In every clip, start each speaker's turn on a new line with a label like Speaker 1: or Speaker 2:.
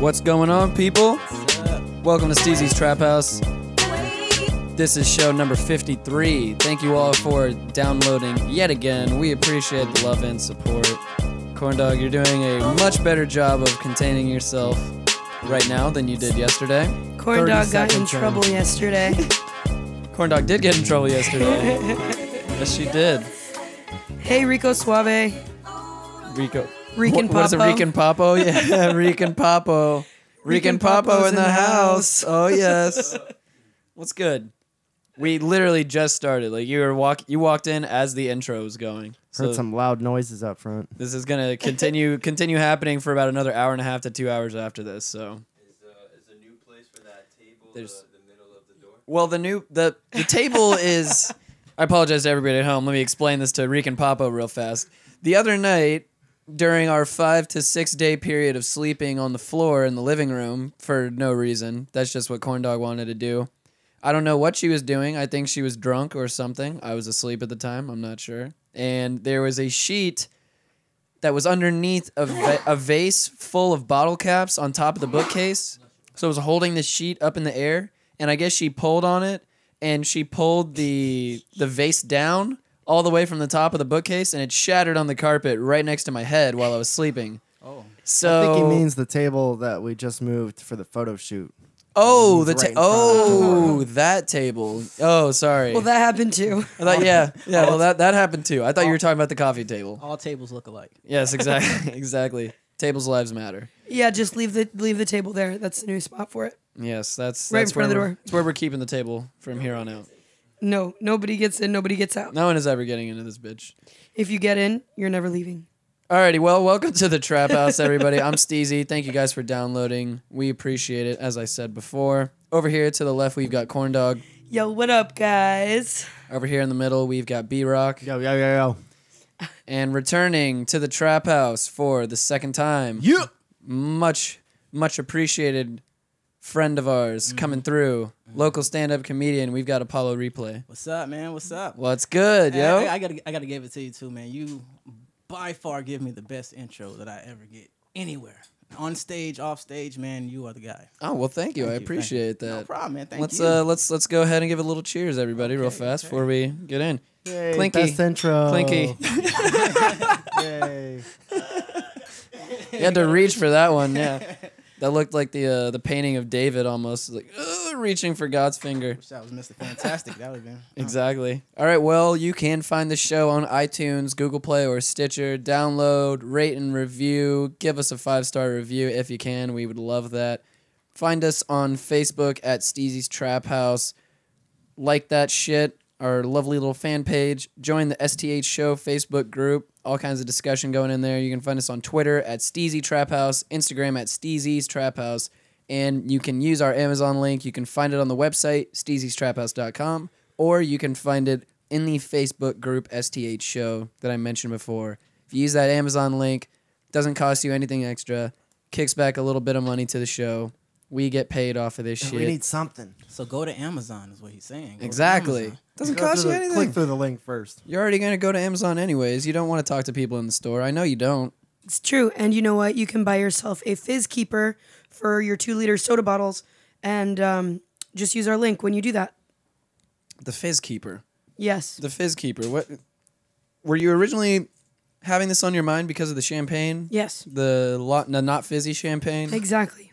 Speaker 1: What's going on, people? Welcome to Steezy's Trap House. This is show number 53. Thank you all for downloading yet again. We appreciate the love and support. Corndog, you're doing a much better job of containing yourself right now than you did yesterday.
Speaker 2: Corn
Speaker 1: 30
Speaker 2: dog got in
Speaker 1: seconds in.
Speaker 2: trouble yesterday.
Speaker 1: Corndog did get in trouble yesterday. yes, she did.
Speaker 2: hey, Rico Suave.
Speaker 1: Rico.
Speaker 2: Rican
Speaker 1: What- What is it,
Speaker 2: Popo?
Speaker 1: Rican Popo? Yeah, Rican Popo. Rican
Speaker 2: Rican
Speaker 1: Popo
Speaker 2: Popo's
Speaker 1: in the house. Oh yes. What's good? We literally just started. Like you were walk, you walked in as the intro was going. So
Speaker 3: Heard some loud noises up front.
Speaker 1: this is gonna continue continue happening for about another hour and a half to two hours after this. So
Speaker 4: Is, uh, is a new place for that table
Speaker 1: There's-
Speaker 4: the, the middle of the door?
Speaker 1: Well, the new the the table is. I apologize to everybody at home. Let me explain this to Rick and Papa real fast. The other night, during our five to six day period of sleeping on the floor in the living room for no reason, that's just what Corndog wanted to do. I don't know what she was doing. I think she was drunk or something. I was asleep at the time. I'm not sure. And there was a sheet that was underneath a, va- a vase full of bottle caps on top of the bookcase. So it was holding the sheet up in the air, and I guess she pulled on it, and she pulled the the vase down all the way from the top of the bookcase, and it shattered on the carpet right next to my head while I was sleeping. Oh, so
Speaker 3: I think he means the table that we just moved for the photo shoot.
Speaker 1: oh the
Speaker 3: right
Speaker 1: ta-
Speaker 3: in front
Speaker 1: oh that table. Oh, sorry.
Speaker 2: Well, that happened too.
Speaker 1: I thought, yeah, yeah. Well, that that happened too. I thought you
Speaker 2: Oh.
Speaker 1: were talking about the coffee table.
Speaker 5: All tables look alike.
Speaker 1: Yes, exactly, exactly. Tables lives matter.
Speaker 2: Yeah, just leave the leave the table there. That's the new spot for it.
Speaker 1: Yes, that's
Speaker 2: Right in
Speaker 1: that's
Speaker 2: front of
Speaker 1: where
Speaker 2: the
Speaker 1: we're-
Speaker 2: door.
Speaker 1: That's where we're keeping the table from here on out.
Speaker 2: No, nobody gets in, nobody gets out.
Speaker 1: No one is ever getting into this bitch.
Speaker 2: If you get in, you're never leaving.
Speaker 1: Alrighty, well, welcome to the Trap House, everybody. I'm Steezy. Thank you guys for downloading. We appreciate it, as I said before. Over here to the left, we've got Corn Dog.
Speaker 2: Yo, what up, guys?
Speaker 1: Over here in the middle, we've got B Rock.
Speaker 3: Yo, yo, yo, yo.
Speaker 1: And returning to the Trap House for the second time,
Speaker 3: You.
Speaker 1: much, much appreciated friend of ours
Speaker 5: Mm-hmm.
Speaker 1: coming through, local stand up comedian. We've got Apollo Replay.
Speaker 5: What's up, man? What's up?
Speaker 1: What's good,
Speaker 5: Hey,
Speaker 1: yo?
Speaker 5: I, I gotta, I gotta give it to you too, man. You by far give me the best intro that I ever get anywhere, on stage, off stage, man. You are the guy.
Speaker 1: Oh well, thank you. I
Speaker 5: Thank you, thank you.
Speaker 1: appreciate that.
Speaker 5: No problem, man. Thank
Speaker 1: let's
Speaker 5: you.
Speaker 1: uh let's let's go ahead and give a little cheers, everybody, real fast before we get in.
Speaker 3: Yay,
Speaker 1: Clinky.
Speaker 3: Best
Speaker 5: Oh.
Speaker 3: intro.
Speaker 1: Clinky,
Speaker 3: Yay.
Speaker 1: you had to reach for that one. Yeah, that looked like the uh, the painting of David almost, like uh, reaching for God's finger.
Speaker 5: Wish that was Mr. Fantastic. that would have been
Speaker 1: Exactly. All right. Well, you can find the show on iTunes, Google Play, or Stitcher. Download, rate, and review. Give us a five star review if you can. We would love that. Find us on Facebook at Steezy's Trap House. Like that shit. Our lovely little fan page. Join the STH Show Facebook group. All kinds of discussion going in there. You can find us on Twitter at Steezy Trap House, Instagram at Steezy's Trap House, and you can use our Amazon link. You can find it on the website, steezystraphouse.com, or you can find it in the Facebook group STH Show that I mentioned before. If you use that Amazon link, doesn't cost you anything extra, kicks back a little bit of money to the show. We get paid off of this shit.
Speaker 3: We need something.
Speaker 5: so. Go to Amazon is what he's saying. Go to
Speaker 1: exactly.
Speaker 5: Amazon.
Speaker 1: Doesn't
Speaker 3: Go
Speaker 1: cost
Speaker 3: through
Speaker 1: you
Speaker 3: the- Click
Speaker 1: anything.
Speaker 3: through the link first.
Speaker 1: You're already going to go to Amazon anyways. You don't want to talk to people in the store. I know you don't.
Speaker 2: It's true. And you know what? You can buy yourself a fizz keeper for your two liter soda bottles and um, just use our link when you do that.
Speaker 1: The Fizz Keeper.
Speaker 2: Yes.
Speaker 1: The Fizz Keeper. What were you originally having this on your mind because of the champagne?
Speaker 2: Yes.
Speaker 1: The lot, the not fizzy champagne.
Speaker 2: Exactly.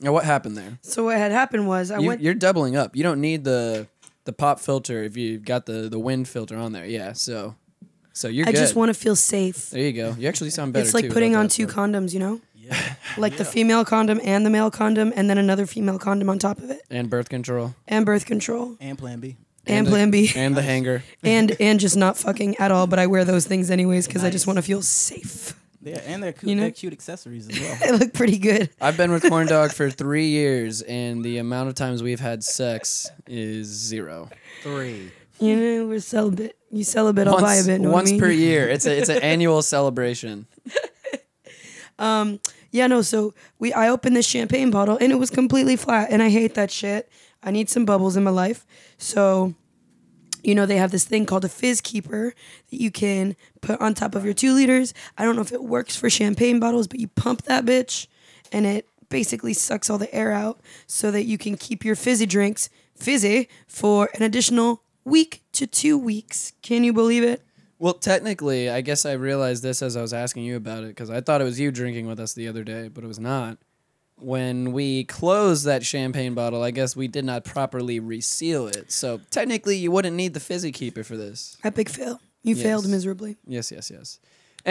Speaker 1: Now, what happened there?
Speaker 2: So what had happened was I
Speaker 1: You,
Speaker 2: went
Speaker 1: You're doubling up. You don't need the the pop filter if you've got the the wind filter on there. Yeah. So, so you're
Speaker 2: I
Speaker 1: good.
Speaker 2: just want to feel safe.
Speaker 1: there you go. You actually sound better.
Speaker 2: it's like
Speaker 1: too
Speaker 2: putting
Speaker 1: about
Speaker 2: on
Speaker 1: that,
Speaker 2: two
Speaker 1: so-
Speaker 2: condoms, you know? Like the female condom and the male condom, and then another female condom on top of it,
Speaker 1: and birth control
Speaker 2: and birth control,
Speaker 5: And Plan B.
Speaker 2: and,
Speaker 1: the-
Speaker 2: Plan B,
Speaker 1: and the hanger.
Speaker 2: and and just not fucking at all. But I wear those things anyways because I just want to feel safe.
Speaker 5: Yeah, and they're cute.
Speaker 2: You know-
Speaker 5: They're cute accessories as well.
Speaker 2: They look pretty good.
Speaker 1: I've been with Corn Dog for three years, and the amount of times we've had sex is zero.
Speaker 3: Three.
Speaker 2: You know, we're celibate. You celibate, I'll buy a bit. know what I
Speaker 1: once
Speaker 2: mean?
Speaker 1: per year. It's a, it's an annual celebration.
Speaker 2: Yeah, no. So we, I opened this champagne bottle and it was completely flat, and I hate that shit. I need some bubbles in my life. So, you know, they have this thing called a fizz keeper that you can put on top of your two liters. I don't know if it works for champagne bottles, but you pump that bitch, and it basically sucks all the air out so that you can keep your fizzy drinks fizzy for an additional week to two weeks. Can you believe it?
Speaker 1: Well, technically, I guess I realized this as I was asking you about it because I thought it was you drinking with us the other day, but it was not. When we closed that champagne bottle, I guess we did not properly reseal it. So technically, you wouldn't need the fizzy keeper for this.
Speaker 2: Epic fail. You
Speaker 1: Yes.
Speaker 2: failed miserably.
Speaker 1: Yes, yes, yes.
Speaker 2: you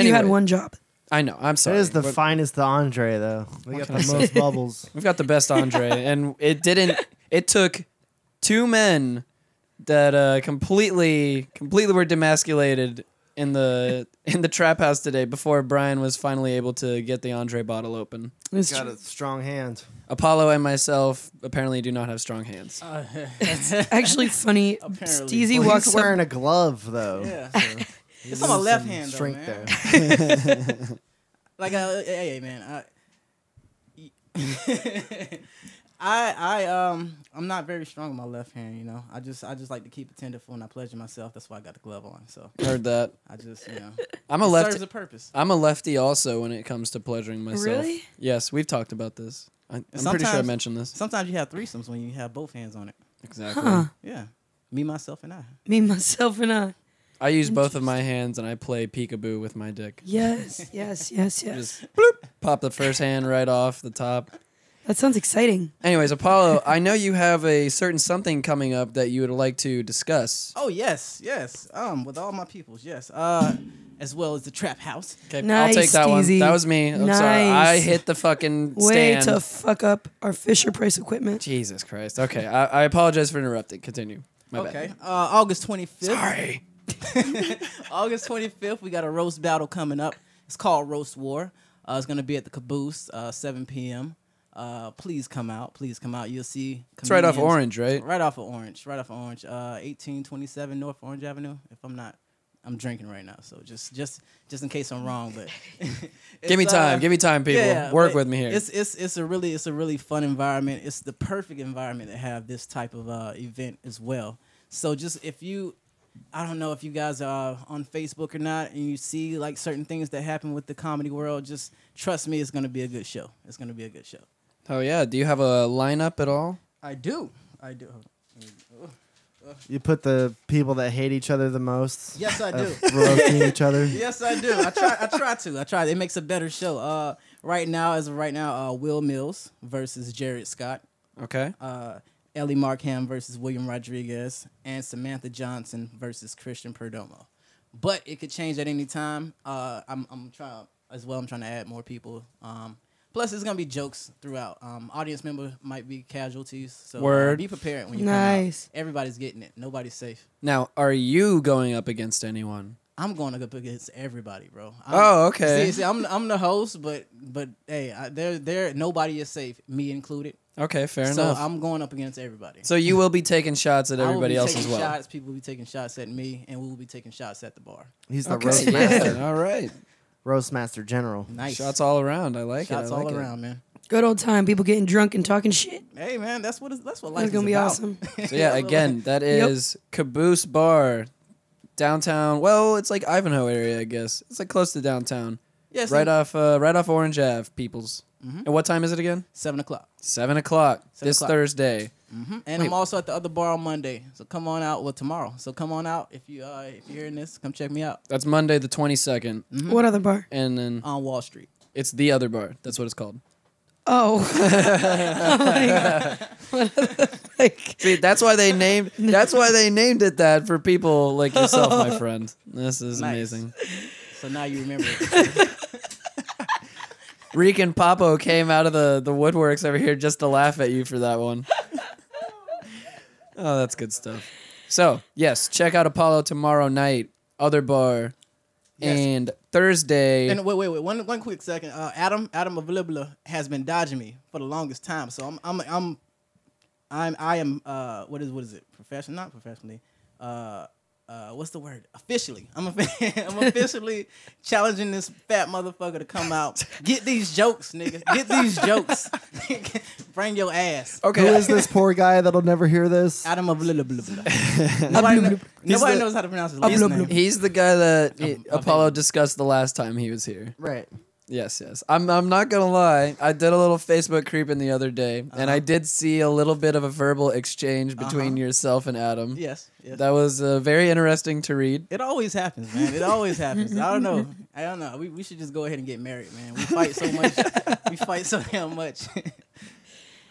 Speaker 2: had
Speaker 1: Anyway,
Speaker 2: one job.
Speaker 1: I know. I'm sorry.
Speaker 3: That is the
Speaker 1: but
Speaker 3: finest the Andre though. We got the most bubbles.
Speaker 1: we've got the best Andre, and it didn't. It took two men that uh, completely, completely were demasculated in the in the trap house today before Brian was finally able to get the Andre bottle open.
Speaker 2: It's
Speaker 3: Got
Speaker 2: true.
Speaker 3: a strong hand.
Speaker 1: Apollo and myself apparently do not have strong hands.
Speaker 5: Uh,
Speaker 2: Actually, funny.
Speaker 5: Apparently.
Speaker 2: Steezy
Speaker 3: Well,
Speaker 2: walks
Speaker 3: he's
Speaker 2: up-
Speaker 3: wearing a glove though.
Speaker 5: yeah.
Speaker 3: He's
Speaker 5: It's on my
Speaker 3: losing
Speaker 5: left hand, though,
Speaker 3: Strength
Speaker 5: man.
Speaker 3: there.
Speaker 5: like uh, I, hey hey, man, I, I I um I'm not very strong with my left hand. You know, I just I just like to keep it tenderful and I pleasure myself. That's why I got the glove on. So
Speaker 1: Heard that.
Speaker 5: I just you know
Speaker 1: I'm a
Speaker 5: it
Speaker 1: lefty.
Speaker 5: serves a purpose.
Speaker 1: I'm a lefty also when it comes to pleasuring myself.
Speaker 2: Really?
Speaker 1: Yes, we've talked about this. I, I'm pretty sure I
Speaker 5: sometimes-
Speaker 1: mentioned this.
Speaker 5: Sometimes you have threesomes when you have both hands on it.
Speaker 1: Exactly.
Speaker 2: Huh.
Speaker 5: Yeah, me myself and I.
Speaker 2: Me, myself, and I.
Speaker 1: I use both of my hands and I play peekaboo with my dick.
Speaker 2: Yes, yes, yes, yes.
Speaker 1: Just bloop, pop the first hand right off the top.
Speaker 2: That sounds exciting.
Speaker 1: Anyways, Apollo, I know you have a certain something coming up that you would like to discuss.
Speaker 5: Oh yes, yes. Um, with all my peoples, yes. Uh, as well as the trap house.
Speaker 1: Okay,
Speaker 2: Nice,
Speaker 1: I'll take that one.
Speaker 2: Steezy.
Speaker 1: That was me. I'm sorry. I
Speaker 2: Nice.
Speaker 1: hit the fucking
Speaker 2: Way
Speaker 1: stand.
Speaker 2: to fuck up our Fisher Price equipment.
Speaker 1: Jesus Christ. Okay, I, I apologize for interrupting. Continue. My
Speaker 5: okay.
Speaker 1: bad.
Speaker 5: Uh, August twenty fifth.
Speaker 1: Sorry.
Speaker 5: August 25th, we got a roast battle coming up. It's called Roast War. Uh, it's going to be at the Caboose, uh, 7 p.m. Uh, please come out. Please come out. You'll see.
Speaker 1: It's right off
Speaker 5: comedians-
Speaker 1: Orange, right?
Speaker 5: Right off of Orange. Right off of Orange. Uh, 1827 North Orange Avenue. If I'm not, I'm drinking right now. So just, just, just in case I'm wrong, but
Speaker 1: Give me
Speaker 5: it's,
Speaker 1: time.
Speaker 5: uh,
Speaker 1: Give me time, people.
Speaker 5: yeah, yeah,
Speaker 1: Work
Speaker 5: but
Speaker 1: with me here.
Speaker 5: It's it's it's a really it's a really fun environment. It's the perfect environment to have this type of uh, event as well. So just if you, I don't know if you guys are on Facebook or not, and you see like certain things that happen with the comedy world, just trust me, it's gonna be a good show. It's gonna be a good show.
Speaker 1: Oh yeah. Do you have a lineup at all?
Speaker 5: I do. I do.
Speaker 3: You put the people that hate each other the most.
Speaker 5: Yes, I do.
Speaker 3: of Roasting each other.
Speaker 5: yes, I do. I try. I try to. I try. It makes a better show. Uh, right now, as of right now, uh, Will Mills versus Jared Scott.
Speaker 1: Okay.
Speaker 5: uh, Ellie Markham versus William Rodriguez and Samantha Johnson versus Christian Perdomo. But it could change at any time. Uh, I'm, I'm trying as well. I'm trying to add more people. Um, plus, it's gonna be jokes throughout. Um, audience member might be casualties, so uh,
Speaker 1: Word.
Speaker 5: be prepared when you
Speaker 2: Nice.
Speaker 5: come out. Everybody's getting it. Nobody's safe.
Speaker 1: Now, are you going up against anyone?
Speaker 5: I'm going up against everybody, bro. I'm,
Speaker 1: Oh, okay.
Speaker 5: See, see, I'm, I'm the host, but but hey, I, there there nobody is safe, me included.
Speaker 1: Okay, fair
Speaker 5: so
Speaker 1: enough.
Speaker 5: I'm going up against everybody.
Speaker 1: so you will be taking shots at
Speaker 5: I will
Speaker 1: everybody
Speaker 5: be
Speaker 1: else as
Speaker 5: taking
Speaker 1: well.
Speaker 5: Shots, people will be taking shots at me, and we will be taking shots at the bar.
Speaker 3: He's the
Speaker 2: Okay.
Speaker 3: roast master.
Speaker 1: Yeah, all right.
Speaker 3: roast master general.
Speaker 5: Nice
Speaker 1: Shots all around. I like
Speaker 5: Shots
Speaker 1: it. I
Speaker 5: all
Speaker 1: like it.
Speaker 5: around, man.
Speaker 2: Good old time. People getting drunk and talking shit.
Speaker 5: Hey, man, that's what is, that's what life
Speaker 2: That's
Speaker 5: is
Speaker 2: gonna be
Speaker 5: about.
Speaker 2: awesome.
Speaker 1: So yeah, again, that is Caboose Bar, downtown. Well, it's like Ivanhoe area, I guess. It's like close to downtown,
Speaker 5: yes,
Speaker 1: right off, uh, right off Orange Ave, peoples. And what time is it again?
Speaker 5: seven o'clock.
Speaker 1: Seven o'clock
Speaker 5: Seven
Speaker 1: this
Speaker 5: o'clock.
Speaker 1: Thursday.
Speaker 5: And
Speaker 1: Wait.
Speaker 5: I'm also at the other bar on Monday, so come on out. Well, tomorrow, so come on out if you uh, if you're hearing this, come check me out
Speaker 1: That's Monday the twenty second,
Speaker 5: Mm-hmm.
Speaker 2: What other bar?
Speaker 1: and then
Speaker 5: on Wall Street.
Speaker 1: it's the other bar. That's what it's called.
Speaker 2: Oh. I'm like, what other- like,
Speaker 1: See, that's why they named. That's why they named it that for people like yourself, my friend. This is
Speaker 5: Nice.
Speaker 1: amazing.
Speaker 5: So now you remember. it.
Speaker 1: Reek and Papo came out of the, the woodworks over here just to laugh at you for that one. oh, that's good stuff. So, yes, check out Apollo tomorrow night, other bar,
Speaker 5: Yes.
Speaker 1: and Thursday.
Speaker 5: and wait, wait, wait. One one quick second. Uh, Adam Adam Avalibla has been dodging me for the longest time, so I'm I'm I'm I'm I am uh what is what is it professional not professionally uh uh what's the word officially I'm offi- I'm officially challenging this fat motherfucker to come out get these jokes nigga get these jokes bring your ass
Speaker 1: okay.
Speaker 3: Who is this poor guy that'll never hear this?
Speaker 5: Adam Avalibla nobody, kno- nobody
Speaker 1: the-
Speaker 5: knows how to pronounce his last name
Speaker 1: He's the guy that
Speaker 5: I'm-
Speaker 1: he-
Speaker 5: I'm
Speaker 1: Apollo discussed the last time he was here.
Speaker 3: Right.
Speaker 1: Yes, yes. I'm I'm not gonna lie. I did a little Facebook creeping the other day, and I did see a little bit of a verbal exchange between yourself and Adam.
Speaker 5: Yes, yes.
Speaker 1: That was uh, very interesting to read.
Speaker 5: It always happens, man. It always happens. I don't know. I don't know. We, we should just go ahead and get married, man. We fight so much. we fight so damn much.
Speaker 1: I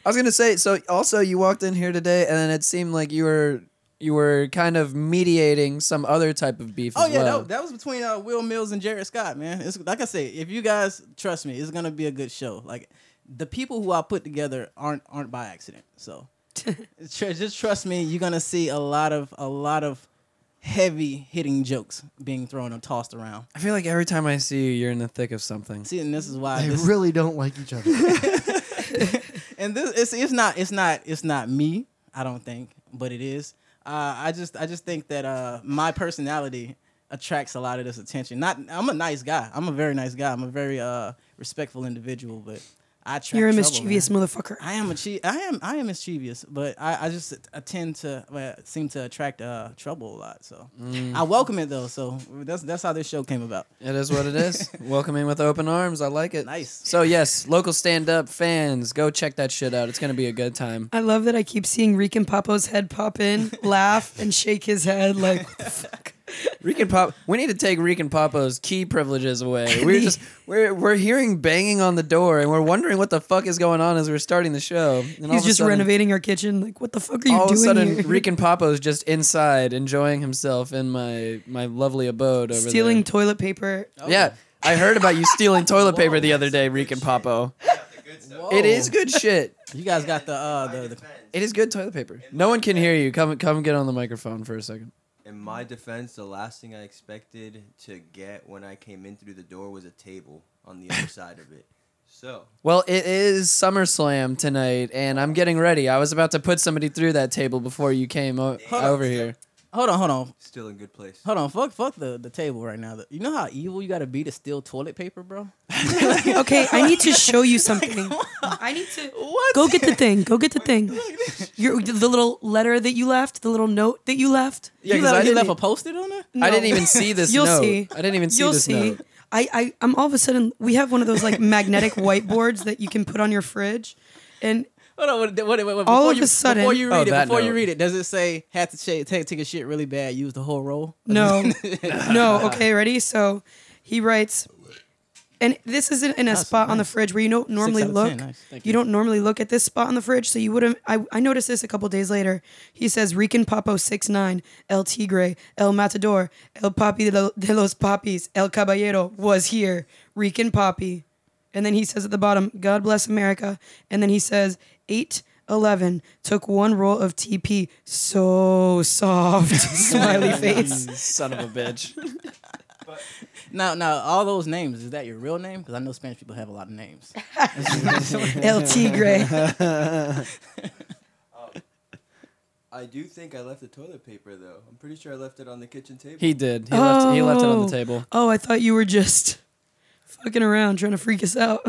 Speaker 1: was gonna say. So also, you walked in here today, and then it seemed like you were you were kind of mediating some other type of beef.
Speaker 5: oh
Speaker 1: as
Speaker 5: yeah,
Speaker 1: well.
Speaker 5: that, that was between uh, Will Mills and Jared Scott, man. It's like I say, if you guys trust me, it's gonna be a good show. Like the people who I put together aren't aren't by accident. So tr- just trust me, you're gonna see a lot of a lot of heavy hitting jokes being thrown and tossed around.
Speaker 1: I feel like every time I see you, you're in the thick of something.
Speaker 5: See, and this is why
Speaker 3: They
Speaker 5: this,
Speaker 3: really don't like each other.
Speaker 5: and this it's it's not it's not it's not me. I don't think, but it is. Uh, I just I just think that uh, my personality attracts a lot of this attention. Not I'm a nice guy. I'm a very nice guy. I'm a very uh, respectful individual, but I attract
Speaker 2: You're a
Speaker 5: trouble,
Speaker 2: mischievous
Speaker 5: man.
Speaker 2: motherfucker.
Speaker 5: I am a che- I am I am mischievous, but I, I just I tend to well, seem to attract uh, trouble a lot. So
Speaker 1: Mm.
Speaker 5: I welcome it though. So that's that's how this show came about.
Speaker 1: It is what it is. Welcoming with open arms. I like it.
Speaker 5: Nice.
Speaker 1: So yes, local stand up fans, go check that shit out. It's gonna be a good time.
Speaker 2: I love that I keep seeing Rick and Papo's head pop in, laugh, and shake his head like, what the fuck?
Speaker 1: Reek and Pop, we need to take Reek and Papa's key privileges away. We're just we're we're hearing banging on the door, and we're wondering what the fuck is going on as we're starting the show. And all of
Speaker 2: He's
Speaker 1: a
Speaker 2: just
Speaker 1: sudden-
Speaker 2: renovating our kitchen. Like, what the fuck are you
Speaker 1: All of
Speaker 2: doing
Speaker 1: a sudden,
Speaker 2: here?
Speaker 1: Reek and Papa's just inside enjoying himself in my my lovely abode over
Speaker 2: Stealing Oh.
Speaker 1: there.
Speaker 2: toilet paper.
Speaker 1: yeah, I heard about you stealing toilet paper the other day, Reek and Papo.
Speaker 4: The good stuff.
Speaker 1: It
Speaker 2: Oh.
Speaker 1: is good shit.
Speaker 5: You guys got the uh, the, the
Speaker 1: It is good toilet paper. No one can hear you. Come come get on the microphone for a second.
Speaker 4: In my defense, the last thing I expected to get when I came in through the door was a table on the other side of it. So
Speaker 1: Well, it is SummerSlam tonight, and I'm getting ready. I was about to put somebody through that table before you came o-
Speaker 4: Hold on.
Speaker 1: over here.
Speaker 5: hold on hold on
Speaker 4: still in good place.
Speaker 5: Hold on, fuck, fuck the, the table right now. You know how evil you gotta be to steal toilet paper, bro?
Speaker 2: Okay, I need to show you something. I need to
Speaker 5: What?
Speaker 2: go get the thing. Go get the thing. Your the little letter that you left, the little note that you left.
Speaker 1: Yeah,
Speaker 5: you
Speaker 1: 'cause I
Speaker 5: left, you
Speaker 1: didn't
Speaker 5: left a post-it on it?
Speaker 1: I didn't
Speaker 2: No.
Speaker 1: even see this
Speaker 2: You'll
Speaker 1: note.
Speaker 2: see.
Speaker 1: I didn't even see
Speaker 2: You'll
Speaker 1: this
Speaker 2: see.
Speaker 1: note.
Speaker 2: I, I I'm all of a sudden we have one of those like magnetic whiteboards that you can put on your fridge, and
Speaker 5: Hold on, wait, wait, wait, wait,
Speaker 2: All
Speaker 5: before
Speaker 2: of
Speaker 5: you,
Speaker 2: a sudden-
Speaker 5: Before you
Speaker 1: Oh,
Speaker 5: read it,
Speaker 1: that
Speaker 5: before you
Speaker 1: note.
Speaker 5: read it, does it say, had to shake, take, take a shit really bad, use the whole roll?
Speaker 2: No. no. Okay, ready? So he writes, and this isn't in a
Speaker 5: Nice,
Speaker 2: spot on the
Speaker 5: nice.
Speaker 2: fridge where you don't normally
Speaker 5: out of
Speaker 2: look.
Speaker 5: 10, nice. Thank
Speaker 2: you
Speaker 5: you.
Speaker 2: don't normally look at this spot on the fridge, so you would have. I, I noticed this a couple days later. He says, Rican Papo 69, El Tigre, El Matador, El Papi de, lo- de los Papis, El Caballero was here, Rican Papi. And then he says at the bottom, God bless America. And then he says, 8 11 took one roll of TP. So soft. Smiley face.
Speaker 1: You Mm, Son of a bitch.
Speaker 5: Now, now, all those names, is that your real name? Because I know Spanish people have a lot of names.
Speaker 2: El Tigre.
Speaker 4: I do think I left the toilet paper though. I'm pretty sure I left it on the kitchen table.
Speaker 1: He did. He left. He left it on the
Speaker 2: Oh.
Speaker 1: table.
Speaker 2: Oh, I thought you were just fucking around trying to freak us out.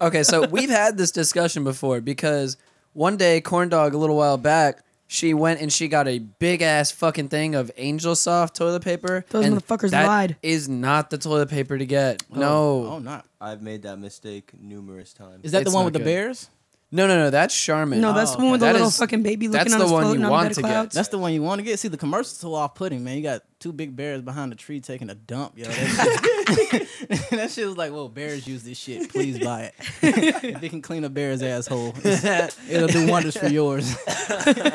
Speaker 1: Okay, so we've had this discussion before because one day Corndog a little while back, she went and she got a big ass fucking thing of Angel Soft toilet paper.
Speaker 2: Those
Speaker 1: and
Speaker 2: motherfuckers
Speaker 1: that
Speaker 2: lied.
Speaker 1: Is not the toilet paper to get.
Speaker 5: Oh,
Speaker 1: No,
Speaker 5: not.
Speaker 4: I've made that mistake numerous times.
Speaker 5: Is that
Speaker 1: It's
Speaker 5: the one
Speaker 1: not
Speaker 5: with
Speaker 1: good.
Speaker 5: the bears?
Speaker 1: no, no, no. That's Charmin. Oh,
Speaker 2: No, that's the one with the
Speaker 1: That
Speaker 2: little
Speaker 1: is-
Speaker 2: fucking baby
Speaker 1: that's
Speaker 2: looking on
Speaker 1: the
Speaker 2: his
Speaker 1: one
Speaker 2: floating
Speaker 1: you
Speaker 2: on a
Speaker 1: want
Speaker 2: bed
Speaker 1: to
Speaker 2: of
Speaker 1: get.
Speaker 2: clouds.
Speaker 5: That's the one you want to get. See, the commercial's so off-putting, man. You got two big bears behind a tree taking a dump, yo. That shit, that shit was like, "Well, bears use this shit. Please buy it. if they can clean a bear's asshole, it'll do wonders for yours."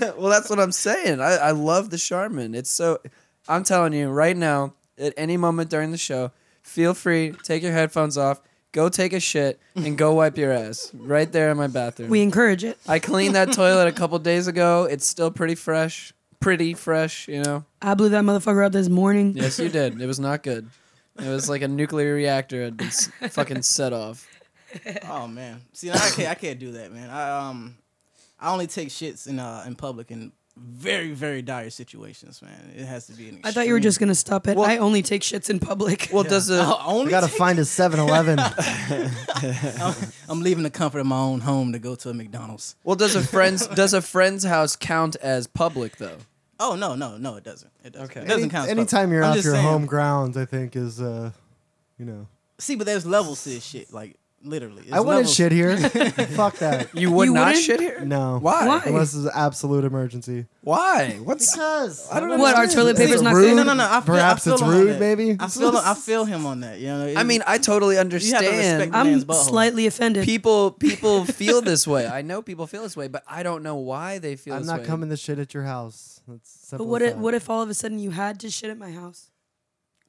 Speaker 1: well, that's what I'm saying. I, I love the Charmin. It's so. I'm telling you right now, at any moment during the show, feel free take your headphones off, go take a shit, and go wipe your ass right there in my bathroom.
Speaker 2: we encourage it.
Speaker 1: I cleaned that toilet a couple days ago. It's still pretty fresh. Pretty fresh, you know.
Speaker 2: I blew that motherfucker up this morning.
Speaker 1: Yes, you did. It was not good. It was like a nuclear reactor had been s- fucking set off.
Speaker 5: Oh man, see, I can't, I can't do that, man. I um, I only take shits in uh in public in very, very dire situations, man. It has to be an.
Speaker 2: I thought you were
Speaker 5: extreme-
Speaker 2: just gonna stop it.
Speaker 1: Well-
Speaker 2: I only take shits in public.
Speaker 1: Well, does the
Speaker 2: Oh.
Speaker 5: I
Speaker 3: I
Speaker 5: only
Speaker 3: gotta
Speaker 5: take-
Speaker 3: find a 7-Eleven.
Speaker 5: I'm leaving the comfort of my own home to go to a McDonald's.
Speaker 1: well does a friend's does a friend's house count as public though?
Speaker 5: Oh no, no, no, it doesn't. It doesn't.
Speaker 1: Okay.
Speaker 5: It doesn't count. as public.
Speaker 3: Anytime you're
Speaker 5: I'm
Speaker 3: off
Speaker 5: just
Speaker 3: your
Speaker 5: saying.
Speaker 3: home grounds, I think is, uh, you know,
Speaker 5: See, but there's levels to this shit. Like literally,
Speaker 3: I
Speaker 5: There's
Speaker 3: wouldn't
Speaker 5: levels.
Speaker 3: shit here. Fuck that.
Speaker 1: You would
Speaker 2: You
Speaker 1: not
Speaker 2: wouldn't?
Speaker 1: shit here?
Speaker 3: No.
Speaker 1: Why?
Speaker 2: Why?
Speaker 3: Unless it's an absolute emergency.
Speaker 1: Why? What's
Speaker 3: Because
Speaker 1: I don't
Speaker 2: What, our
Speaker 1: understand.
Speaker 2: toilet
Speaker 1: Is it
Speaker 2: paper's not good?
Speaker 3: rude?
Speaker 5: No, no, no. I feel,
Speaker 3: Perhaps
Speaker 5: I feel
Speaker 3: it's
Speaker 5: him on
Speaker 3: rude,
Speaker 5: that.
Speaker 3: maybe?
Speaker 5: I feel. I feel him on that. You know. it-
Speaker 1: I mean, I totally
Speaker 5: respect
Speaker 1: understand.
Speaker 5: the
Speaker 2: I'm
Speaker 5: man's butthole.
Speaker 2: slightly offended.
Speaker 1: people people feel this way. I know people feel this way, but I don't know why they feel
Speaker 3: I'm
Speaker 1: this
Speaker 3: not
Speaker 1: way.
Speaker 3: coming to shit at your house. That's
Speaker 2: but
Speaker 3: simple
Speaker 2: what
Speaker 3: as
Speaker 2: if,
Speaker 3: that.
Speaker 2: what if all of a sudden you had to shit at my house?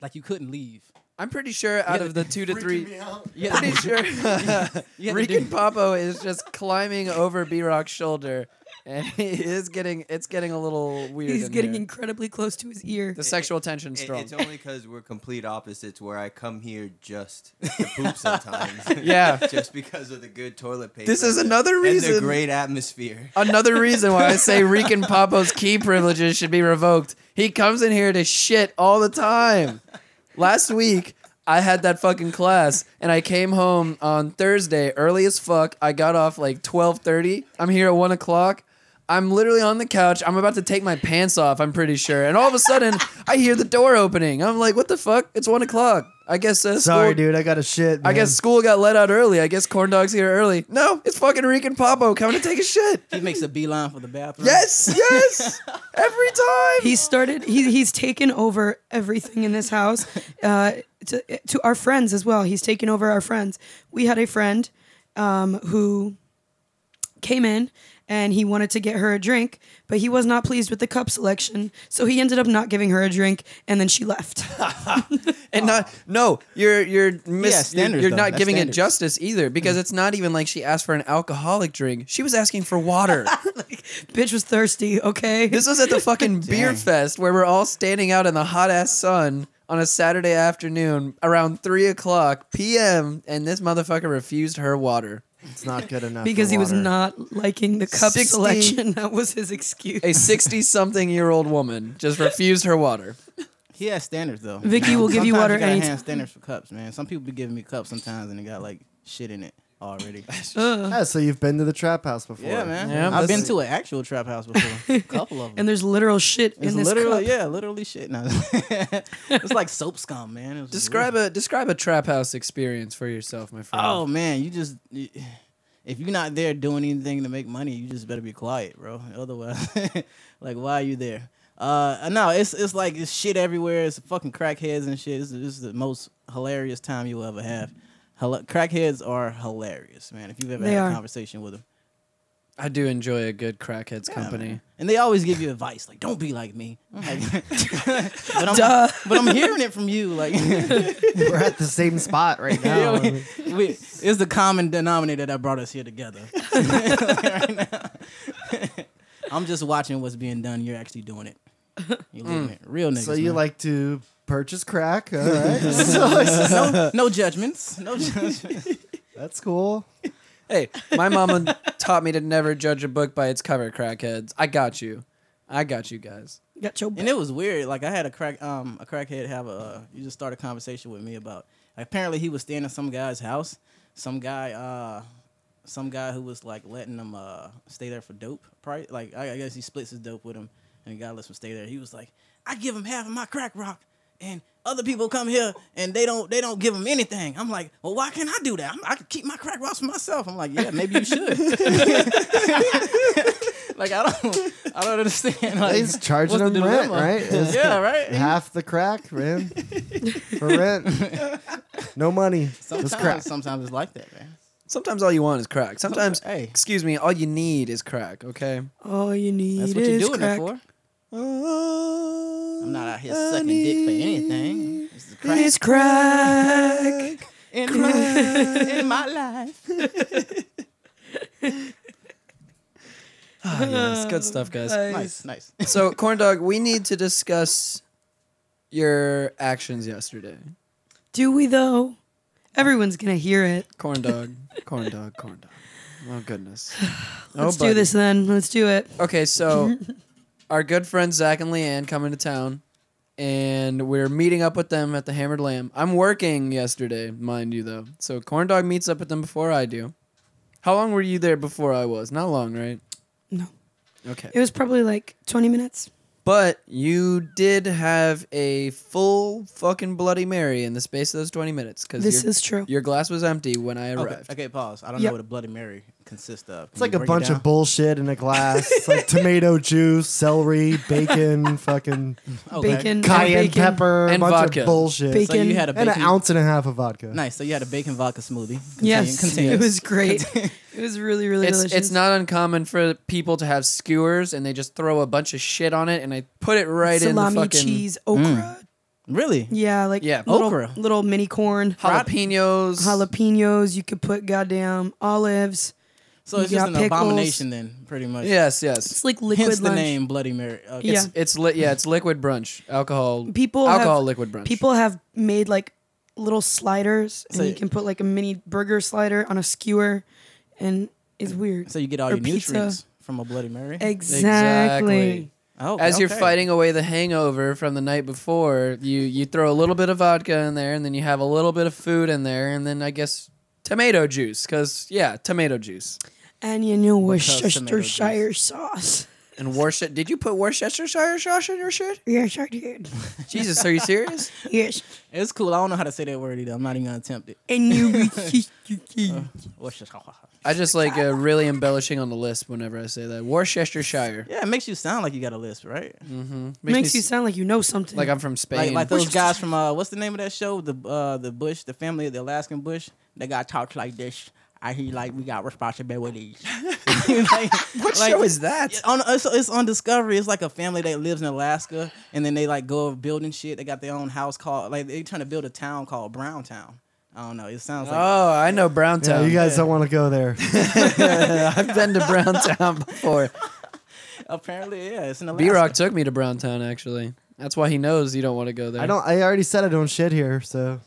Speaker 5: like you couldn't leave.
Speaker 1: I'm pretty sure out of the two to three
Speaker 5: Yeah.
Speaker 1: pretty sure
Speaker 5: You had to
Speaker 1: Rican
Speaker 5: do-
Speaker 1: Popo is just climbing over B Rock's shoulder and he is getting it's getting a little weird.
Speaker 2: He's
Speaker 1: in
Speaker 2: getting
Speaker 1: here.
Speaker 2: incredibly close to his ear.
Speaker 1: the sexual tension
Speaker 4: It-
Speaker 1: strong.
Speaker 4: it's only because we're complete opposites. Where I come here just to poop sometimes.
Speaker 1: Yeah.
Speaker 4: just because of the good toilet paper.
Speaker 1: This is another
Speaker 4: And
Speaker 1: reason. Uh,
Speaker 4: the great atmosphere.
Speaker 1: Another reason why I say Rican Papo's key privileges should be revoked. He comes in here to shit all the time. Last week, I had that fucking class, and I came home on Thursday early as fuck. I got off like twelve thirty. I'm here at one o'clock. I'm literally on the couch. I'm about to take my pants off. I'm pretty sure, and all of a sudden, I hear the door opening. I'm like, "What the fuck? It's one o'clock. I guess uh,
Speaker 3: Sorry,
Speaker 1: school-
Speaker 3: dude. I got a shit.
Speaker 1: I
Speaker 3: man.
Speaker 1: guess school got let out early. I guess corn dogs here early. No, it's fucking Rican Papo coming to take a shit.
Speaker 5: He makes a beeline for the bathroom.
Speaker 1: Yes, yes. Every time.
Speaker 2: He started. He, he's taken over everything in this house, uh, to, to our friends as well. He's taken over our friends. We had a friend um, who came in and he wanted to get her a drink, but he was not pleased with the cup selection, so he ended up not giving her a drink, and then she left.
Speaker 1: and not no, you're you're mis-
Speaker 5: Yeah,
Speaker 1: you're-
Speaker 5: standards,
Speaker 1: you're,
Speaker 5: though.
Speaker 1: not
Speaker 5: That's
Speaker 1: giving it
Speaker 5: standards. Mm.
Speaker 1: justice either because it's not even like she asked for an alcoholic drink. She was asking for water.
Speaker 2: Bitch was thirsty. Okay.
Speaker 1: this was at the fucking beer fest where we're all standing out in the hot ass sun on a Saturday afternoon around three o'clock p.m. and this motherfucker refused her water.
Speaker 3: it's not good enough.
Speaker 2: because
Speaker 3: for
Speaker 2: he was
Speaker 3: water.
Speaker 2: not liking the cup
Speaker 1: 60
Speaker 2: selection. That was his excuse.
Speaker 1: A sixty-something-year-old woman just refused her water.
Speaker 5: He has standards though.
Speaker 2: Vicky will give you
Speaker 5: Sometimes
Speaker 2: water
Speaker 5: You gotta
Speaker 2: anytime.
Speaker 5: have standards for cups, man. Some people be giving me cups sometimes, and it got like shit in it already.
Speaker 3: Yeah, so you've been to the trap house before.
Speaker 5: yeah, man.
Speaker 1: Yeah,
Speaker 5: I've been
Speaker 1: that's-
Speaker 5: to an actual trap house before. A couple of them.
Speaker 2: And there's literal shit in
Speaker 5: it's
Speaker 2: this
Speaker 5: literally,
Speaker 2: cup.
Speaker 5: yeah, literally shit. No, it's like soap scum, man. It was
Speaker 1: Describe
Speaker 5: weird.
Speaker 1: a describe a trap house experience for yourself, my friend.
Speaker 5: Oh man, you just you- if you're not there doing anything to make money, you just better be quiet, bro. Otherwise, like why are you there? Uh, no, it's it's like it's shit everywhere. It's fucking crackheads and shit. This is, this is the most hilarious time you will ever have. Hel- crackheads are hilarious, man. If you've ever
Speaker 2: They
Speaker 5: had
Speaker 2: are.
Speaker 5: a conversation with them,
Speaker 1: I do enjoy a good crackheads company.
Speaker 5: and they always give you advice like, "Don't be like me." I'm like, but I'm but I'm hearing it from you, like.
Speaker 3: We're at the same spot right now. I mean,
Speaker 5: we, it's the common denominator that brought us here together. Right now. I'm just watching what's being done. You're actually doing it. You're living it. Real niggas.
Speaker 3: so you
Speaker 5: man.
Speaker 3: like to purchase crack? All right.
Speaker 5: no judgments. No judgments.
Speaker 3: That's cool.
Speaker 1: Hey, my mama taught me to never judge a book by its cover, crackheads. I got you. I got you guys.
Speaker 2: Got your
Speaker 5: and it was weird. Like I had a crack um a crackhead have a uh, you just start a conversation with me about apparently he was staying at some guy's house. Some guy uh some guy who was like letting him uh stay there for dope price. Like I, I guess he splits his dope with him and the guy lets him stay there. He was like, I give him half of my crack rock and other people come here and they don't they don't give him anything. I'm like, well, why can't I do that? I'm, I can keep my crack rocks for myself. I'm like, yeah, maybe you should. like I don't I don't understand. Like,
Speaker 3: He's charging
Speaker 5: what's the
Speaker 3: them rent,
Speaker 5: dilemma?
Speaker 3: right? It's
Speaker 5: Yeah, right.
Speaker 3: Half the crack, man. For rent. No money.
Speaker 5: Sometimes,
Speaker 3: Just crack.
Speaker 5: sometimes it's like that, man.
Speaker 1: Sometimes all you want is crack. Sometimes,
Speaker 5: Hey.
Speaker 1: excuse me, all you need is crack, okay?
Speaker 2: All you need
Speaker 5: That's what you're
Speaker 2: is
Speaker 5: doing
Speaker 2: crack.
Speaker 5: it for.
Speaker 2: Ah.
Speaker 5: I'm not out here sucking dick for anything. This is crack
Speaker 2: It's crack.
Speaker 5: in, my, in my life.
Speaker 1: Ah, yes, good stuff, guys.
Speaker 5: Nice, nice.
Speaker 1: So, Corndog, we need to discuss your actions yesterday.
Speaker 2: Do we though? Everyone's gonna hear it.
Speaker 1: Corndog, Corndog, Corndog. Oh, goodness. Oh,
Speaker 2: Let's
Speaker 1: buddy.
Speaker 2: do this then. Let's do it.
Speaker 1: Okay, so our good friends Zach and Leanne come into town, and we're meeting up with them at the Hammered Lamb. I'm working yesterday, mind you, though. So Corndog meets up with them before I do. How long were you there before I was? Not long, right?
Speaker 2: No,
Speaker 1: Okay.
Speaker 2: it was probably like 20 minutes.
Speaker 1: But you did have a full fucking Bloody Mary in the space of those 20 minutes because
Speaker 2: This is true.
Speaker 1: Your glass was empty when I
Speaker 5: Okay,
Speaker 1: arrived.
Speaker 5: okay, pause. I don't
Speaker 2: Yep.
Speaker 5: know what a Bloody Mary consists of.
Speaker 3: It's like a bunch of bullshit in a glass. It's like tomato juice, celery, bacon, fucking
Speaker 2: Bacon,
Speaker 3: cayenne
Speaker 2: bacon.
Speaker 3: pepper,
Speaker 1: And
Speaker 3: a bunch
Speaker 1: vodka.
Speaker 3: of bullshit.
Speaker 2: Bacon.
Speaker 5: So you had a
Speaker 3: And
Speaker 5: bacon.
Speaker 3: an ounce and a half of vodka.
Speaker 5: Nice. So you had a bacon vodka smoothie. Continue,
Speaker 2: Yes,
Speaker 5: continue.
Speaker 2: it was great. it was really, really
Speaker 1: It's,
Speaker 2: delicious.
Speaker 1: it's not uncommon for people to have skewers and they just throw a bunch of shit on it and they put it right in
Speaker 2: salami,
Speaker 1: the fucking Mm.
Speaker 2: cheese, okra.
Speaker 5: really.
Speaker 2: Yeah, like
Speaker 1: Yeah,
Speaker 2: little,
Speaker 5: okra.
Speaker 2: little mini corn,
Speaker 1: jalapenos.
Speaker 2: jalapenos. You could put goddamn olives.
Speaker 5: So it's
Speaker 2: You
Speaker 5: just
Speaker 2: got
Speaker 5: an
Speaker 2: pickles.
Speaker 5: abomination then, pretty much.
Speaker 1: yes,
Speaker 2: It's
Speaker 1: yes.
Speaker 2: like liquid
Speaker 5: Hence the
Speaker 2: lunch.
Speaker 5: name Bloody Mary. Okay.
Speaker 2: Yeah.
Speaker 1: It's li- yeah, it's liquid brunch. Alcohol
Speaker 2: People
Speaker 1: alcohol
Speaker 2: have,
Speaker 1: liquid brunch.
Speaker 2: People have made like little sliders,
Speaker 5: So-
Speaker 2: and you can put like a mini burger slider on a skewer, and it's weird.
Speaker 5: So you get all
Speaker 2: Or
Speaker 5: your
Speaker 2: pizza.
Speaker 5: nutrients from a Bloody Mary.
Speaker 2: exactly.
Speaker 5: Oh,
Speaker 1: As you're
Speaker 5: okay.
Speaker 1: fighting away the hangover from the night before, you you throw a little bit of vodka in there, and then you have a little bit of food in there, and then I guess tomato juice, because yeah, tomato juice
Speaker 2: And you know
Speaker 5: tomato juice.
Speaker 2: Worcestershire sauce.
Speaker 1: and Worcester. Did you put Worcestershire sauce in your shit?
Speaker 2: Yes, I did.
Speaker 1: Jesus, are you serious?
Speaker 2: Yes.
Speaker 5: It's cool. I don't know how to say that word either. I'm not even gonna attempt it.
Speaker 2: And
Speaker 1: Uh,
Speaker 2: you
Speaker 5: What's just-
Speaker 1: I just like uh, really embellishing on the list whenever I say that Worcestershire
Speaker 5: Yeah, it makes you sound like you got a lisp, right?
Speaker 2: makes
Speaker 1: me
Speaker 2: you
Speaker 1: s-
Speaker 2: sound like you know something.
Speaker 1: like I'm from Spain.
Speaker 5: Like, like those guys from uh, what's the name of that show? The uh, the Bush, the family of the Alaskan Bush. That guy talks like this. I he like we got responsibilities. like,
Speaker 1: what
Speaker 5: like-
Speaker 1: show is that?
Speaker 5: It's on it's, it's on Discovery. It's like a family that lives in Alaska, and then they like go building shit. They got their own house called like they trying to build a town called Browntown. I don't know. It sounds like
Speaker 1: Oh, I know Browntown.
Speaker 3: Yeah, you guys don't want to go there.
Speaker 1: I've been to Browntown before. Oh.
Speaker 5: apparently yeah. It's in Alaska.
Speaker 1: B Rock took me to Browntown actually. That's why he knows you don't want to go there.
Speaker 3: I don't. I already said I don't shit here, so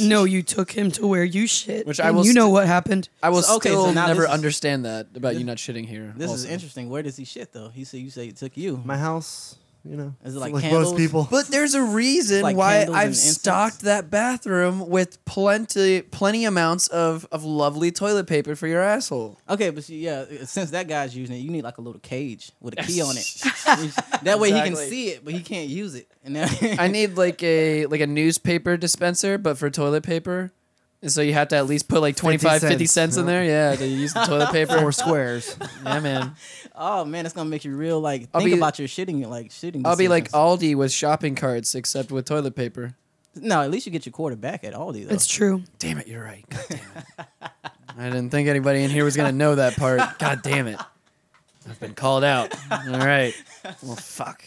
Speaker 2: no, you took him to where you
Speaker 1: Which
Speaker 2: shit. Which
Speaker 1: I
Speaker 2: I
Speaker 1: will
Speaker 2: You know
Speaker 1: st-
Speaker 2: what happened?
Speaker 1: I will
Speaker 5: So, okay, so
Speaker 1: still
Speaker 5: now
Speaker 1: never
Speaker 5: this is-
Speaker 1: understand that about you not shitting here.
Speaker 5: This is
Speaker 1: also.
Speaker 5: interesting. Where does he shit though? He said you say it took you.
Speaker 3: my house, you know,
Speaker 5: Is it like candles?
Speaker 3: most people.
Speaker 1: But there's a reason
Speaker 5: Like
Speaker 1: why
Speaker 5: candles and
Speaker 1: I've
Speaker 5: incense?
Speaker 1: stocked that bathroom with plenty, plenty amounts of, of lovely toilet paper for your asshole.
Speaker 5: Okay, but see, yeah, uh, since that guy's using it, you need like a little cage with a key on it. that way he can
Speaker 1: Exactly.
Speaker 5: see it, but he can't use it. And now
Speaker 1: I need like a like a newspaper dispenser, but for toilet paper. And so you have to at least put like 25, 50
Speaker 3: cents,
Speaker 1: cents in
Speaker 3: yeah.
Speaker 1: there. Yeah, to use the toilet paper.
Speaker 3: Four squares.
Speaker 1: yeah, man.
Speaker 5: oh man, it's gonna make you real like
Speaker 1: I'll
Speaker 5: think
Speaker 1: be-
Speaker 5: about your shitting, like shitting.
Speaker 1: I'll be like
Speaker 5: oh
Speaker 1: Aldi with shopping carts, except with toilet paper.
Speaker 5: no, at least you get your quarter back at
Speaker 1: Oh.
Speaker 5: Aldi though.
Speaker 2: It's true.
Speaker 1: Damn it, you're right. God damn it. I didn't think anybody in here was gonna know that part. God damn it. I've been called out. All right. Well, fuck.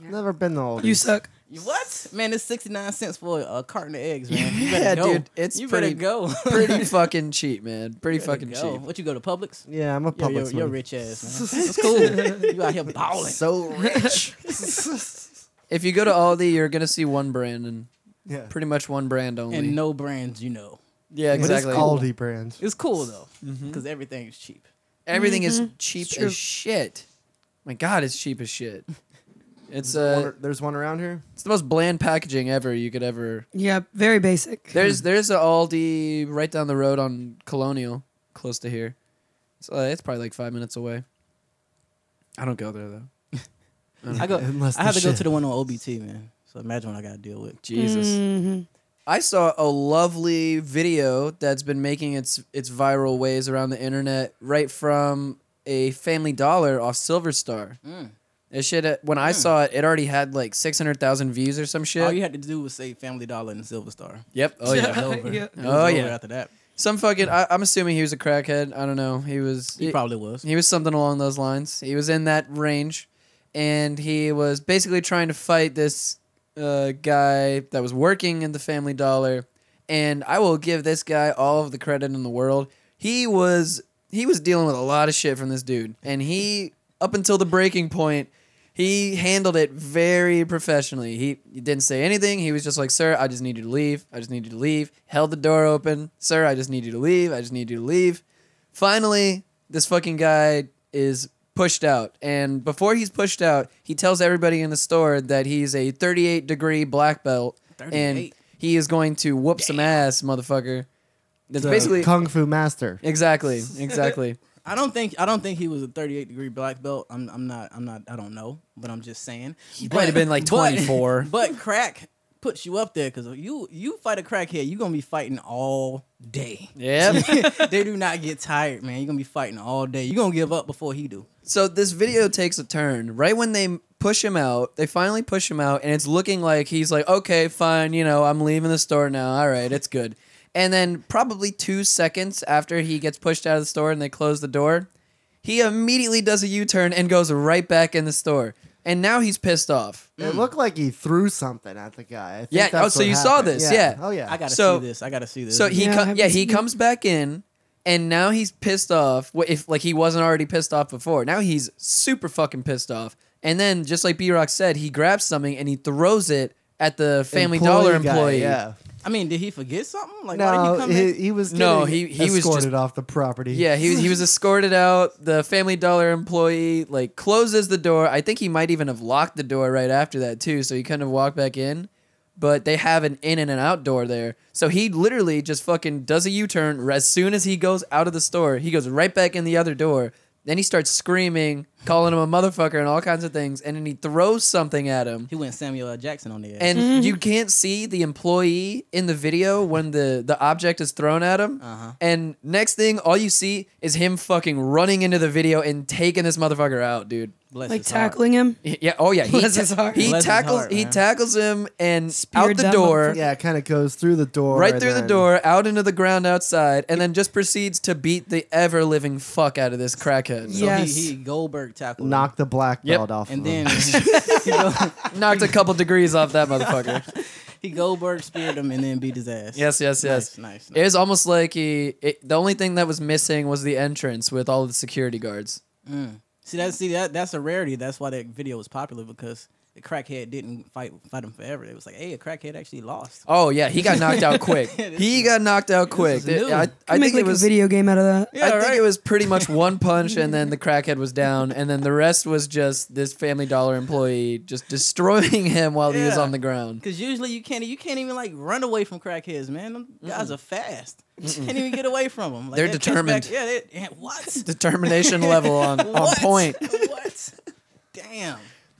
Speaker 3: Never been to Aldi.
Speaker 2: You suck.
Speaker 5: You- What man? It's sixty nine cents for a carton of eggs, man. You
Speaker 1: Yeah,
Speaker 5: better go.
Speaker 1: dude, it's
Speaker 5: you
Speaker 1: pretty-
Speaker 5: better go.
Speaker 1: Pretty fucking cheap, man. Pretty
Speaker 5: Better
Speaker 1: fucking
Speaker 5: go.
Speaker 1: cheap.
Speaker 5: What you go to Publix?
Speaker 3: Yeah, I'm a
Speaker 5: Yo, yo,
Speaker 3: public.
Speaker 5: you're rich ass, man. It's cool. you out here balling.
Speaker 3: So rich.
Speaker 1: If you go to Aldi, you're gonna see one brand and
Speaker 3: yeah.
Speaker 1: pretty much one brand only.
Speaker 5: and no brands, you know.
Speaker 1: yeah,
Speaker 3: But
Speaker 1: exactly.
Speaker 3: It's Aldi brand.
Speaker 5: It's cool though,
Speaker 1: Mm-hmm.
Speaker 5: because everything's cheap.
Speaker 1: Everything is cheap
Speaker 2: It's true.
Speaker 1: as shit. My God, it's cheap as shit. It's uh,
Speaker 3: One- There's one around here.
Speaker 1: it's the most bland packaging ever you could ever.
Speaker 2: Yeah, very basic.
Speaker 1: There's there's an Aldi right down the road on Colonial, close to here. It's uh, it's probably like five minutes away. I don't go there though.
Speaker 5: I go.
Speaker 3: Unless
Speaker 5: I have
Speaker 3: the
Speaker 5: to go
Speaker 3: shit.
Speaker 5: to the one on OBT, man. So imagine what I got to deal with.
Speaker 1: Jesus.
Speaker 5: Hmm.
Speaker 2: Mhm.
Speaker 1: I saw a lovely video that's been making its its viral ways around the internet, right from a Family Dollar off Silver Star.
Speaker 5: Hmm.
Speaker 1: It shit. uh, When I saw it, it already had like six hundred thousand views or some shit.
Speaker 5: All Hmm. Oh, you had to do was say Family Dollar and Silver Star.
Speaker 1: Yep. Oh
Speaker 5: It was
Speaker 1: yeah.
Speaker 5: over.
Speaker 2: Yeah.
Speaker 5: It was
Speaker 1: Oh,
Speaker 5: over
Speaker 1: yeah.
Speaker 5: After that,
Speaker 1: Some fucking. I, I'm assuming he was a crackhead. I don't know. He was.
Speaker 5: he probably was.
Speaker 1: He was something along those lines. He was in that range, and he was basically trying to fight this uh, guy that was working in the Family Dollar. And I will give this guy all of the credit in the world. He was he was dealing with a lot of shit from this dude, and he up until the breaking point. He handled it very professionally. He didn't say anything. He was just like, "Sir, I just need you to leave. I just need you to leave." Held the door open. "Sir, I just need you to leave. I just need you to leave." finally this fucking guy is pushed out and before he's pushed out he tells everybody in the store that he's a 38 degree black belt and
Speaker 5: 38?
Speaker 1: he is going to whoop some ass motherfucker that's
Speaker 3: The
Speaker 1: basically
Speaker 3: Kung Fu Master.
Speaker 1: exactly exactly
Speaker 5: I don't think I don't think he was a 38 degree black belt. I'm I'm not I'm not I don't know, but I'm just saying. He
Speaker 1: might have been like 24.
Speaker 5: But, crack puts you up there because you you fight a crackhead, you're gonna be fighting all day.
Speaker 1: Yep.
Speaker 5: they do not get tired, man. You're gonna be fighting all day. You're gonna give up before he do.
Speaker 1: So this video takes a turn. Right when they push him out, they finally push him out, and it's looking like he's like, okay, fine, you know, I'm leaving the store now. All right, it's good. And then probably two seconds after he gets pushed out of the store and they close the door, he immediately does a U-turn and goes right back in the store. And now he's pissed off.
Speaker 3: It looked like he threw something at the guy. I think
Speaker 1: Yeah,
Speaker 3: that's
Speaker 1: oh, so
Speaker 3: what
Speaker 1: you saw
Speaker 3: happened.
Speaker 1: this, yeah.
Speaker 3: Oh yeah.
Speaker 5: I gotta
Speaker 1: So-
Speaker 5: see this. I gotta see this.
Speaker 1: So he yeah,
Speaker 2: Yeah, I
Speaker 1: yeah
Speaker 2: haven't
Speaker 1: he
Speaker 2: seen
Speaker 1: comes back in, and now he's pissed off. Wh- If like he wasn't already pissed off before, now he's super fucking pissed off. And then just like B Rock said, he grabs something and he throws it at the Family Dollar
Speaker 3: guy,
Speaker 1: employee.
Speaker 3: yeah.
Speaker 5: I mean, did he forget something? Like why did he
Speaker 3: No,
Speaker 5: come
Speaker 3: he,
Speaker 5: in?
Speaker 3: he was
Speaker 1: No,
Speaker 3: getting
Speaker 1: he- he was
Speaker 3: escorted
Speaker 1: just-
Speaker 3: off the property.
Speaker 1: Yeah, he, he was escorted out. The Family Dollar employee like closes the door. I think he might even have locked the door right after that too, so he couldn't have walked back in. But they have an in and an out door there, so he literally just fucking does a U turn. As soon as he goes out of the store, he goes right back in the other door. Then he starts screaming, calling him a motherfucker and all kinds of things, and then he throws something at him.
Speaker 5: He went Samuel L. Jackson on the ass.
Speaker 1: And you can't see the employee in the video when the, the object is thrown at him.
Speaker 5: Uh-huh.
Speaker 1: And next thing, all you see is him fucking running into the video and taking this motherfucker out, dude.
Speaker 5: Bless
Speaker 2: like
Speaker 5: his heart.
Speaker 2: tackling him.
Speaker 1: Yeah. Oh yeah. He,
Speaker 2: Bless his heart.
Speaker 1: he
Speaker 5: Bless his
Speaker 1: tackles.
Speaker 5: heart,
Speaker 1: he
Speaker 5: man.
Speaker 1: tackles him and out
Speaker 2: Speared
Speaker 1: the
Speaker 2: that
Speaker 1: door.
Speaker 3: Yeah, it kind of goes through the door.
Speaker 1: Right
Speaker 3: and
Speaker 1: through the
Speaker 3: then-
Speaker 1: door, out into the ground outside, and then just proceeds to beat the ever living fuck out of this crackhead.
Speaker 5: So
Speaker 2: Yes.
Speaker 5: he, he Goldberg tackled. him.
Speaker 3: Knocked the black
Speaker 1: Yep.
Speaker 3: belt off. of
Speaker 5: And
Speaker 3: him.
Speaker 5: then he, Go-
Speaker 1: Knocked a couple degrees off that motherfucker.
Speaker 5: he Goldberg speared him and then beat his ass.
Speaker 1: Yes, yes, yes.
Speaker 5: Nice, nice,
Speaker 1: It was almost like he. It, the only thing that was missing was the entrance with all the security guards.
Speaker 5: See that? See that? That's a rarity. That's why that video was popular because the crackhead didn't fight fight him forever. It was like, hey, a crackhead actually lost.
Speaker 1: Oh yeah, he got knocked out quick.
Speaker 5: This
Speaker 1: he got knocked out quick.
Speaker 5: is new.
Speaker 1: I, I
Speaker 2: I
Speaker 1: think
Speaker 2: make like
Speaker 1: it was.
Speaker 2: a video game out of that.
Speaker 1: I
Speaker 5: Yeah,
Speaker 1: think
Speaker 5: right.
Speaker 1: it was pretty much one punch, and then the crackhead was down, and then the rest was just this Family Dollar employee just destroying him while he was
Speaker 5: Yeah.
Speaker 1: on the ground.
Speaker 5: Because usually you can't you can't even like run away from crackheads, man. Them guys are fast. Can't even get away from them. Like,
Speaker 1: They're
Speaker 5: that catch
Speaker 1: determined.
Speaker 5: Back, yeah. They, yeah, what?
Speaker 1: Determination level on, on
Speaker 5: What?
Speaker 1: point.
Speaker 5: what? Damn.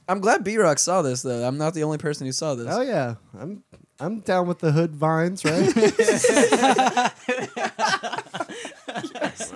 Speaker 1: I'm glad B Rock saw this though. I'm not the only person who saw this.
Speaker 3: Oh yeah, I'm I'm down with the hood vines, right?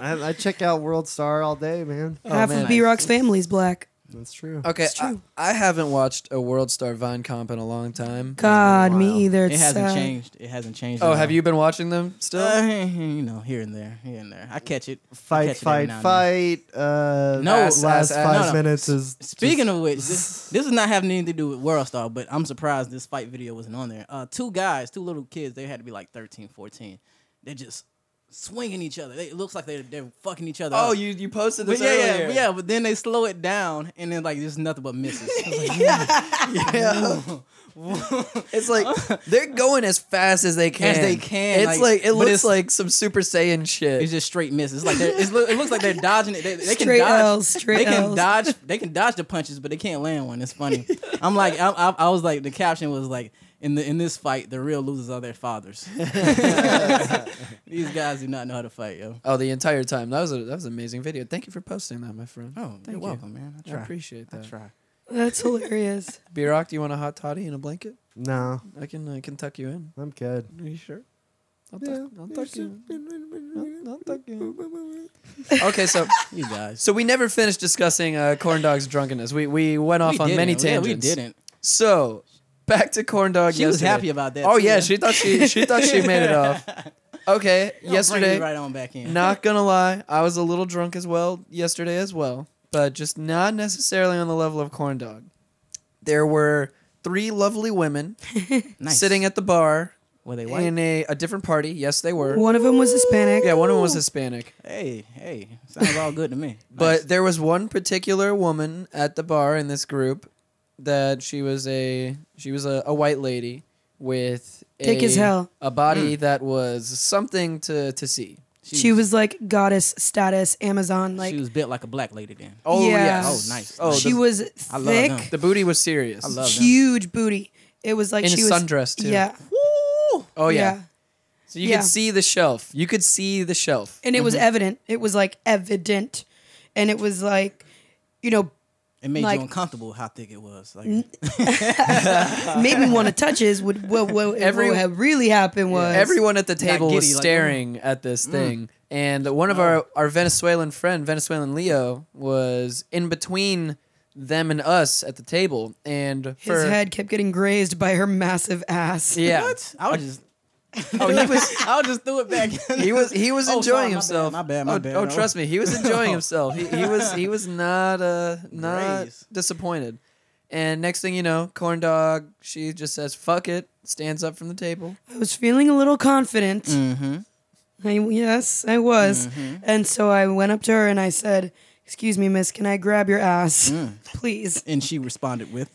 Speaker 3: I, I check out World Star all day, man.
Speaker 2: Half
Speaker 1: Oh, man.
Speaker 2: of B Rock's family is black.
Speaker 3: That's true.
Speaker 1: Okay,
Speaker 2: It's
Speaker 1: I,
Speaker 2: true.
Speaker 1: I haven't watched a World Star Vine comp in a long time.
Speaker 2: God,
Speaker 3: Wow.
Speaker 2: me either.
Speaker 5: It
Speaker 2: It's
Speaker 5: hasn't
Speaker 3: uh,
Speaker 2: sad.
Speaker 5: changed. It hasn't changed.
Speaker 1: Oh,
Speaker 5: at
Speaker 1: have
Speaker 5: all.
Speaker 1: you been watching them still?
Speaker 5: Uh, you know, here and there, here and there. I catch it. I
Speaker 3: Fight,
Speaker 5: catch it every
Speaker 3: fight,
Speaker 5: now and then.
Speaker 3: fight. Uh,
Speaker 5: No,
Speaker 3: last
Speaker 1: ass, ass,
Speaker 3: five
Speaker 5: no, no.
Speaker 3: minutes is
Speaker 5: Speaking of which, this, this is not having anything to do with World Star, but I'm surprised this fight video wasn't on there. Uh, two guys, two little kids, they had to be like 13, 14. They're just swinging each other. They, it looks like they're, they're fucking each other.
Speaker 1: Oh,
Speaker 5: up.
Speaker 1: you you posted
Speaker 5: But
Speaker 1: this
Speaker 5: yeah, yeah,
Speaker 1: earlier.
Speaker 5: but yeah, but then they slow it down, and then like there's nothing but misses. I was like,
Speaker 1: It's like they're going as fast as they can.
Speaker 5: they can,
Speaker 1: It's
Speaker 5: like-
Speaker 1: like, it
Speaker 5: but
Speaker 1: looks
Speaker 5: it's-
Speaker 1: like some Super Saiyan shit.
Speaker 5: it's just straight misses. It's like they're- it's, look- it looks like they're dodging it. They, they can
Speaker 2: Straight
Speaker 5: dodge.
Speaker 2: L's, straight
Speaker 5: they can
Speaker 2: L's.
Speaker 5: dodge. They can dodge the punches, but they can't land one. It's funny. I'm like, I, I, I was like, the caption was like, in the in this fight, the real losers are their fathers. These guys do not know how to fight, yo.
Speaker 1: oh, the entire time. That was a, that was an amazing video. Thank you for posting that, my friend.
Speaker 5: Oh,
Speaker 1: Thank you.
Speaker 5: you're welcome, man. I
Speaker 1: I
Speaker 5: try.
Speaker 1: appreciate
Speaker 5: I
Speaker 1: that.
Speaker 5: try.
Speaker 2: That's hilarious.
Speaker 1: B Rock, do you want a hot toddy and a blanket?
Speaker 3: no.
Speaker 1: I can I can tuck you in.
Speaker 3: I'm good.
Speaker 1: Are you sure? I'll tuck,
Speaker 3: Yeah,
Speaker 1: I'll
Speaker 3: you're
Speaker 1: tuck you.
Speaker 3: so-
Speaker 1: in. I'll- I'll tuck you. in. okay, so
Speaker 5: You guys.
Speaker 1: so we never finished discussing uh, corn dog's drunkenness. We we went off
Speaker 5: We
Speaker 1: on many
Speaker 5: didn't. Yeah,
Speaker 1: tangents.
Speaker 5: we didn't.
Speaker 1: So back to corn dog.
Speaker 5: She was
Speaker 1: yesterday.
Speaker 5: happy about that,
Speaker 1: Oh
Speaker 5: too.
Speaker 1: yeah, she thought she she thought she made it off. Okay,
Speaker 5: Y'all bring me
Speaker 1: yesterday.
Speaker 5: right on back in.
Speaker 1: Not gonna lie, I was a little drunk as well yesterday as well, but just not necessarily on the level of corn dog. There were three lovely women
Speaker 5: nice.
Speaker 1: sitting at the bar
Speaker 5: Were they white?
Speaker 1: in a, a different party. Yes, they were.
Speaker 2: One of them was Hispanic.
Speaker 1: Yeah, one of them was Hispanic.
Speaker 5: hey, hey, sounds all good to me.
Speaker 1: But
Speaker 5: Nice.
Speaker 1: there was one particular woman at the bar in this group that she was a she was a, a white lady with
Speaker 2: Thick
Speaker 1: a,
Speaker 2: as hell.
Speaker 1: a body that was something to to see.
Speaker 2: She was like goddess status, Amazon. Like
Speaker 5: she was built like a black lady then.
Speaker 1: Oh
Speaker 2: Yeah.
Speaker 1: yes.
Speaker 5: Oh, nice.
Speaker 1: Oh,
Speaker 2: she
Speaker 1: the,
Speaker 2: was
Speaker 5: I love
Speaker 2: thick,
Speaker 5: them.
Speaker 1: the booty was serious.
Speaker 5: I love them.
Speaker 2: huge booty. It was like
Speaker 1: in
Speaker 2: she
Speaker 1: a
Speaker 2: was
Speaker 1: sundress too.
Speaker 2: Yeah.
Speaker 5: Woo!
Speaker 1: Oh yeah. So you
Speaker 2: Yeah.
Speaker 1: could see the shelf. You could see the shelf.
Speaker 2: and it was evident. It was like evident, and it was like, you know,
Speaker 5: It made
Speaker 2: Like-
Speaker 5: you uncomfortable how thick it was. Like
Speaker 2: made me want to touch his. Would what what,
Speaker 1: Every-
Speaker 2: what had really happened was
Speaker 1: Everyone at the table
Speaker 5: giddy,
Speaker 1: was
Speaker 5: like, mm.
Speaker 1: staring at this thing. And one of our, our Venezuelan friend, Venezuelan Leo, was in between them and us at the table. And for,
Speaker 2: his head kept getting grazed by her massive ass.
Speaker 1: yeah,
Speaker 5: what? I would just
Speaker 1: Oh, he was
Speaker 5: I would just threw it back.
Speaker 1: he was he was
Speaker 5: Oh,
Speaker 1: enjoying
Speaker 5: sorry,
Speaker 1: himself.
Speaker 5: my bad, my bad, my
Speaker 1: oh,
Speaker 5: bad.
Speaker 1: oh, trust me, he was enjoying himself. He, he was he was not uh not
Speaker 5: Grace.
Speaker 1: disappointed. And next thing you know, corn dog, she just says "fuck it," stands up from the table.
Speaker 2: I was feeling a little confident. Mm-hmm.
Speaker 5: Mhm.
Speaker 2: I, yes, I was. And so I went up to her and I said, "Excuse me, miss, can I grab your ass, please?"
Speaker 5: And she responded with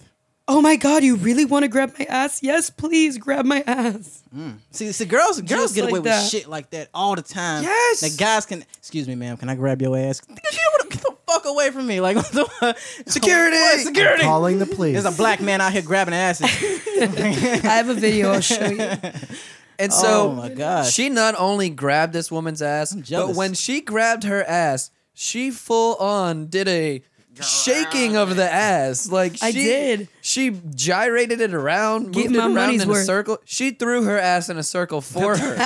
Speaker 2: Oh my God, you really want to grab my ass? Yes, please grab my ass.
Speaker 5: See, see girls girls
Speaker 2: Just
Speaker 5: get away
Speaker 2: like that.
Speaker 5: with shit like that all the time.
Speaker 2: Yes.
Speaker 5: The guys can excuse me, ma'am, can I grab your ass? Get the- get the fuck away from me. Like what the fuck?
Speaker 1: Security!
Speaker 5: What? Security.
Speaker 3: Calling the police.
Speaker 5: There's a black man out here grabbing asses.
Speaker 2: I have a video I'll show you.
Speaker 1: And
Speaker 5: oh
Speaker 1: so
Speaker 5: my gosh.
Speaker 1: she not only grabbed this woman's ass, but
Speaker 5: jealous.
Speaker 1: when she grabbed her ass, she full on did a shaking of the ass. Like she
Speaker 2: I did.
Speaker 1: She gyrated it around,
Speaker 2: Get
Speaker 1: moved it
Speaker 2: my
Speaker 1: around
Speaker 2: money's
Speaker 1: in a
Speaker 2: worth.
Speaker 1: circle. She threw her ass in a circle for her.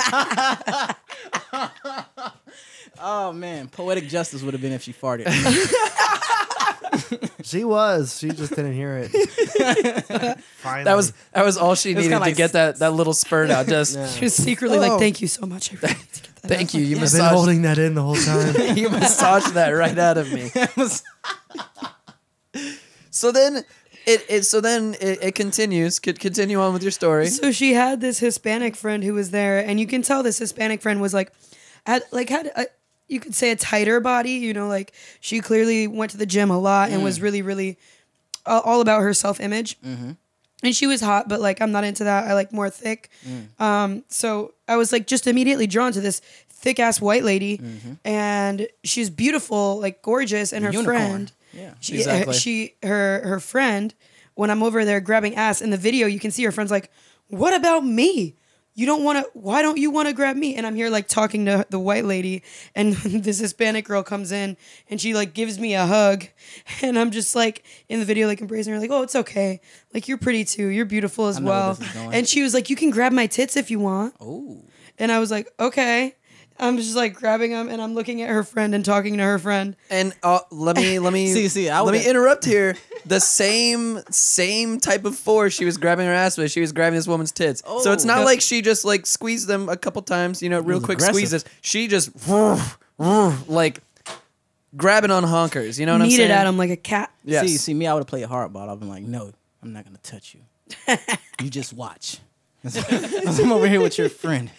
Speaker 5: Oh man, poetic justice would have been if she farted.
Speaker 3: she was. She just didn't hear it. Finally.
Speaker 1: That was that was all she needed to
Speaker 5: kinda like
Speaker 1: get that, that little spurt out. Just
Speaker 2: She was secretly
Speaker 5: Oh.
Speaker 2: like, "Thank you so much. I really need to get that
Speaker 1: thank
Speaker 2: ass
Speaker 1: you.
Speaker 2: off."
Speaker 1: You
Speaker 3: I've been
Speaker 1: massaged
Speaker 3: holding that in the whole time.
Speaker 1: you massaged that right out of me. So then it, it so then it, it continues. Could continue on with your story.
Speaker 2: So she had this Hispanic friend who was there, and you can tell this Hispanic friend was like, had like had a, you could say a tighter body. You know, like she clearly went to the gym a lot and was really, really uh, all about her self image. And she was hot, but like I'm not into that. I like more thick. Um, so I was like just immediately drawn to this thick ass white lady, and she's beautiful, like gorgeous, and her
Speaker 5: Unicorn.
Speaker 2: friend.
Speaker 5: Yeah.
Speaker 2: She,
Speaker 1: Exactly.
Speaker 2: She, her, her friend. When I'm over there grabbing ass in the video, you can see her friend's like, "What about me? You don't want to? Why don't you want to grab me?" And I'm here like talking to the white lady, and this Hispanic girl comes in and she like gives me a hug, and I'm just like in the video like embracing her like, "Oh, it's okay. Like you're pretty too. You're beautiful as
Speaker 5: know where
Speaker 2: well."
Speaker 5: this is going.
Speaker 2: And she was like, "You can grab my tits if you want."
Speaker 5: Ooh.
Speaker 2: And I was like, "Okay." I'm just like grabbing them and I'm looking at her friend and talking to her friend.
Speaker 1: And uh, let me let me
Speaker 5: See, see, I
Speaker 1: let me
Speaker 5: would've-
Speaker 1: interrupt here. The same same type of force she was grabbing her ass with. She was grabbing this woman's tits. so it's not
Speaker 5: Oh.
Speaker 1: like she just like squeezed them a couple times, you know, real
Speaker 5: was
Speaker 1: quick
Speaker 5: aggressive.
Speaker 1: squeezes. She just like grabbing on honkers. You know what I'm saying?
Speaker 2: Kneaded at him like a cat.
Speaker 1: Yes.
Speaker 5: See, see me, I would have played hardball. I've been like, no, I'm not gonna touch you. you just watch. I'm over here with your friend.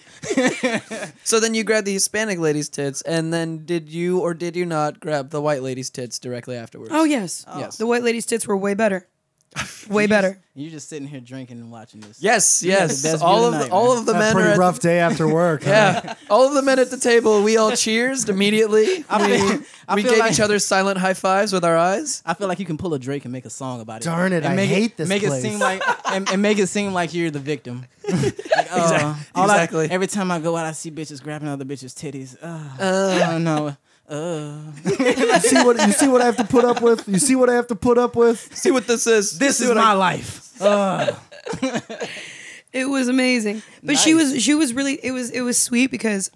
Speaker 1: So then you grabbed the Hispanic lady's tits, and then did you or did you not grab the white lady's tits directly afterwards?
Speaker 2: Oh yes,
Speaker 1: Yes.
Speaker 2: The white lady's tits were way better, way better.
Speaker 5: You're just sitting here drinking and watching this.
Speaker 1: Yes, yes.
Speaker 5: best
Speaker 1: all of
Speaker 5: view of the
Speaker 1: the,
Speaker 5: night,
Speaker 1: all
Speaker 5: man.
Speaker 1: of the
Speaker 3: a
Speaker 1: men are
Speaker 3: pretty
Speaker 1: at
Speaker 3: rough day after work. huh?
Speaker 1: Yeah. All of the men at the table, we all cheersed immediately.
Speaker 5: I feel, I
Speaker 1: we
Speaker 5: feel
Speaker 1: gave
Speaker 5: like,
Speaker 1: each other silent high fives with our eyes.
Speaker 5: I feel like you can pull a Drake and make a song about it.
Speaker 3: Darn it,
Speaker 5: And
Speaker 3: I
Speaker 5: make
Speaker 3: hate this
Speaker 5: Make
Speaker 3: place.
Speaker 5: it seem like and, and make it seem like you're the victim. Like, oh, all I-
Speaker 1: Exactly.
Speaker 5: every time I go out, I see bitches grabbing other bitches' titties. Oh,
Speaker 1: Uh,
Speaker 5: I don't know. Uh,
Speaker 3: You see what you see what I have to put up with? You see what I have to put up with?
Speaker 1: see what this is.
Speaker 5: this
Speaker 1: See
Speaker 5: is
Speaker 1: what
Speaker 5: my
Speaker 1: I-
Speaker 5: life. Uh,
Speaker 2: It was amazing. But she was she was really it was it was sweet because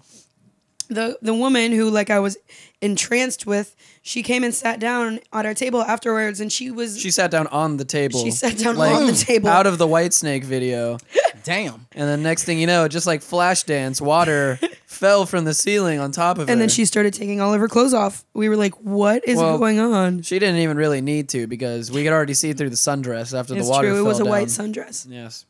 Speaker 2: the the woman who like I was entranced with, she came and sat down at our table afterwards, and she was
Speaker 1: she sat down on the table.
Speaker 2: She sat down on the table.
Speaker 1: Out of the White Snake video.
Speaker 5: damn.
Speaker 1: And the next thing you know, just like flash dance, water fell from the ceiling on top of her.
Speaker 2: and then she started taking all of her clothes off. We were like, "What is
Speaker 1: Well,
Speaker 2: going on?"
Speaker 1: She didn't even really need to because we could already see through the sundress after
Speaker 2: It's
Speaker 1: the water
Speaker 2: true. It
Speaker 1: fell
Speaker 2: was a white
Speaker 1: down.
Speaker 2: sundress.
Speaker 1: Yes.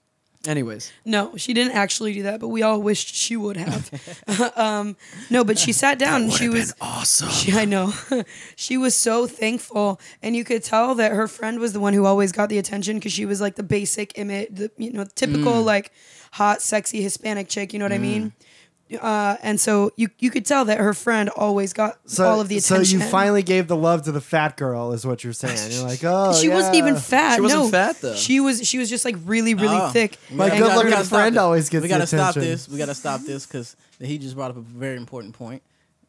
Speaker 1: Anyways,
Speaker 2: No, she didn't actually do that, but we all wished she would have. um, no, but she sat down and she was
Speaker 1: awesome.
Speaker 2: She, I know. she was so thankful, and you could tell that her friend was the one who always got the attention because she was like the
Speaker 3: Mm.
Speaker 2: basic image, the you know typical like hot, sexy Hispanic chick. You know what I mean?
Speaker 3: Mm.
Speaker 2: uh, and so you you could tell that her friend always got
Speaker 3: So,
Speaker 2: all of the attention.
Speaker 3: So you finally gave the love to the fat girl, is what you're saying. You're like, oh,
Speaker 2: she wasn't even
Speaker 3: yeah.
Speaker 2: fat.
Speaker 1: She wasn't
Speaker 2: no.
Speaker 1: fat, though.
Speaker 2: She was she was just like really really
Speaker 5: Oh.
Speaker 2: thick.
Speaker 3: My
Speaker 2: and
Speaker 5: We
Speaker 3: good
Speaker 5: gotta- we
Speaker 3: looking
Speaker 5: gotta stop
Speaker 3: friend
Speaker 5: this.
Speaker 3: always gets
Speaker 5: We
Speaker 3: the
Speaker 5: gotta stop
Speaker 3: attention.
Speaker 5: this. We gotta stop this because he just brought up a very important point.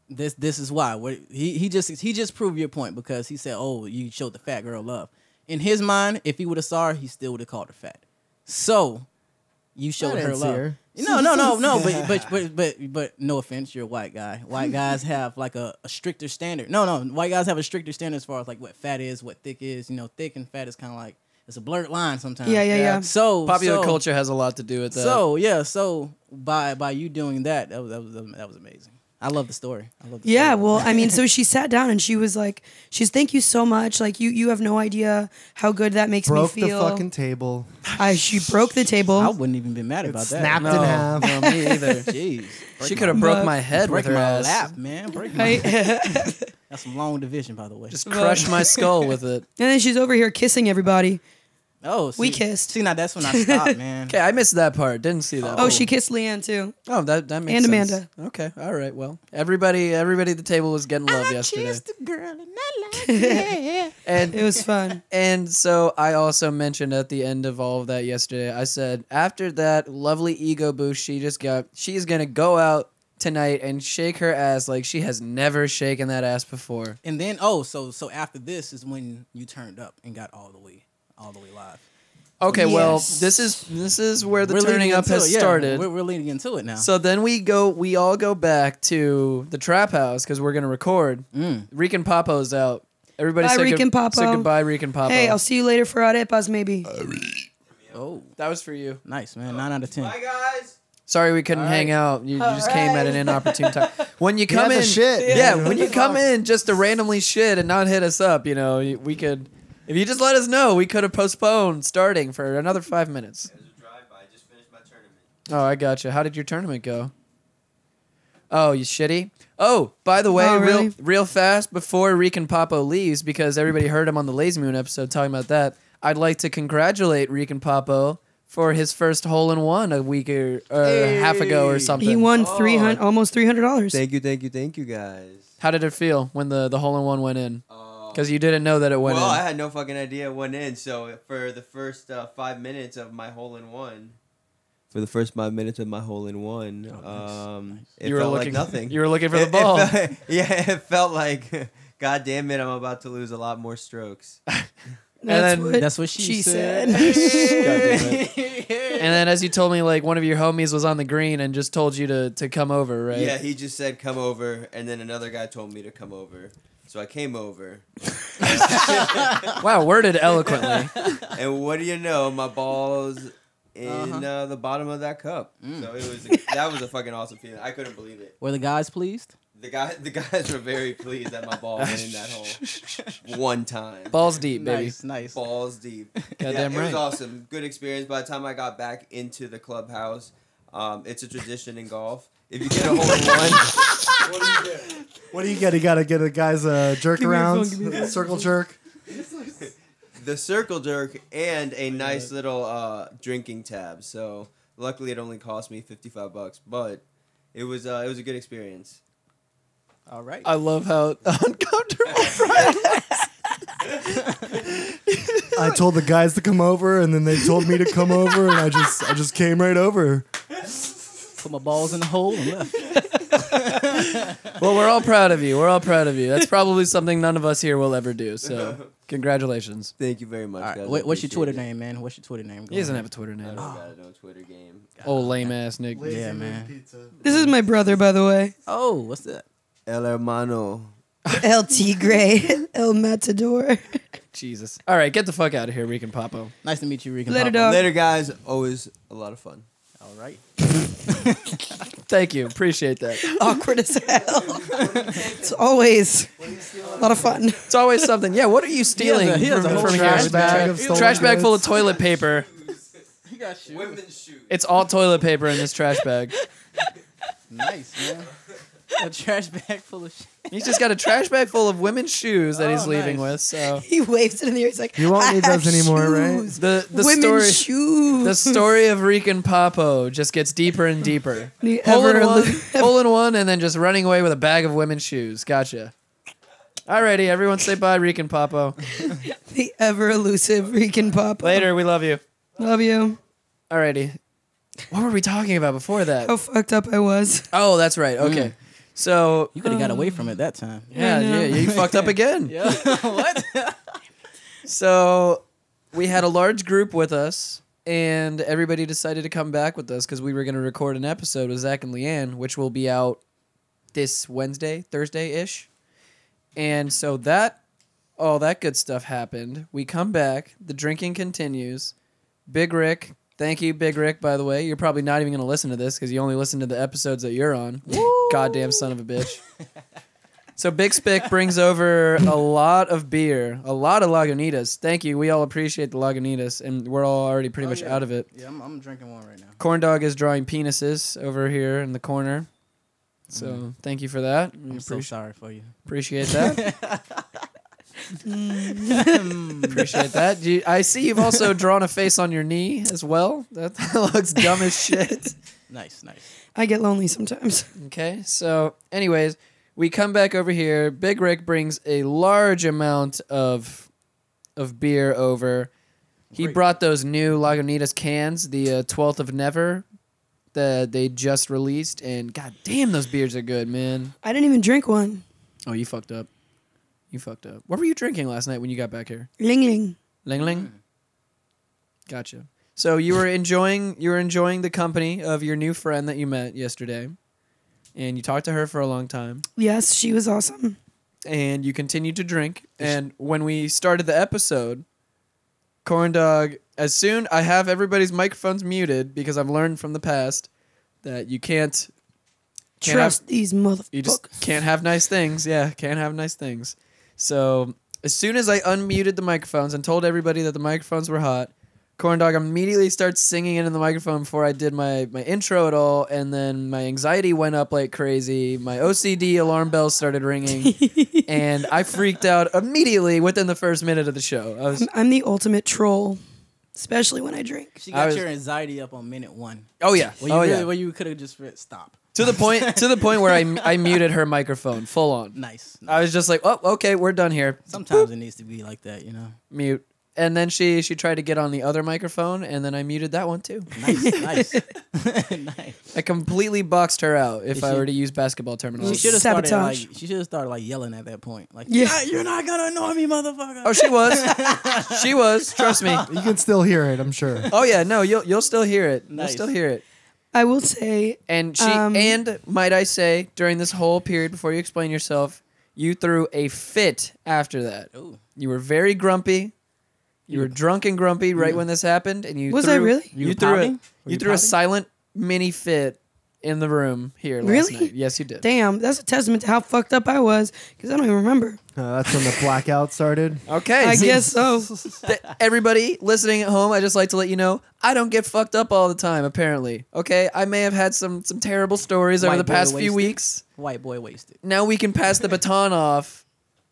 Speaker 5: This this is why What- he he just he just proved your point because he said, "Oh, you showed the fat girl love." In his mind, if he would have saw her, he still would have called her fat. So you showed
Speaker 3: didn't
Speaker 5: her
Speaker 3: see
Speaker 5: love.
Speaker 3: her.
Speaker 5: No, no, no, no. But but but but but no offense, you're a white guy. White guys have like a, a stricter standard. No, no, white guys have a stricter standard as far as like what fat is, what thick is. You know, thick and fat is kind of like it's a blurred line sometimes.
Speaker 2: Yeah, yeah, yeah.
Speaker 5: So
Speaker 1: Popular
Speaker 5: so-
Speaker 1: culture has a lot to do with that.
Speaker 5: So yeah, so by by you doing that, that was that was, that was amazing. I love the story. I love the
Speaker 2: Yeah,
Speaker 5: story.
Speaker 2: well, I mean, so she sat down and she was like, "She's thank you so much. Like you, you have no idea how good that makes
Speaker 3: Broke
Speaker 2: me
Speaker 3: the
Speaker 2: feel."
Speaker 3: fucking table.
Speaker 2: I, she broke the table.
Speaker 5: I wouldn't even be mad about that.
Speaker 3: snapped
Speaker 1: no,
Speaker 3: in half.
Speaker 1: no, me either.
Speaker 5: Jeez,
Speaker 1: she could have broke
Speaker 2: But-
Speaker 1: my head
Speaker 5: break
Speaker 1: with her
Speaker 5: my
Speaker 1: ass.
Speaker 5: lap, man. Break my.
Speaker 2: Right? and
Speaker 5: That's some long division, by the way.
Speaker 1: Just crushed my skull with it.
Speaker 2: then she's over here kissing everybody.
Speaker 5: oh,
Speaker 2: we
Speaker 5: see-
Speaker 2: kissed.
Speaker 5: See, now that's when I stopped, man.
Speaker 1: Okay, I missed that part. Didn't see that.
Speaker 2: Oh,
Speaker 1: part.
Speaker 2: she kissed Leanne too.
Speaker 1: Oh, that that makes
Speaker 2: And
Speaker 1: sense.
Speaker 2: Amanda.
Speaker 1: Okay, all right. Well, everybody, everybody at the table was getting love yesterday,
Speaker 2: It
Speaker 1: and
Speaker 2: was fun.
Speaker 1: and so I also mentioned at the end of all of that yesterday. I said after that lovely ego boost she just got, she's gonna go out tonight and shake her ass like she has never shaken that ass before.
Speaker 5: And then oh, so so after this is when you turned up and got all the way, all the way live.
Speaker 1: Okay, well,
Speaker 2: Yes.
Speaker 1: this is this is where the
Speaker 5: We're leading
Speaker 1: turning up
Speaker 5: into
Speaker 1: has
Speaker 5: it, yeah,
Speaker 1: started.
Speaker 5: We're, we're leading into it now.
Speaker 1: So then we go, we all go back to the trap house because we're gonna record.
Speaker 3: Mm.
Speaker 1: Reek and Papo's out. Everybody,
Speaker 2: Bye,
Speaker 1: say,
Speaker 2: Reek and Papo.
Speaker 1: say goodbye, Reek and Papo.
Speaker 2: Hey, I'll see you later for arepas, maybe.
Speaker 5: oh,
Speaker 1: that was for you.
Speaker 5: nice man. Nine out of ten.
Speaker 4: Bye, guys.
Speaker 1: Sorry, we couldn't hang out. You, you just came at an inopportune time. When you come
Speaker 3: had
Speaker 1: in,
Speaker 3: the shit.
Speaker 1: yeah,
Speaker 3: Yeah.
Speaker 1: when you come in just to randomly shit and not hit us up, you know, you- we could. If you just let us know, we could have postponed starting for another five minutes.
Speaker 4: It was a drive-by. I just finished my tournament.
Speaker 1: Oh, I gotcha. How did your tournament go? Oh, you shitty. Oh, by the way,
Speaker 2: Oh, really?
Speaker 1: real real fast before Reek and Papo leaves, because everybody heard him on the Lazy Moon episode talking about that. I'd like to congratulate Reek and Papo for his first hole in one a week or, or half ago or
Speaker 4: Hey.
Speaker 1: something.
Speaker 2: He won three hundred, almost three hundred dollars.
Speaker 4: Thank you, thank you, thank you, guys.
Speaker 1: How did it feel when the the hole in one went in?
Speaker 4: Uh,
Speaker 1: Because you didn't know that it went
Speaker 4: well, I
Speaker 1: in.
Speaker 4: had no fucking idea it went in. So for the first uh, five minutes of my hole in one, for the first five minutes of my hole in one, um, it
Speaker 1: you were
Speaker 4: felt
Speaker 1: looking
Speaker 4: like nothing.
Speaker 1: You were looking for
Speaker 4: It-
Speaker 1: the
Speaker 4: it
Speaker 1: ball.
Speaker 4: felt- yeah, it felt like, God damn it, I'm about to lose a lot more strokes.
Speaker 1: then-
Speaker 5: That's what she, said.
Speaker 1: and then, as you told me, like one of your homies was on the green and just told you to to come over, right?
Speaker 4: Yeah, he just said come over, and then another guy told me to come over. So I came over,
Speaker 1: Wow, worded eloquently.
Speaker 4: and what do you know? My balls in uh the bottom of that cup. So it was that was a fucking awesome feeling. I couldn't believe it.
Speaker 5: Were the guys pleased?
Speaker 4: The guy, the guys were very pleased that my ball went in that hole one time.
Speaker 1: Balls deep, baby.
Speaker 5: Nice, nice.
Speaker 4: Balls deep.
Speaker 1: Goddamn
Speaker 4: it
Speaker 1: right.
Speaker 4: was awesome. Good experience. By the time I got back into the clubhouse, um, it's a tradition in golf. If you get a hole in one,
Speaker 3: What do you get? You gotta get a guy's uh, jerk around, circle jerk.
Speaker 4: the circle jerk and a nice little uh, drinking tab. So luckily, it only cost me fifty five bucks, but it was uh, it was a good experience.
Speaker 5: All right.
Speaker 1: I love how uncomfortable Brian.
Speaker 3: I told the guys to come over, and then they told me to come over, and I just I just came right over.
Speaker 5: Put my balls in the hole and left.
Speaker 1: Well, we're all proud of you. We're all proud of you. That's probably something none of us here will ever do. So, congratulations.
Speaker 4: Thank you very much,
Speaker 5: All right.
Speaker 4: guys.
Speaker 5: What, what's your Twitter
Speaker 4: Appreciate it.
Speaker 5: name, man? What's your Twitter name?
Speaker 1: He doesn't have a Twitter
Speaker 4: I
Speaker 1: name.
Speaker 4: don't
Speaker 5: Oh,
Speaker 4: got it on Twitter game.
Speaker 1: Oh, lame ass nigga.
Speaker 5: Yeah, man.
Speaker 3: Pizza.
Speaker 2: This is my brother, by the way.
Speaker 5: Oh, what's that?
Speaker 4: El hermano.
Speaker 2: El Tigre, El Matador.
Speaker 1: Jesus. All right, get the fuck out of here, Reek and Papo.
Speaker 5: Nice to meet you, Regan.
Speaker 2: Later,
Speaker 5: Papa.
Speaker 2: dog.
Speaker 4: Later, guys. Always a lot of fun.
Speaker 5: All right.
Speaker 1: Thank you. Appreciate that.
Speaker 2: Awkward as hell. it's always a lot of fun.
Speaker 1: It's always something. Yeah, what are you stealing
Speaker 5: he has a
Speaker 1: from,
Speaker 5: whole
Speaker 1: from here?
Speaker 5: trash
Speaker 1: Trash
Speaker 3: bag
Speaker 1: bag,
Speaker 3: of stolen goods.
Speaker 1: full of toilet paper.
Speaker 5: He got shoes.
Speaker 4: Women's shoes.
Speaker 1: It's all toilet paper in this trash bag.
Speaker 5: Nice, man. A trash bag full of shit.
Speaker 1: He's just got a trash bag full of women's shoes that he's
Speaker 5: Oh,
Speaker 1: leaving
Speaker 5: nice.
Speaker 1: with. So
Speaker 2: He waves it in the air. He's like,
Speaker 3: You won't
Speaker 2: I
Speaker 3: need
Speaker 2: have
Speaker 3: those anymore, right?
Speaker 2: shoes.
Speaker 1: the the
Speaker 2: Women's
Speaker 1: story
Speaker 2: shoes.
Speaker 1: the story of Reek and Papo just gets deeper and deeper.
Speaker 2: The
Speaker 1: Hole in
Speaker 2: ever
Speaker 1: one,
Speaker 2: elusive-
Speaker 1: hole in one, and then just running away with a bag of women's shoes. Gotcha. Alrighty, everyone say bye, Reek and Papo.
Speaker 2: the ever elusive Rican pop.
Speaker 1: Later, we love you.
Speaker 2: Love you.
Speaker 1: Alrighty. What were we talking about before that?
Speaker 2: How fucked up I was.
Speaker 1: Oh, that's right. Okay. So
Speaker 5: You could have got away from it that time.
Speaker 1: yeah, yeah, you fucked up again.
Speaker 5: Yeah. what?
Speaker 1: So we had a large group with us, and everybody decided to come back with us because we were going to record an episode with Zach and Leanne, which will be out this Wednesday, Thursday ish. And so that, all that good stuff happened. We come back, the drinking continues. Big Rick, thank you, Big Rick, by the way. You're probably not even going to listen to this because you only listen to the episodes that you're on. Goddamn son of a bitch. So Big Spick brings over a lot of beer, a lot of Lagunitas. Thank you. We all appreciate the Lagunitas, and we're all already pretty
Speaker 5: Oh,
Speaker 1: much
Speaker 5: yeah.
Speaker 1: out of it.
Speaker 5: Yeah, I'm, I'm drinking one right now.
Speaker 1: Corn Dog is drawing penises over here in the corner. So thank you for that. We
Speaker 5: Mm. I'm so
Speaker 1: appreci-
Speaker 5: sorry for you.
Speaker 1: appreciate that. appreciate that. Do you- I see you've also drawn a face on your knee as well. That looks dumb as shit.
Speaker 5: Nice, nice.
Speaker 2: I get lonely sometimes.
Speaker 1: Okay, so anyways, we come back over here. Big Rick brings a large amount of of beer over. He
Speaker 5: Great.
Speaker 1: brought those new Lagunitas cans, the uh, twelfth of Never, that they just released, and god damn, those beers are good, man.
Speaker 2: I didn't even drink one.
Speaker 1: Oh, you fucked up. You fucked up. What were you drinking last night when you got back here?
Speaker 2: Ling ling.
Speaker 1: Ling Ling. Gotcha. So you were enjoying you were enjoying the company of your new friend that you met yesterday, and you talked to her for a long time.
Speaker 2: Yes, she was awesome.
Speaker 1: and you continued to drink. And when we started the episode, Corn Dog, as soon I have everybody's microphones muted because I've learned from the past that you can't Can't
Speaker 2: Trust these motherfuckers.
Speaker 1: you just can't have nice things. Yeah, can't have nice things. So as soon as I unmuted the microphones and told everybody that the microphones were hot, Corn Dog immediately starts singing into the microphone before I did my, my intro at all, and then my anxiety went up like crazy. My OCD alarm bells started ringing, and I freaked out immediately within the first minute of the show. I was,
Speaker 2: I'm the ultimate troll, especially when I drink.
Speaker 5: She
Speaker 1: I
Speaker 5: got
Speaker 1: was-
Speaker 5: your anxiety up on minute one.
Speaker 1: oh yeah,
Speaker 5: Well, you
Speaker 1: oh
Speaker 5: really,
Speaker 1: yeah,
Speaker 5: Well, you could have just read stop.
Speaker 1: to the point to the point where I, I muted her microphone full on.
Speaker 5: Nice.
Speaker 1: I was just like, oh okay, we're done here.
Speaker 5: Sometimes it needs to be like that, you know.
Speaker 1: mute. And then she she tried to get on the other microphone, and then I muted that one too.
Speaker 5: Nice, nice, nice.
Speaker 1: I completely boxed her out. If
Speaker 5: Did
Speaker 1: I
Speaker 5: she-
Speaker 1: were to use basketball
Speaker 5: She
Speaker 1: terminology,
Speaker 5: should have started like
Speaker 2: Sabotage.
Speaker 5: she should have started like yelling at that point. Like,
Speaker 2: Yeah.
Speaker 5: yeah, you're not gonna annoy me, motherfucker.
Speaker 1: oh, she was, she was. Trust me.
Speaker 3: You can still hear it, I'm sure.
Speaker 1: Oh yeah, no, you'll you'll still hear it.
Speaker 5: Nice.
Speaker 1: You'll still hear it.
Speaker 2: I will say,
Speaker 1: And she
Speaker 2: Um,
Speaker 1: and might I say during this whole period before you explain yourself, you threw a fit after that.
Speaker 5: Ooh.
Speaker 1: You were very grumpy. You were drunk and grumpy right when this happened, and you
Speaker 2: Was
Speaker 1: threw,
Speaker 2: I really?
Speaker 1: You,
Speaker 5: You
Speaker 1: threw a,
Speaker 5: pouting?
Speaker 1: you,
Speaker 5: Were you
Speaker 1: threw a
Speaker 5: pouting?
Speaker 1: silent mini fit in the room here. Last
Speaker 2: Really?
Speaker 1: Night. Yes, you did.
Speaker 2: damn, that's a testament to how fucked up I was because I don't even remember.
Speaker 3: Uh, that's when the blackout started.
Speaker 1: Okay,
Speaker 2: I
Speaker 1: see,
Speaker 2: guess so.
Speaker 1: th- everybody listening at home, I just like to let you know I don't get fucked up all the time. Apparently, okay, I may have had some some terrible stories over
Speaker 5: White
Speaker 1: the
Speaker 5: boy
Speaker 1: past few
Speaker 5: wasted.
Speaker 1: weeks.
Speaker 5: White boy wasted.
Speaker 1: Now we can pass the baton off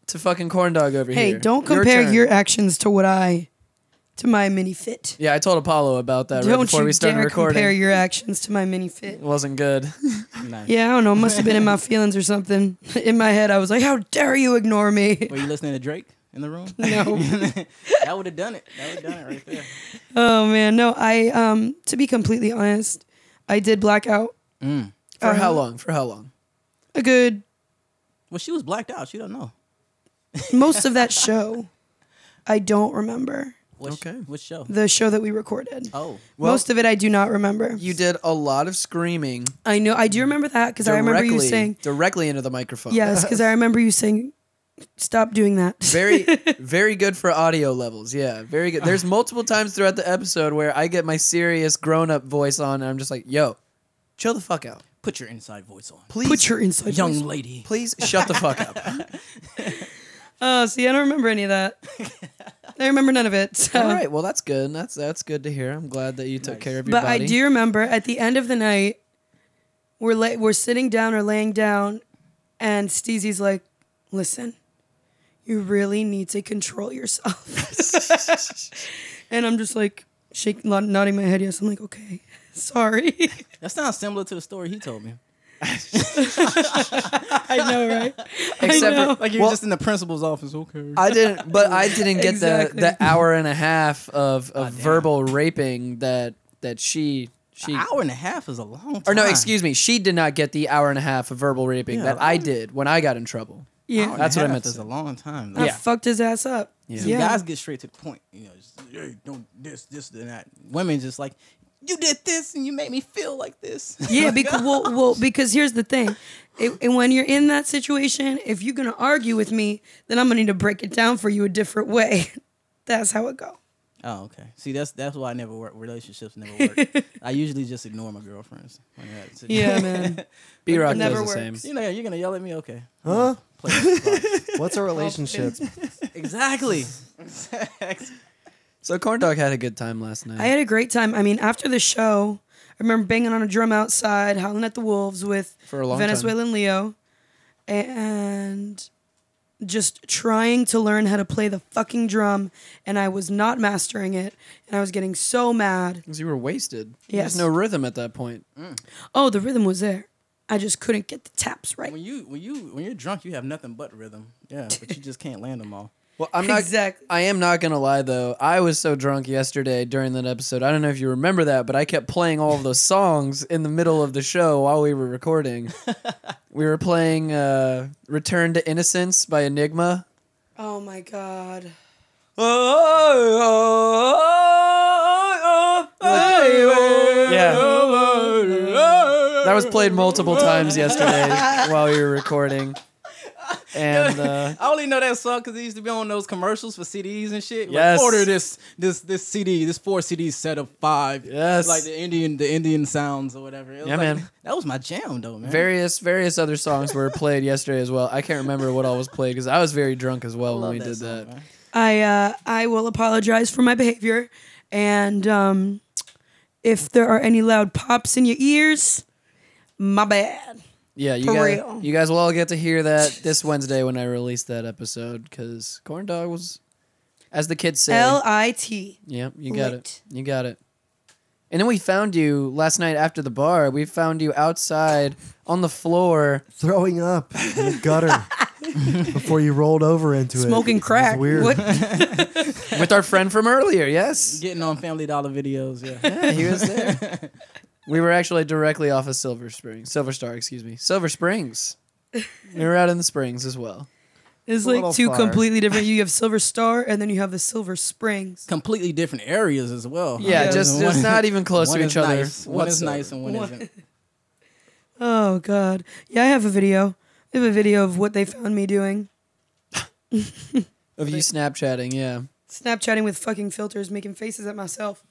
Speaker 1: to fucking corn dog over
Speaker 2: Hey,
Speaker 1: here.
Speaker 2: don't compare
Speaker 1: turn.
Speaker 2: your actions to what I, to my mini fit.
Speaker 1: Yeah, I told Apollo about that right
Speaker 2: don't
Speaker 1: before
Speaker 2: you
Speaker 1: we started
Speaker 2: dare
Speaker 1: recording.
Speaker 2: compare your actions to my mini fit.
Speaker 1: it wasn't good.
Speaker 5: Nice.
Speaker 2: Yeah, I don't know. Must have been in my feelings or something. In my head, I was like, "How dare you ignore me?"
Speaker 5: Were you listening to Drake in the room?
Speaker 2: No.
Speaker 5: that would have done it. That would have done it right there.
Speaker 2: Oh man, no. I um, to be completely honest, I did black out
Speaker 1: For how
Speaker 2: Uh-huh.
Speaker 1: long? For how long?
Speaker 2: a good
Speaker 5: Well, she was blacked out. She don't know.
Speaker 2: most of that show. I don't remember
Speaker 5: What
Speaker 1: Okay.
Speaker 5: What show?
Speaker 2: the show that we recorded.
Speaker 5: Oh,
Speaker 2: most of it I do not remember.
Speaker 1: You did a lot of screaming
Speaker 2: I know. I do remember that because I remember you
Speaker 1: directly-
Speaker 2: saying
Speaker 1: directly into the microphone.
Speaker 2: yes. Because I remember you saying, "Stop doing that."
Speaker 1: very very good for audio levels yeah very good there's multiple times throughout the episode where i get my serious grown-up voice on and i'm just like yo chill the fuck out
Speaker 5: put your inside voice on,
Speaker 1: please
Speaker 2: Put your inside
Speaker 5: young
Speaker 2: voice-
Speaker 5: lady.
Speaker 1: please shut the fuck up
Speaker 2: Oh, see, I don't remember any of that. I remember none of it. so-
Speaker 1: all right well that's good that's that's good to hear i'm glad that you took care of your
Speaker 2: But
Speaker 1: body
Speaker 2: I do remember at the end of the night, we're la- we're sitting down or laying down, and Steezy's like, listen, you really need to control yourself. and I'm just like shaking, nodding my head. Yes, I'm like, okay, sorry.
Speaker 5: That sounds similar to the story he told me.
Speaker 2: I know, right?
Speaker 1: Except
Speaker 2: know.
Speaker 1: for,
Speaker 5: Like you were
Speaker 1: Well-
Speaker 5: just in the principal's office. Okay.
Speaker 1: I didn't, but I didn't get
Speaker 2: Exactly.
Speaker 1: the the hour and a half of, of verbal raping that that she she
Speaker 5: An hour and a half is a long time.
Speaker 1: or no, excuse me, she did not get the hour and a half of verbal raping
Speaker 5: Yeah.
Speaker 1: that I did when I got in trouble.
Speaker 2: Yeah.
Speaker 1: That's what I meant to
Speaker 5: It's a
Speaker 1: say.
Speaker 5: long time.
Speaker 2: I
Speaker 5: though.
Speaker 1: Yeah.
Speaker 2: fucked his ass up.
Speaker 1: Yeah.
Speaker 5: See, guys get straight to the point. You know, just, hey, don't this, this, and that. Women just like, you did this and you made me feel like this.
Speaker 2: Yeah,
Speaker 1: Oh
Speaker 2: because well, well, because here's the thing, It- and when you're in that situation, if you're gonna argue with me, then I'm gonna need to break it down for you a different way. That's how it go.
Speaker 5: oh, okay. See, that's that's why I never work. Relationships never work. I usually just ignore my girlfriends. when they're at the situation.
Speaker 2: Yeah, man.
Speaker 1: B Rock does
Speaker 2: Never
Speaker 1: the
Speaker 2: works.
Speaker 1: same.
Speaker 5: You know, you're gonna yell at me, okay?
Speaker 3: Huh?
Speaker 5: Play this spot.
Speaker 3: What's a relationship?
Speaker 5: exactly.
Speaker 1: So Corn Dog had a good time last night.
Speaker 2: I had a great time. I mean, after the show, I remember banging on a drum outside, howling at the wolves with
Speaker 1: For a long time.
Speaker 2: Venezuelan Leo, and just trying to learn how to play the fucking drum, and I was not mastering it, and I was getting so mad.
Speaker 1: Because you were wasted.
Speaker 2: Yes.
Speaker 1: There's no rhythm at that point.
Speaker 2: Oh, the rhythm was there. I just couldn't get the taps right.
Speaker 5: when you when you when you're drunk, you have nothing but rhythm. Yeah, but you just can't land them all.
Speaker 1: Well, I'm not.
Speaker 2: Exactly.
Speaker 1: I am not gonna lie though. I was so drunk yesterday during that episode. I don't know if you remember that, but I kept playing all of those songs in the middle of the show while we were recording. we were playing uh, "Return to Innocence" by Enigma.
Speaker 2: Oh my god.
Speaker 1: Yeah. That was played multiple times yesterday while we were recording. And uh,
Speaker 5: I only know that song because it used to be on those commercials for CDs and shit. Like,
Speaker 1: Yes.
Speaker 5: order this this this CD, this four CD set of five.
Speaker 1: Yes.
Speaker 5: like the Indian the Indian sounds or whatever. It was
Speaker 1: Yeah,
Speaker 5: like-
Speaker 1: man.
Speaker 5: That was my jam though, man.
Speaker 1: various various other songs were played yesterday as well. I can't remember what all was played because I was very drunk as well when we
Speaker 5: that
Speaker 1: did
Speaker 5: song,
Speaker 1: that.
Speaker 5: man.
Speaker 2: I uh, I will apologize for my behavior, and um, if there are any loud pops in your ears, my bad.
Speaker 1: Yeah, you
Speaker 2: For
Speaker 1: guys,
Speaker 2: real.
Speaker 1: you guys will all get to hear that this Wednesday when I release that episode because Corn Dog was, as the kids say,
Speaker 2: L I T.
Speaker 1: Yeah, you got
Speaker 2: Lit.
Speaker 1: it. You got it. And then we found you last night after the bar. We found you outside on the floor.
Speaker 3: Throwing up in the gutter before you rolled over into it.
Speaker 2: Smoking
Speaker 3: It was
Speaker 2: crack.
Speaker 3: weird.
Speaker 2: What?
Speaker 1: with our friend from earlier. Yes,
Speaker 5: Getting on Family Dollar videos, yeah.
Speaker 1: yeah, he was there. we were actually directly off of Silver Springs, Silver Star, excuse me, Silver Springs. We were out in the springs as well.
Speaker 2: It's
Speaker 3: little
Speaker 2: like two
Speaker 3: far.
Speaker 2: completely different. You have Silver Star, and then you have the Silver Springs.
Speaker 5: Completely different areas as well.
Speaker 1: Yeah,
Speaker 2: Yeah.
Speaker 1: just just not even close
Speaker 5: one
Speaker 1: to
Speaker 5: is
Speaker 1: each other.
Speaker 5: Nice, one is
Speaker 1: whatsoever.
Speaker 5: nice and one
Speaker 2: What-
Speaker 5: isn't.
Speaker 2: Oh god. Yeah, I have a video. I have a video of what they found me doing.
Speaker 1: Of you Snapchatting, yeah.
Speaker 2: Snapchatting with fucking filters, making faces at myself.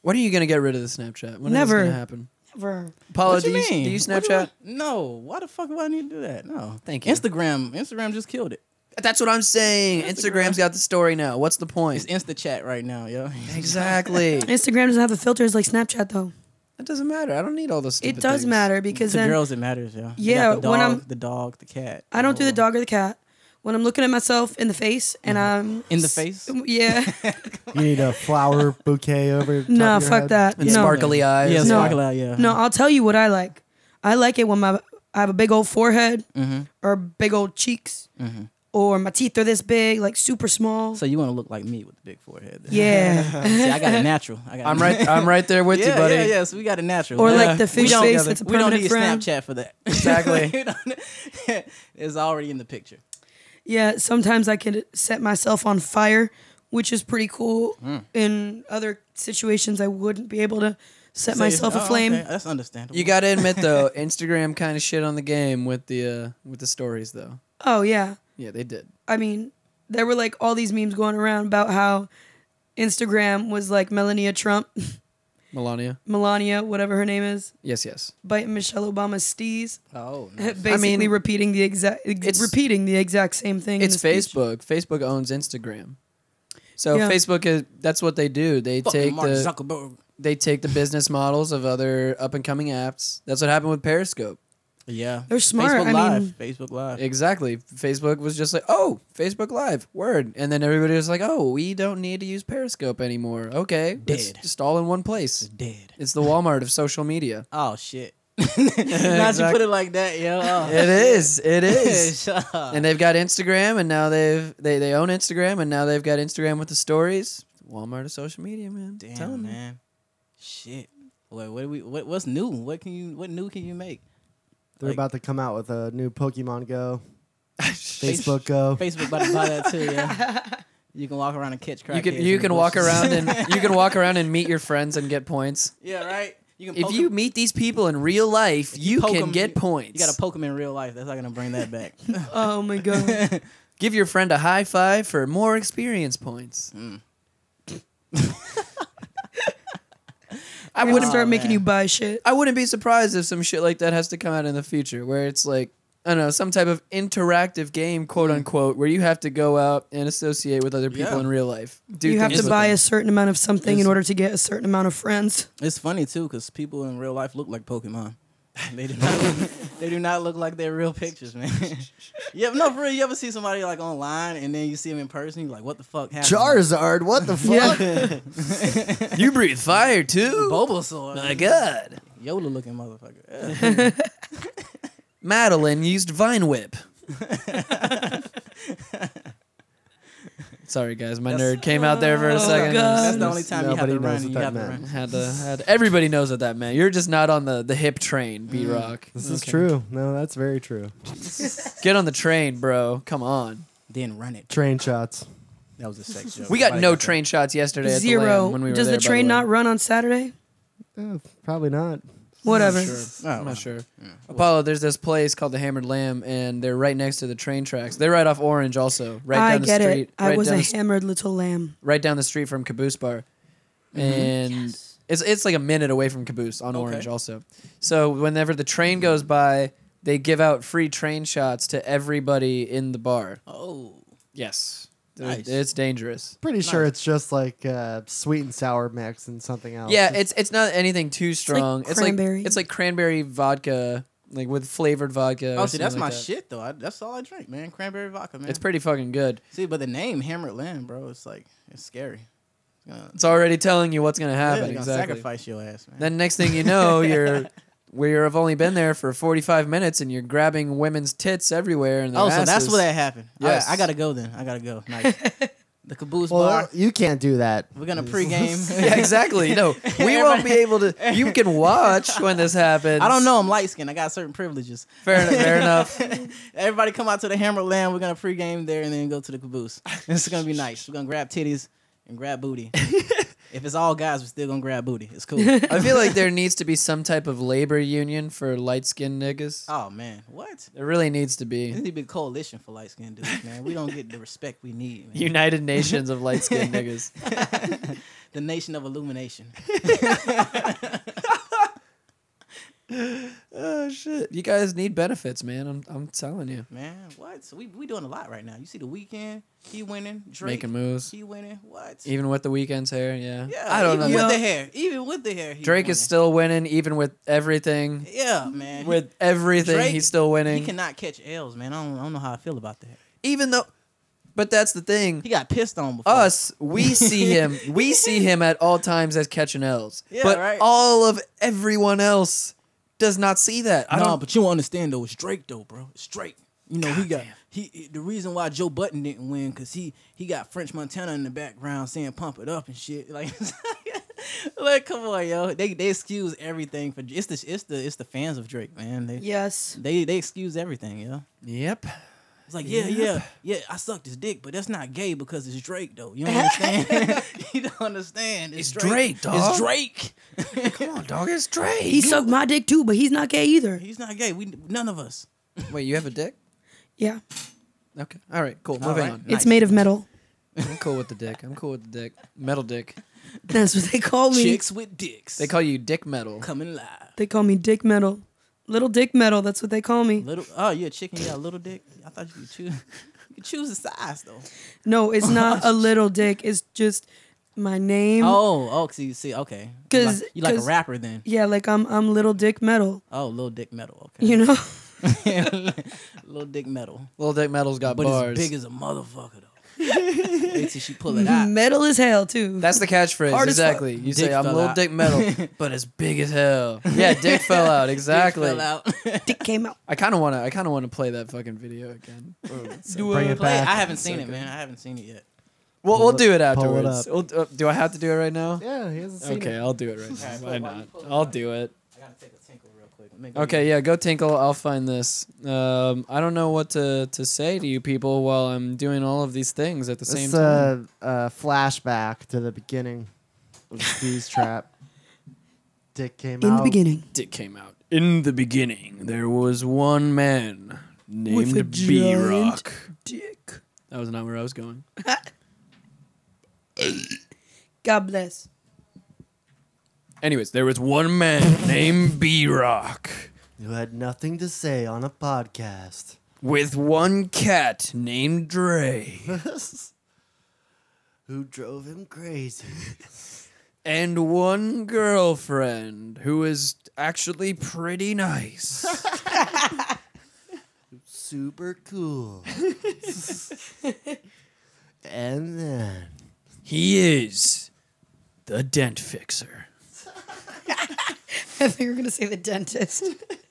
Speaker 1: When are you gonna get rid of the Snapchat? When is
Speaker 2: Never.
Speaker 1: this gonna happen?
Speaker 2: Never.
Speaker 1: Paula,
Speaker 5: What
Speaker 1: Oh, do,
Speaker 5: you
Speaker 1: you,
Speaker 5: mean?
Speaker 1: do you
Speaker 5: What do
Speaker 1: Snapchat?
Speaker 5: I- no. Why the fuck would I need to do that? No.
Speaker 1: Thank you.
Speaker 5: Instagram. Instagram just killed it.
Speaker 1: That's what I'm saying. Instagram's got the story now. What's the point?
Speaker 5: It's Insta chat right now, yo.
Speaker 1: Exactly.
Speaker 2: Instagram doesn't have the filters like Snapchat though.
Speaker 1: That doesn't matter. I don't need all those.
Speaker 2: It
Speaker 1: Stupid
Speaker 2: does
Speaker 1: things.
Speaker 2: matter because
Speaker 5: To
Speaker 2: then
Speaker 5: girls, it matters, yo. They
Speaker 2: Yeah,
Speaker 5: got the dog,
Speaker 2: when I'm-
Speaker 5: the dog, the cat.
Speaker 2: I don't do the
Speaker 5: whole-
Speaker 2: dog or the cat. When I'm looking at myself in the face and I'm
Speaker 5: in the face.
Speaker 2: yeah,
Speaker 3: You need a flower bouquet over. top
Speaker 2: no,
Speaker 3: of your
Speaker 2: fuck
Speaker 3: head.
Speaker 2: that.
Speaker 1: And
Speaker 2: no.
Speaker 1: sparkly eyes.
Speaker 5: Yeah,
Speaker 2: No.
Speaker 5: sparkle out, yeah.
Speaker 2: No, I'll tell you what I like. I like it when my I have a big old forehead or big old cheeks or my teeth are this big, like super small.
Speaker 5: So you want to look like me with the big forehead? then.
Speaker 2: yeah,
Speaker 5: See, I got a natural. I got
Speaker 1: I'm
Speaker 5: a
Speaker 1: right. I'm right there with
Speaker 5: Yeah,
Speaker 1: you, buddy.
Speaker 5: yeah, yeah. So we got a natural.
Speaker 2: or
Speaker 5: Yeah.
Speaker 2: like the fish
Speaker 5: don't-
Speaker 2: face that's a
Speaker 5: we don't
Speaker 2: permanent
Speaker 5: need
Speaker 2: friend.
Speaker 5: Snapchat for that.
Speaker 1: Exactly.
Speaker 5: We don't- it's already in the picture.
Speaker 2: Yeah, sometimes I can set myself on fire, which is pretty cool. In other situations, I wouldn't be able to set
Speaker 5: So you-
Speaker 2: myself
Speaker 5: oh,
Speaker 2: aflame.
Speaker 5: okay, That's understandable.
Speaker 1: You gotta admit though, Instagram kind of shit on the game with the uh, with the stories though.
Speaker 2: Oh yeah,
Speaker 1: Yeah, they did.
Speaker 2: I mean, there were like all these memes going around about how Instagram was like Melania Trump,
Speaker 1: Melania.
Speaker 2: Melania, whatever her name is,
Speaker 1: Yes, yes.
Speaker 2: biting Michelle Obama's stees,
Speaker 5: oh, nice.
Speaker 2: basically
Speaker 1: mean,
Speaker 2: repeating the exact,
Speaker 1: it's-
Speaker 2: repeating the exact same thing. in
Speaker 1: It's
Speaker 2: the speech.
Speaker 1: Facebook. Facebook owns Instagram. So
Speaker 2: Yeah.
Speaker 1: Facebook is that's what they do. They
Speaker 5: Fucking
Speaker 1: take
Speaker 5: Mark
Speaker 1: the
Speaker 5: Zuckerberg.
Speaker 1: they take the business models of other up and coming apps. That's what happened with Periscope.
Speaker 5: Yeah.
Speaker 2: They're smart,
Speaker 5: Facebook
Speaker 2: I
Speaker 5: Live.
Speaker 2: mean-
Speaker 5: Facebook Live.
Speaker 1: Exactly. Facebook was just like, oh, Facebook Live, word. And then everybody was like, oh, we don't need to use Periscope anymore. Okay. It's
Speaker 5: Dead.
Speaker 1: just all in one place.
Speaker 5: dead.
Speaker 1: It's the Walmart of social media.
Speaker 5: Oh shit. now that you put it like that, yo. Oh,
Speaker 1: It is. It is.
Speaker 5: Shut up.
Speaker 1: and they've got Instagram, and now they've they, they own Instagram, and now they've got Instagram with the stories. Walmart of social media, man.
Speaker 5: Damn,
Speaker 1: Telling you.
Speaker 5: man. Shit. Wait, what do we what what's new? What can you what new can you make?
Speaker 3: They're
Speaker 5: Like-
Speaker 3: about to come out with a new Pokemon Go, Facebook Go.
Speaker 5: Facebook about to buy that too, yeah. You can walk around and catch crackheads.
Speaker 1: You can
Speaker 5: in
Speaker 1: you
Speaker 5: the
Speaker 1: can walk
Speaker 5: bushes.
Speaker 1: around and you can walk around and meet your friends and get points.
Speaker 5: Yeah, right? You can
Speaker 1: If
Speaker 5: poke
Speaker 1: you
Speaker 5: 'em-
Speaker 1: meet these people in real life, you
Speaker 5: poke
Speaker 1: can
Speaker 5: 'em,
Speaker 1: get points.
Speaker 5: You gotta poke them in real life. That's not gonna bring that back.
Speaker 2: Oh my god.
Speaker 1: Give your friend a high five for more experience points.
Speaker 2: Hmm.
Speaker 1: I
Speaker 2: I'm gonna
Speaker 1: wouldn't.
Speaker 2: start making
Speaker 5: man.
Speaker 2: you buy shit.
Speaker 1: I wouldn't be surprised if some shit like that has to come out in the future, where it's like I don't know, some type of interactive game,
Speaker 2: Hmm.
Speaker 1: quote unquote, where you have to go out and associate with other people
Speaker 5: Yeah.
Speaker 1: in real life. Do
Speaker 2: You have
Speaker 1: things
Speaker 2: to
Speaker 1: with
Speaker 2: buy
Speaker 1: them.
Speaker 2: a certain amount of something in
Speaker 1: Is-
Speaker 2: order to get a certain amount of friends.
Speaker 5: it's funny too, because people in real life look like Pokemon. They do not look, they do not look like their real pictures, man. yeah, no, for real. You ever see somebody like online and then you see them in person, you're like, what the fuck happened?
Speaker 3: Charizard, what the fuck?
Speaker 1: You breathe fire too. Oh,
Speaker 5: Bulbasaur.
Speaker 1: My God,
Speaker 5: Yoda looking motherfucker. Yeah.
Speaker 1: Madeline used Vine Whip. Sorry guys, my
Speaker 5: That's-
Speaker 1: nerd came out there for a
Speaker 2: Oh,
Speaker 1: second.
Speaker 2: God.
Speaker 5: That's the only time you have
Speaker 3: Nobody
Speaker 5: to
Speaker 3: knows
Speaker 5: run.
Speaker 3: what
Speaker 5: You
Speaker 3: that
Speaker 5: have to
Speaker 3: meant.
Speaker 5: run.
Speaker 1: Had to, had everybody knows what that meant. You're just not on the the hip train,
Speaker 5: Mm.
Speaker 1: B Rock.
Speaker 3: This is true. No, that's very true.
Speaker 1: Get on the train, bro. Come on.
Speaker 5: Then run it.
Speaker 3: Train shots.
Speaker 5: That was a sex joke.
Speaker 1: We got
Speaker 5: Everybody
Speaker 1: no
Speaker 5: that.
Speaker 1: train shots yesterday. At the
Speaker 2: Zero.
Speaker 1: land when we were
Speaker 2: Does
Speaker 1: there,
Speaker 2: the
Speaker 1: by
Speaker 2: train
Speaker 1: way.
Speaker 2: not run on Saturday?
Speaker 3: Eh, probably not.
Speaker 2: Whatever.
Speaker 5: Oh,
Speaker 1: I'm
Speaker 5: wow.
Speaker 1: not sure. Apollo, there's this place called the Hammered Lamb, and they're right next to the train tracks. They're right off Orange, also right
Speaker 2: I
Speaker 1: down
Speaker 2: get
Speaker 1: the street.
Speaker 2: it. I
Speaker 1: right
Speaker 2: was
Speaker 1: down
Speaker 2: a
Speaker 1: the s-
Speaker 2: hammered little lamb.
Speaker 1: right down the street from Caboose Bar,
Speaker 2: Mm-hmm.
Speaker 1: and it's it's like a minute away from Caboose on Orange also. So whenever the train goes by, they give out free train shots to everybody in the bar.
Speaker 5: Oh,
Speaker 1: Yes,
Speaker 5: Nice.
Speaker 1: it's dangerous.
Speaker 3: Pretty sure it's just like uh, sweet and sour mix and something else.
Speaker 1: Yeah, it's it's not anything too
Speaker 2: like
Speaker 1: strong. It's like it's like,
Speaker 2: cranberry.
Speaker 1: cranberry vodka, like with flavored vodka. or
Speaker 5: oh, see, that's
Speaker 1: something
Speaker 5: my
Speaker 1: like that.
Speaker 5: shit though. I, that's all I drink, man. Cranberry vodka, man.
Speaker 1: It's pretty fucking good.
Speaker 5: see, but the name Hammered Lamb, bro. It's like it's scary. It's gonna,
Speaker 1: It's already telling you what's gonna
Speaker 5: yeah,
Speaker 1: happen.
Speaker 5: they're gonna
Speaker 1: exactly.
Speaker 5: sacrifice your ass, man.
Speaker 1: Then next thing you know, you're where you've only been there for 45 minutes and you're grabbing women's tits everywhere and their
Speaker 5: oh, so that's
Speaker 1: asses.
Speaker 5: where that happened. All right,
Speaker 1: Yes.
Speaker 5: I gotta go then. I gotta go. Nice. the Caboose
Speaker 3: Well, uh,
Speaker 5: Bar.
Speaker 3: you can't do that.
Speaker 5: We're gonna pregame.
Speaker 1: yeah, exactly. No, we won't be able to. You can watch when this happens.
Speaker 5: I don't know. I'm light skinned. I got certain privileges.
Speaker 1: Fair enough. Fair enough.
Speaker 5: Everybody come out to the Hammer Land. We're gonna pregame there and then go to the caboose. This is gonna be nice. We're gonna grab titties and grab booty. if it's all guys, we're still gonna grab booty. It's cool.
Speaker 1: I feel like there needs to be some type of labor union for light skinned niggas.
Speaker 5: oh man, what?
Speaker 1: There really needs to be.
Speaker 5: This need to be a coalition for light skinned dudes, man. We don't get the respect we need. Man.
Speaker 1: United Nations of light skinned niggas.
Speaker 5: the nation of illumination.
Speaker 1: Oh shit! You guys need benefits, man. I'm I'm telling you.
Speaker 5: Man, what? So we we doing a lot right now. You see the weekend, he winning, Drake,
Speaker 1: Making moves,
Speaker 5: he winning. What?
Speaker 1: even with the weekend's hair. Yeah.
Speaker 5: yeah,
Speaker 1: I don't know.
Speaker 5: even
Speaker 1: man.
Speaker 5: with the hair. Even with the hair, he
Speaker 1: Drake is
Speaker 5: winning.
Speaker 1: still winning, even with everything.
Speaker 5: Yeah, man.
Speaker 1: With everything,
Speaker 5: Drake,
Speaker 1: he's still
Speaker 5: he
Speaker 1: winning.
Speaker 5: cannot catch L's, man. I don't, I don't know how I feel about that.
Speaker 1: even though, but that's the thing.
Speaker 5: He got pissed on before.
Speaker 1: us we see him we see him at all times as catching L's.
Speaker 5: Yeah,
Speaker 1: but
Speaker 5: right.
Speaker 1: all of everyone else does not see that. I
Speaker 5: No,
Speaker 1: don't
Speaker 5: but you don't understand though. It's Drake though, bro. It's Drake. You know he got he- he. The reason why Joe Button didn't win because he he got French Montana in the background saying "pump it up" and shit. Like, like come on, yo. They they excuse everything for it's the it's the it's the fans of Drake, man. They
Speaker 2: Yes.
Speaker 5: they they excuse everything, yo.
Speaker 1: Yep.
Speaker 5: It's like yeah, yeah, yeah. I sucked his dick, but that's not gay because it's Drake though. You don't understand. you don't understand. It's,
Speaker 1: It's Drake, dawg.
Speaker 5: It's Drake.
Speaker 1: Come on, dog, it's Drake.
Speaker 2: He sucked my dick too, but he's not gay either.
Speaker 5: He's not gay. We none of us.
Speaker 1: Wait, you have a dick?
Speaker 2: Yeah.
Speaker 1: Okay. All right, cool.
Speaker 5: All
Speaker 1: Moving
Speaker 5: right.
Speaker 1: on.
Speaker 5: Nice.
Speaker 2: It's made of metal.
Speaker 1: I'm cool with the dick. I'm cool with the dick. Metal dick.
Speaker 2: That's what they call me.
Speaker 5: Chicks with dicks.
Speaker 1: They call you dick metal.
Speaker 5: coming live.
Speaker 2: They call me dick metal. Little dick metal. That's what they call me.
Speaker 5: Little oh, you're a chicken, you got a little dick. I thought you could choose you could choose the size though.
Speaker 2: No, it's not a little dick. It's just my name.
Speaker 5: Oh, oh, so you see, okay. You
Speaker 2: 'Cause-
Speaker 5: like, you like a
Speaker 2: 'cause-
Speaker 5: rapper then?
Speaker 2: Yeah, like I'm I'm Little Dick Metal.
Speaker 5: Oh, Lil Dick Metal. Okay.
Speaker 2: You know,
Speaker 5: Lil Dick Metal.
Speaker 1: Little Dick Metal's got
Speaker 5: But
Speaker 1: bars.
Speaker 5: as big as a motherfucker though. Wait till she pull it out.
Speaker 2: metal as hell too.
Speaker 1: That's the catchphrase.
Speaker 2: Hard as fuck.
Speaker 1: exactly. You say
Speaker 5: Dick
Speaker 1: I'm
Speaker 5: fell
Speaker 1: little
Speaker 5: out."
Speaker 1: Dick Metal, but as big as hell. Yeah, Dick fell out. Exactly.
Speaker 5: Fill out.
Speaker 2: Dick came out.
Speaker 1: I kind of want to. I kind of want to play that fucking video again.
Speaker 3: Do bring it
Speaker 5: Play it.
Speaker 3: back.
Speaker 5: I haven't seen it, man. I haven't seen it yet.
Speaker 1: We'll, we'll do it
Speaker 3: Pull it
Speaker 1: afterwards. We'll, uh, do I have to do it right now?
Speaker 3: yeah, he hasn't seen
Speaker 1: Okay,
Speaker 3: it.
Speaker 1: I'll do it right now. Why not? I'll do it.
Speaker 5: I gotta take a tinkle real quick. Make a-
Speaker 1: Okay, yeah, go tinkle. I'll find this. Um, I don't know what to, to say to you people while I'm doing all of these things at the same
Speaker 3: It's
Speaker 1: time.
Speaker 3: a, a uh, flashback to the beginning of Steve's trap. Dick came
Speaker 2: In
Speaker 3: out.
Speaker 2: the beginning,
Speaker 1: Dick came out. In the beginning, there was one man
Speaker 2: With a
Speaker 1: named B Rock.
Speaker 2: Dick.
Speaker 1: That was not where I was going.
Speaker 2: God bless.
Speaker 1: Anyways, there was one man named B Rock
Speaker 3: You had nothing to say on a podcast.
Speaker 1: with one cat named Dre
Speaker 3: Who drove him crazy?
Speaker 1: and one girlfriend who is actually pretty nice.
Speaker 3: Super cool. and then
Speaker 1: he is the dent fixer.
Speaker 2: I think we're gonna say the dentist.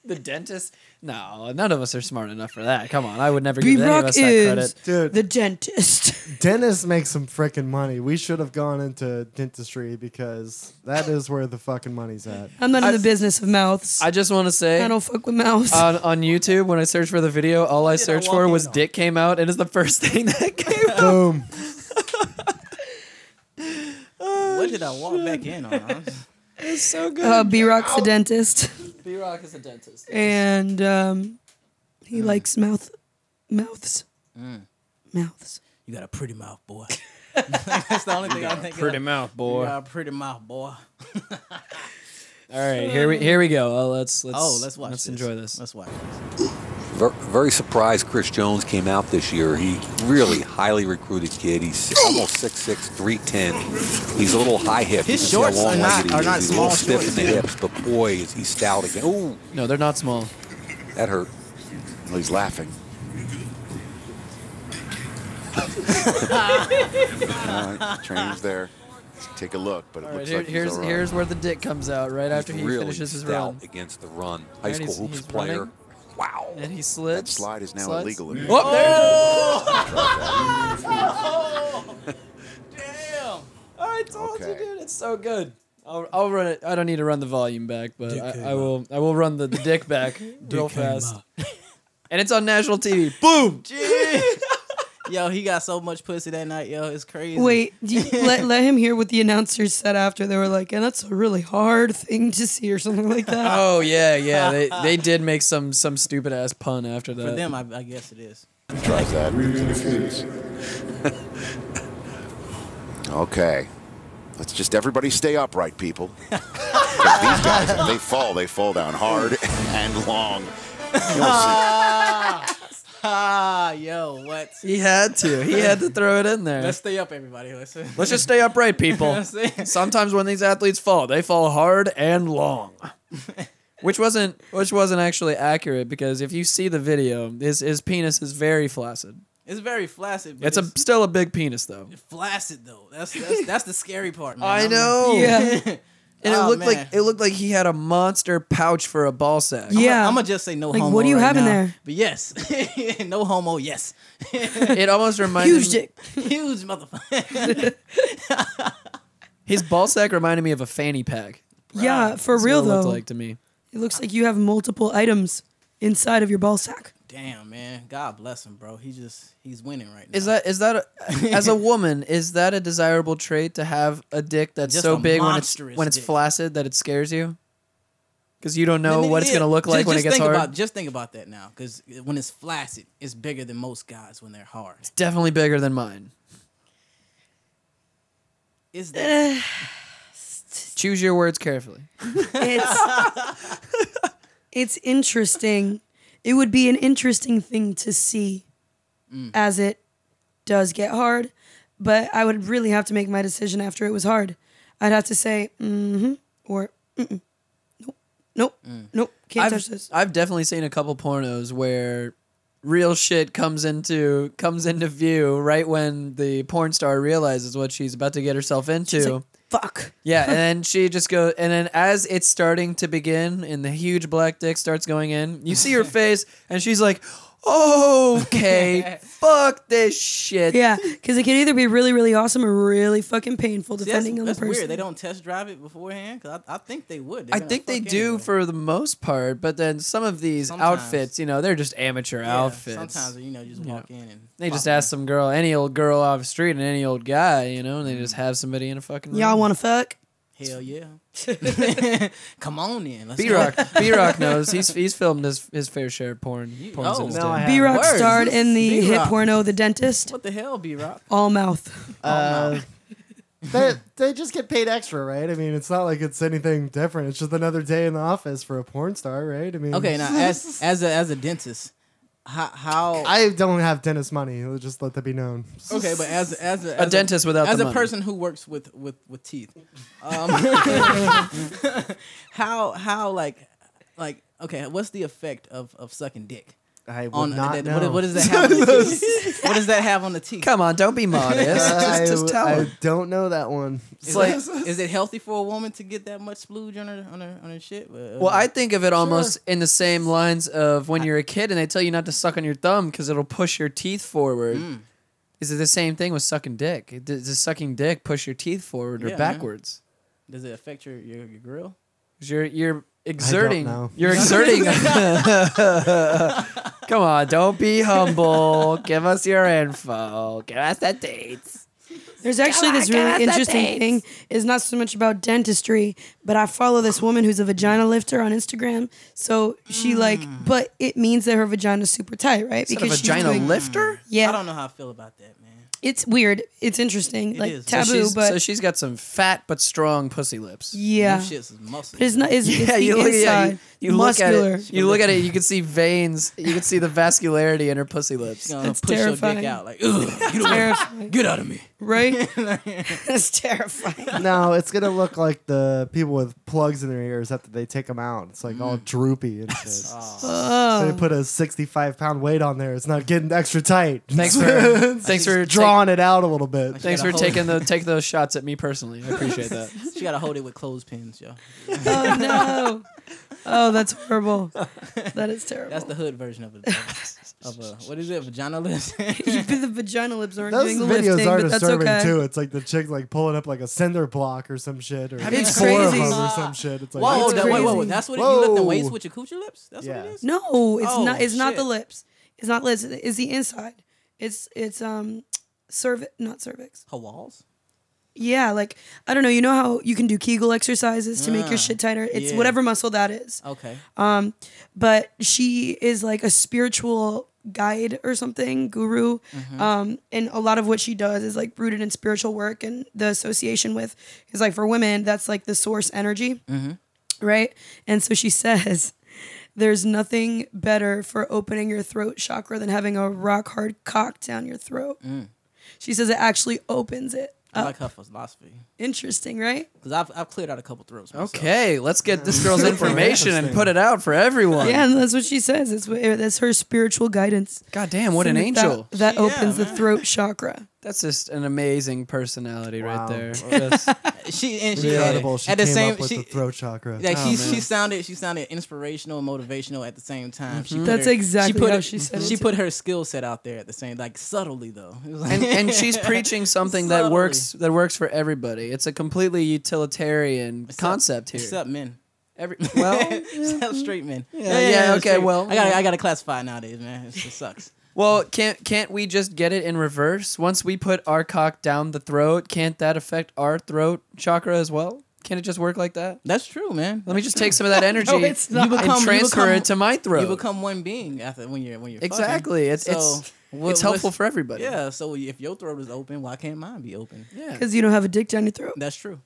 Speaker 1: The dentist? No, none of us are smart enough for that. Come on, I would never
Speaker 2: B
Speaker 1: give any of
Speaker 2: Rock
Speaker 1: us that
Speaker 2: is
Speaker 1: credit.
Speaker 3: Dude.
Speaker 2: the dentist.
Speaker 3: dentists make some freaking money. We should have gone into dentistry because that is where the fucking money's at.
Speaker 2: I'm not in
Speaker 1: I-
Speaker 2: the business of mouths.
Speaker 1: I just want to say
Speaker 2: I don't fuck with mouths.
Speaker 1: on, on YouTube when I searched for the video, all I searched for
Speaker 5: walk
Speaker 1: was
Speaker 5: in on-
Speaker 1: "dick came out" and it's the first thing that came up.
Speaker 3: Boom.
Speaker 5: What did I walk back in on? I'm just-
Speaker 1: It's so good.
Speaker 2: uh, B Rock's
Speaker 1: Oh.
Speaker 2: the dentist,
Speaker 1: B Rock is a dentist.
Speaker 2: and um,
Speaker 1: Mm.
Speaker 2: he likes mouth mouths mouths.
Speaker 5: You got a pretty mouth, boy. That's the only thing I think.
Speaker 1: Pretty
Speaker 5: of.
Speaker 1: mouth,
Speaker 5: You
Speaker 1: boy.
Speaker 5: got a pretty mouth, boy.
Speaker 1: All right, here we here we go. Oh, let's let's
Speaker 5: Oh, let's watch.
Speaker 1: Let's
Speaker 5: this.
Speaker 1: enjoy this.
Speaker 5: Let's watch this.
Speaker 6: Ver- very surprised Chris Jones came out this year. He really highly recruited kid. He's almost 6'6", 310. He's a little high hip.
Speaker 5: His
Speaker 6: You can see how
Speaker 5: shorts are
Speaker 6: long-legged
Speaker 5: not-
Speaker 6: he
Speaker 5: are
Speaker 6: is.
Speaker 5: not
Speaker 6: He's
Speaker 5: small
Speaker 6: a little stiff
Speaker 5: shorts,
Speaker 6: in the
Speaker 5: yeah.
Speaker 6: hips, but boy, is he stout again. Ooh,
Speaker 1: No, they're not small.
Speaker 6: that hurt.
Speaker 7: Well, he's laughing. All right, train's there. Let's take a look, but it
Speaker 1: All right,
Speaker 7: looks
Speaker 1: here,
Speaker 7: like he's
Speaker 1: here's
Speaker 7: all right.
Speaker 1: here's where the dick comes out right after he
Speaker 6: really
Speaker 1: finishes his
Speaker 6: stout
Speaker 1: round.
Speaker 6: against the run.
Speaker 1: Right,
Speaker 6: High school
Speaker 1: he's-
Speaker 6: hoops
Speaker 1: he's
Speaker 6: player.
Speaker 1: running.
Speaker 6: Wow.
Speaker 1: And he slips.
Speaker 7: slide is now
Speaker 1: Slides.
Speaker 7: illegal.
Speaker 1: Oh, there
Speaker 5: Damn.
Speaker 1: Oh, I told
Speaker 7: Okay.
Speaker 1: you, dude. It's so good. I'll, I'll run it. I don't need to run the volume back, but I, I will. I will run the, the dick back real fast. And it's on national TV. Boom.
Speaker 5: Yo, he got so much pussy that night. Yo, it's crazy.
Speaker 2: Wait, do you, let let him hear what the announcers said after. They were like, "And that's a really hard thing to see," or something like that.
Speaker 1: Oh yeah, yeah. They they did make some some stupid ass pun after that.
Speaker 5: for them, I, I guess it is.
Speaker 7: Tries that. okay. Let's just everybody stay upright, people. 'Cause these guys, if they fall, they fall down hard and long. You don't see-
Speaker 5: Ah, yo, what?
Speaker 1: He had to. He had to throw it in there.
Speaker 5: Let's
Speaker 1: Let's,
Speaker 5: stay up, everybody. Let's.
Speaker 1: just stay upright, people.
Speaker 5: That's it.
Speaker 1: Sometimes when these athletes fall, they fall hard and long. Which wasn't which wasn't actually accurate because if you see the video, his his penis is very flaccid.
Speaker 5: It's very flaccid. But
Speaker 1: It's a still a big penis though.
Speaker 5: flaccid though. That's that's, that's the scary part. Man.
Speaker 1: I
Speaker 5: I'm-
Speaker 1: know.
Speaker 2: Yeah,
Speaker 1: And it
Speaker 5: Oh,
Speaker 1: looked like
Speaker 5: man.
Speaker 1: it looked like he had a monster pouch for a ball sack.
Speaker 2: Yeah.
Speaker 5: I'm gonna just say no
Speaker 2: Like,
Speaker 5: homo.
Speaker 2: what do you
Speaker 5: right
Speaker 2: have in
Speaker 5: now.
Speaker 2: there?
Speaker 5: But yes, no homo. Yes,
Speaker 1: It almost reminded
Speaker 2: huge
Speaker 1: me-
Speaker 2: dick.
Speaker 5: huge motherfucker.
Speaker 1: his ball sack reminded me of a fanny pack.
Speaker 2: Yeah, for
Speaker 1: That's
Speaker 2: real
Speaker 1: what it looked
Speaker 2: though.
Speaker 1: like to me.
Speaker 2: It looks like you have multiple items inside of your ball sack.
Speaker 5: Damn, man. God bless him, bro. He just he's winning right now.
Speaker 1: Is that is that a, as a woman is that a desirable trait to have a dick that's
Speaker 5: Just
Speaker 1: so
Speaker 5: a
Speaker 1: big when it's
Speaker 5: monstrous
Speaker 1: when it's
Speaker 5: dick.
Speaker 1: flaccid that it scares you? Because you don't know
Speaker 5: Let me-
Speaker 1: what it's
Speaker 5: yeah,
Speaker 1: gonna look like
Speaker 5: just,
Speaker 1: when
Speaker 5: just
Speaker 1: it gets
Speaker 5: think
Speaker 1: hard.
Speaker 5: About, just think about that now, because when it's flaccid, it's bigger than most guys when they're hard.
Speaker 1: Definitely bigger than mine.
Speaker 2: Eh,
Speaker 5: Is that?
Speaker 1: Choose your words carefully.
Speaker 2: It's it's interesting. It would be an interesting thing to see as it does get hard. but I would really have to make my decision after it was hard. I'd have to say, mm-hmm, or Mm-mm. nope, nope,
Speaker 5: Mm.
Speaker 2: nope, can't
Speaker 1: I've,
Speaker 2: touch this.
Speaker 1: I've definitely seen a couple pornos where real shit comes into comes into view right when the porn star realizes what she's about to get herself into.
Speaker 2: It's like, fuck.
Speaker 1: Yeah, and then she just goes, and then as it's starting to begin, and the huge black dick starts going in, you see her face, and she's like, "Okay, fuck this shit."
Speaker 2: Yeah, because it can either be really, really awesome or really fucking painful,
Speaker 5: See, that's
Speaker 2: depending on
Speaker 5: that's
Speaker 2: the person.
Speaker 5: weird. They don't test drive it beforehand because I, I think they would. They're
Speaker 1: I
Speaker 5: gonna
Speaker 1: think they
Speaker 5: fuck
Speaker 1: do
Speaker 5: anyway.
Speaker 1: for the most part, but then some of these
Speaker 5: Sometimes.
Speaker 1: outfits, you know, they're just amateur
Speaker 5: Yeah,
Speaker 1: outfits.
Speaker 5: Sometimes you know you just walk in and
Speaker 1: They just
Speaker 5: pop in.
Speaker 1: ask some girl, any old girl off the street, and any old guy, you know, and they
Speaker 5: Mm.
Speaker 1: just have somebody in a fucking.
Speaker 2: Y'all
Speaker 1: room.
Speaker 2: want to fuck?
Speaker 5: Hell yeah! Come on in. Let's
Speaker 1: B Rock, B Rock knows he's he's filmed his his fair share of porn. porns
Speaker 5: oh,
Speaker 1: in his
Speaker 5: no,
Speaker 1: day.
Speaker 3: I
Speaker 2: B Rock
Speaker 5: Word.
Speaker 2: starred in the hit
Speaker 5: B-Rock.
Speaker 2: porno "The Dentist."
Speaker 5: What the hell, B Rock?
Speaker 2: All mouth.
Speaker 3: Uh, they, they just get paid extra, right? I mean, it's not like it's anything different. It's just another day in the office for a porn star, right? I mean,
Speaker 5: Okay, now as as a as a dentist, how how
Speaker 3: I don't have dentist money. Let's Just let that be known.
Speaker 5: okay, but as as a,
Speaker 1: a
Speaker 5: as
Speaker 1: dentist without
Speaker 5: as
Speaker 1: the
Speaker 5: a
Speaker 1: money.
Speaker 5: person who works with with with teeth, um, how how like like okay, what's the effect of of sucking dick
Speaker 3: I would
Speaker 5: on
Speaker 3: not
Speaker 5: that,
Speaker 3: know.
Speaker 5: what, what does that have on the teeth? what does that have on the teeth?
Speaker 1: Come on, don't be modest.
Speaker 3: I,
Speaker 1: just, just tell
Speaker 3: I
Speaker 1: him.
Speaker 3: don't know that one.
Speaker 5: Is, it- is it healthy for a woman to get that much splooge on her on her on her shit? uh,
Speaker 1: Well, I think of it almost in the same lines of when you're a kid and they tell you not to suck on your thumb because it'll push your teeth forward.
Speaker 2: Mm.
Speaker 1: Is it the same thing with sucking dick? It- Does does sucking dick push your teeth forward or
Speaker 5: Yeah, man.
Speaker 1: backwards?
Speaker 5: does it affect your your, your grill?
Speaker 1: 'Cause you're you're exerting.
Speaker 3: know.
Speaker 1: You're exerting. Come on, don't be humble. Give us your info. Give us the dates.
Speaker 2: There's actually this really interesting thing. It's not so much about dentistry, but I follow this woman who's a vagina lifter on Instagram. So she
Speaker 1: Hmm.
Speaker 2: like, but it means that her vagina's super tight, right?
Speaker 1: Is that a vagina
Speaker 2: doing-
Speaker 1: lifter.
Speaker 2: Yeah,
Speaker 5: I don't know how I feel about that, man.
Speaker 2: it's weird. It's interesting, like
Speaker 5: is. So
Speaker 1: So
Speaker 2: taboo,
Speaker 1: she's-
Speaker 2: but
Speaker 1: so she's got some fat but strong pussy lips.
Speaker 2: yeah,
Speaker 5: Them shits is muscle.
Speaker 2: but it's not. It's, it's the
Speaker 1: yeah,
Speaker 2: inside,
Speaker 1: you
Speaker 2: muscular.
Speaker 1: look at it. You look at it. You can see veins. You can see the vascularity in her pussy lips.
Speaker 5: She's gonna
Speaker 2: It's
Speaker 5: push your
Speaker 2: terrifying.
Speaker 5: dick out like, Ugh, get away,
Speaker 2: Terrifying,
Speaker 5: get out of me.
Speaker 2: right? That's terrifying.
Speaker 3: No, it's gonna look like the people with plugs in their ears after they take them out. It's like all droopy and shit. They
Speaker 2: Oh,
Speaker 3: put a 65 pound weight on there. It's not getting extra tight.
Speaker 1: Thanks for thanks for drawing.
Speaker 3: drawing it out a little bit.
Speaker 1: Thanks for taking the take those shots at me personally. I appreciate that.
Speaker 5: She gotta hold it with clothespins, yo.
Speaker 2: oh no. Oh, that's horrible. That is terrible.
Speaker 5: That's the hood version of a, of a what is it, vagina list?
Speaker 2: You put the vagina lips aren't
Speaker 3: Those
Speaker 2: doing the
Speaker 3: videos
Speaker 2: lifting,
Speaker 3: are
Speaker 2: but that's
Speaker 3: disturbing
Speaker 2: okay.
Speaker 3: too. It's like the chick like pulling up like a cinder block or some shit, or
Speaker 2: you
Speaker 3: four of
Speaker 2: crazy.
Speaker 3: them or some shit. It's like
Speaker 5: whoa,
Speaker 2: That's
Speaker 5: that, wait, whoa, whoa,
Speaker 2: crazy.
Speaker 5: that's what it, you lift the
Speaker 3: Whoa.
Speaker 5: waist with your coochie lips. That's what
Speaker 3: Yeah.
Speaker 5: it is.
Speaker 2: No, it's
Speaker 5: Oh,
Speaker 2: not. It's not the
Speaker 5: shit.
Speaker 2: lips. It's not lips. It's the inside. It's it's um, cervix, not cervix.
Speaker 5: Her walls.
Speaker 2: Yeah, like I don't know. You know how you can do Kegel exercises to make your shit tighter. It's
Speaker 5: Ah, yeah.
Speaker 2: whatever muscle that is.
Speaker 5: Okay.
Speaker 2: But she is like a spiritual guide or something, guru. Um, and a lot of what she does is like rooted in spiritual work and the association with is like for women that's like the source energy, right? And so she says. There's nothing better for opening your throat chakra than having a rock hard cock down your throat. She says it actually opens it.
Speaker 5: I
Speaker 2: up.
Speaker 5: like her philosophy
Speaker 2: Interesting, right?
Speaker 5: because I've I've cleared out a couple throats. Myself.
Speaker 1: Okay, let's get this girl's information and put it out for everyone.
Speaker 2: Yeah, and that's what she says. It's what, that's her spiritual guidance.
Speaker 1: God damn, what an
Speaker 2: That-
Speaker 1: angel.
Speaker 2: That, opens the throat chakra.
Speaker 1: That's just an amazing personality right
Speaker 3: Wow.
Speaker 1: there. Just-
Speaker 5: She and she,
Speaker 3: really
Speaker 5: had it.
Speaker 3: audible. She
Speaker 5: at the
Speaker 3: came
Speaker 5: same
Speaker 3: up with
Speaker 5: she,
Speaker 3: the throat Oh, chakra.
Speaker 5: Like she, she sounded she sounded inspirational and motivational at the same time. She put
Speaker 2: That's
Speaker 5: her-
Speaker 2: exactly
Speaker 5: she put
Speaker 2: how
Speaker 5: her,
Speaker 2: she said it,
Speaker 5: She
Speaker 2: too.
Speaker 5: put her skill set out there at the same like subtly though. It was like-
Speaker 1: and, and she's preaching something that works that works for everybody. It's a completely utilitarian concept here.
Speaker 5: Except men.
Speaker 1: Every, well,
Speaker 5: Except straight men. Yeah,
Speaker 1: yeah, okay,
Speaker 5: straight-
Speaker 1: well,
Speaker 5: I got
Speaker 1: yeah.
Speaker 5: to I got to classify nowadays, man. It just sucks.
Speaker 1: well, can't can't we just get it in reverse? Once we put our cock down the throat, can't that affect our throat chakra as well? Can it just work like that?
Speaker 5: That's true, man.
Speaker 1: Let me just take some of that energy
Speaker 5: it's not.
Speaker 1: and
Speaker 5: You become- you
Speaker 1: transfer
Speaker 5: become-
Speaker 1: it to my throat.
Speaker 5: You become one being after when you're when you're fucking.
Speaker 1: exactly. It's it's,
Speaker 5: So, what-
Speaker 1: it's helpful
Speaker 5: what's-
Speaker 1: for everybody.
Speaker 5: Yeah. So if your throat is open, why can't mine be open?
Speaker 1: Yeah.
Speaker 2: Because you don't have a dick down your throat.
Speaker 5: That's true.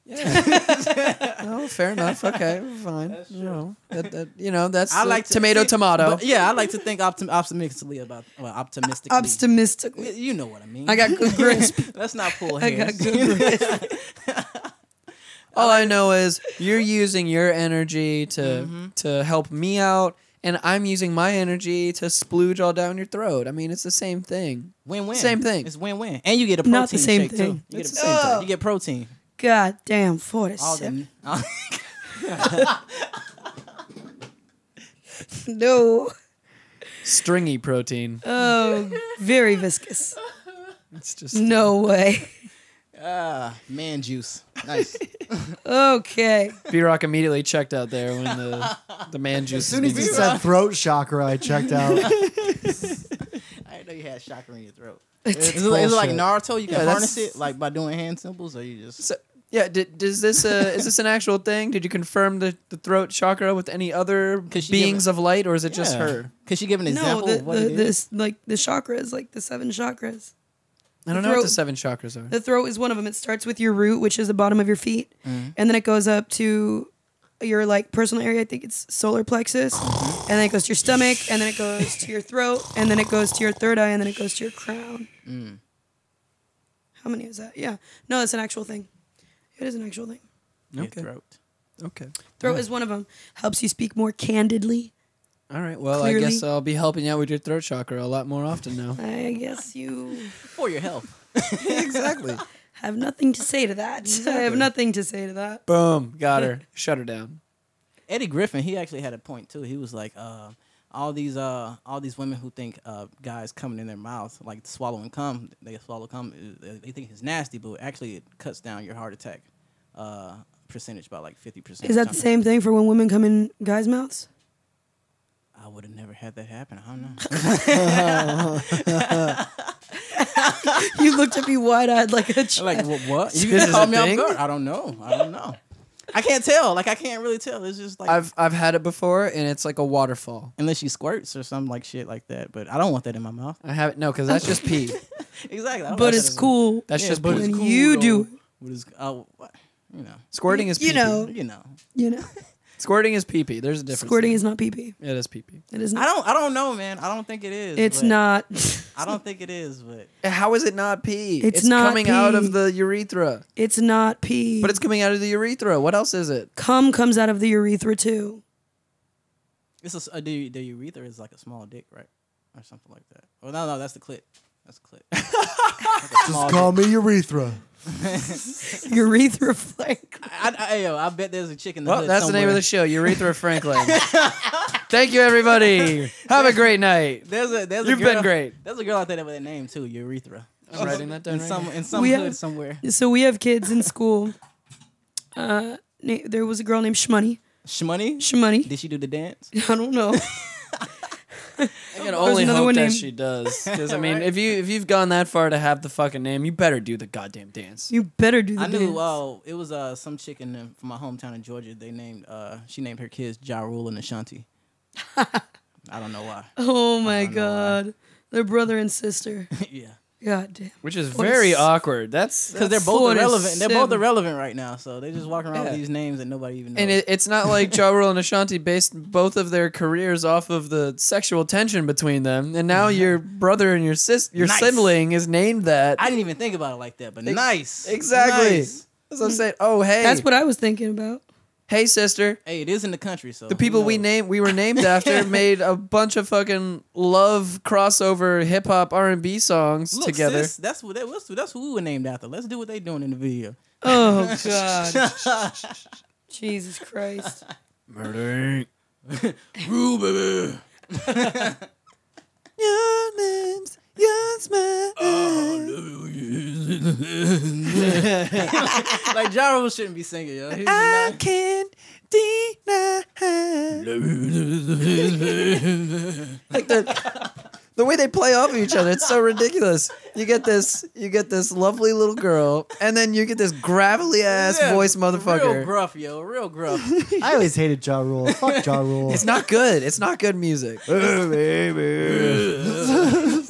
Speaker 1: Oh, fair enough. Okay, fine. you, know, that, that, you know, that's
Speaker 5: I
Speaker 1: the
Speaker 5: like to
Speaker 1: tomato,
Speaker 5: think-
Speaker 1: tomato.
Speaker 5: but yeah, I like to think optim- optimistically about well, optimistically.
Speaker 2: Optimistically.
Speaker 5: you know what I mean.
Speaker 1: I got good grits.
Speaker 5: Let's not pull
Speaker 2: I
Speaker 5: hairs.
Speaker 2: got good grades.
Speaker 1: All I know is you're using your energy to to help me out, and I'm using my energy to splooge all down your throat. I mean, it's the same thing.
Speaker 5: Win-win.
Speaker 1: Same thing.
Speaker 5: It's win-win, and you get a protein
Speaker 2: Not the same
Speaker 5: shake
Speaker 2: thing.
Speaker 5: too. You
Speaker 1: It's
Speaker 5: get
Speaker 1: the same thing.
Speaker 5: You get protein.
Speaker 2: God damn,
Speaker 5: All
Speaker 2: 47.
Speaker 5: the, all-
Speaker 2: No.
Speaker 1: Stringy protein.
Speaker 2: Oh, very viscous.
Speaker 1: It's just
Speaker 2: No way.
Speaker 5: man juice. Nice.
Speaker 2: Okay.
Speaker 1: B Rock immediately checked out there when the the man juice.
Speaker 3: As soon as he said throat chakra, I checked out.
Speaker 5: I didn't know you had chakra in your throat. Is it, is it like
Speaker 3: bullshit.
Speaker 5: Naruto? You can
Speaker 1: Yeah,
Speaker 5: harness
Speaker 1: that's-
Speaker 5: it like by doing hand symbols, or you just
Speaker 1: So, yeah, did, does this uh, is this an actual thing? Did you confirm the, the throat chakra with any other
Speaker 5: Could she
Speaker 1: beings
Speaker 5: give
Speaker 1: of light, or is it just her?
Speaker 5: Could she give an
Speaker 2: No,
Speaker 5: example
Speaker 2: the,
Speaker 5: of what
Speaker 2: the,
Speaker 5: it is?
Speaker 2: this like the chakras, like the seven chakras.
Speaker 1: I don't know what the
Speaker 2: throat-
Speaker 1: seven chakras are.
Speaker 2: The throat is one of them. It starts with your root, which is the bottom of your feet, and then it goes up to your like personal area. I think it's solar plexus, and then it goes to your stomach, and then it goes to your throat, and then it goes to your third eye, and then it goes to your crown. How many is that? Yeah, no, that's an actual thing. It is an actual thing.
Speaker 5: Your
Speaker 1: Okay.
Speaker 5: throat.
Speaker 1: Okay.
Speaker 2: Throat is one of them. Helps you speak more candidly.
Speaker 1: All right. Well, I
Speaker 2: Clearly.
Speaker 1: guess I'll be helping you out with your throat chakra a lot more often now.
Speaker 2: I guess you
Speaker 5: For your health.
Speaker 1: exactly.
Speaker 2: have nothing to say to that. I have nothing to say to that.
Speaker 1: Boom. Got her. Shut her down.
Speaker 5: Eddie Griffin, he actually had a point too. He was like, uh, all these uh, all these women who think uh, guys coming in their mouth, like swallowing cum, they swallow cum, uh, they think it's nasty, but actually it cuts down your heart attack uh, percentage by like fifty percent.
Speaker 2: Is that the same thing for when women come in guys' mouths?
Speaker 5: I would have never had that happen. I don't know.
Speaker 2: You looked at me wide eyed like a
Speaker 5: I'm
Speaker 2: child.
Speaker 5: like wha- what? You
Speaker 1: This is
Speaker 5: caught
Speaker 1: a
Speaker 5: me off
Speaker 1: thing?
Speaker 5: guard. I don't know. I don't know. I can't tell. Like I can't really tell. It's just like
Speaker 1: I've I've had it before, and it's like a waterfall.
Speaker 5: unless she squirts or some like shit like that. But I don't want that in my mouth.
Speaker 1: I have it no, because that's just pee.
Speaker 5: Exactly. I don't want
Speaker 2: but
Speaker 5: oh, that
Speaker 2: it's
Speaker 5: in-
Speaker 2: cool.
Speaker 1: That's
Speaker 5: Yeah,
Speaker 1: just
Speaker 5: but
Speaker 1: pee.
Speaker 5: it's
Speaker 2: when
Speaker 5: cool,
Speaker 2: you do
Speaker 5: though. What is? Oh, what? you know.
Speaker 1: Squirting is pee.
Speaker 2: You know,
Speaker 5: You know.
Speaker 2: you know,
Speaker 1: Squirting is pee pee. There's a difference.
Speaker 2: squirting is not pee pee.
Speaker 1: It is pee pee.
Speaker 2: It is
Speaker 5: I
Speaker 2: not.
Speaker 5: don't. I don't know, man. I don't think it is.
Speaker 2: It's
Speaker 5: but-
Speaker 2: not.
Speaker 5: I don't think it is, but
Speaker 1: Eh, How is it not pee?
Speaker 2: It's not
Speaker 1: coming out
Speaker 2: pee.
Speaker 1: of the urethra,
Speaker 2: It's not pee.
Speaker 1: but it's coming out of the urethra. What else is it?
Speaker 2: cum comes out of the urethra too.
Speaker 5: it's a s- uh, the, the urethra is like a small dick, right, or something like that. Well, no, no, that's the clit. That's the clit. Like a small
Speaker 3: Call
Speaker 5: dick.
Speaker 3: me urethra.
Speaker 2: urethra flank.
Speaker 5: I, I, yo, I bet there's a chick in the
Speaker 1: Well,
Speaker 5: hood
Speaker 1: that's the name of
Speaker 5: somewhere.
Speaker 1: the show, Urethra Franklin. Thank you, everybody. Have a great night.
Speaker 5: There's a there's
Speaker 1: You've
Speaker 5: a girl,
Speaker 1: been great.
Speaker 5: There's a girl out there with a name too, urethra.
Speaker 1: I'm writing that down.
Speaker 5: In
Speaker 1: right
Speaker 5: some
Speaker 1: now.
Speaker 5: in some
Speaker 2: We
Speaker 5: hood
Speaker 2: have-
Speaker 5: somewhere.
Speaker 2: So we have kids in school. Uh, na- there was a girl named Shmoney.
Speaker 5: Shmoney.
Speaker 2: Shmoney.
Speaker 5: Did she do the dance?
Speaker 2: I don't know.
Speaker 1: I can only
Speaker 2: another
Speaker 1: hope
Speaker 2: one
Speaker 1: that
Speaker 2: named-
Speaker 1: she does. Because I mean, if you if you've gone that far to have the fucking name, you better do the goddamn dance.
Speaker 2: You better do the
Speaker 5: I
Speaker 2: dance. Oh
Speaker 5: knew. Uh, it was uh, some chick in the, from my hometown in Georgia. They named. Uh, she named her kids Ja Rule and Ashanti. I don't know why.
Speaker 2: Oh my god. They're brother and sister.
Speaker 5: yeah,
Speaker 2: God damn.
Speaker 1: Which is very
Speaker 2: s-
Speaker 1: awkward. That's
Speaker 5: because they're
Speaker 2: That's
Speaker 5: both irrelevant. They're both
Speaker 2: 47.
Speaker 5: irrelevant right now. So they just walking around
Speaker 1: Yeah.
Speaker 5: with these names that nobody even knows.
Speaker 1: and it, it's not like Ja Rule and Ashanti based both of their careers off of the sexual tension between them. And now your brother and your sis, your
Speaker 5: Nice.
Speaker 1: sibling is named that.
Speaker 5: I didn't even think about it like that, but nice.
Speaker 1: exactly.
Speaker 5: Nice.
Speaker 1: That's what I'm saying. Oh hey,
Speaker 2: That's what I was thinking about.
Speaker 1: hey sister.
Speaker 5: Hey, it is in the country, so
Speaker 1: The people we
Speaker 5: named.
Speaker 1: named, we were named after, made a bunch of fucking love crossover hip hop R and B songs
Speaker 5: Look,
Speaker 1: together.
Speaker 5: sis, that's what that, that's, that's who we were named after. Let's do what they doing in the video.
Speaker 2: Oh god. Jesus Christ.
Speaker 1: Murder.
Speaker 5: Rule, baby.
Speaker 1: Your lips, your smile. Ah.
Speaker 5: like Ja Rule shouldn't be singing, yo. He's not-
Speaker 1: can't deny. like the the way they play off of each other, it's so ridiculous. You get this, you get this lovely little girl, and then you get this gravelly ass
Speaker 5: Yeah,
Speaker 1: voice
Speaker 5: Real
Speaker 1: motherfucker.
Speaker 5: gruff, yo. Real gruff.
Speaker 3: I always hated Ja Rule. Fuck Ja Rule.
Speaker 1: it's not good. It's not good music,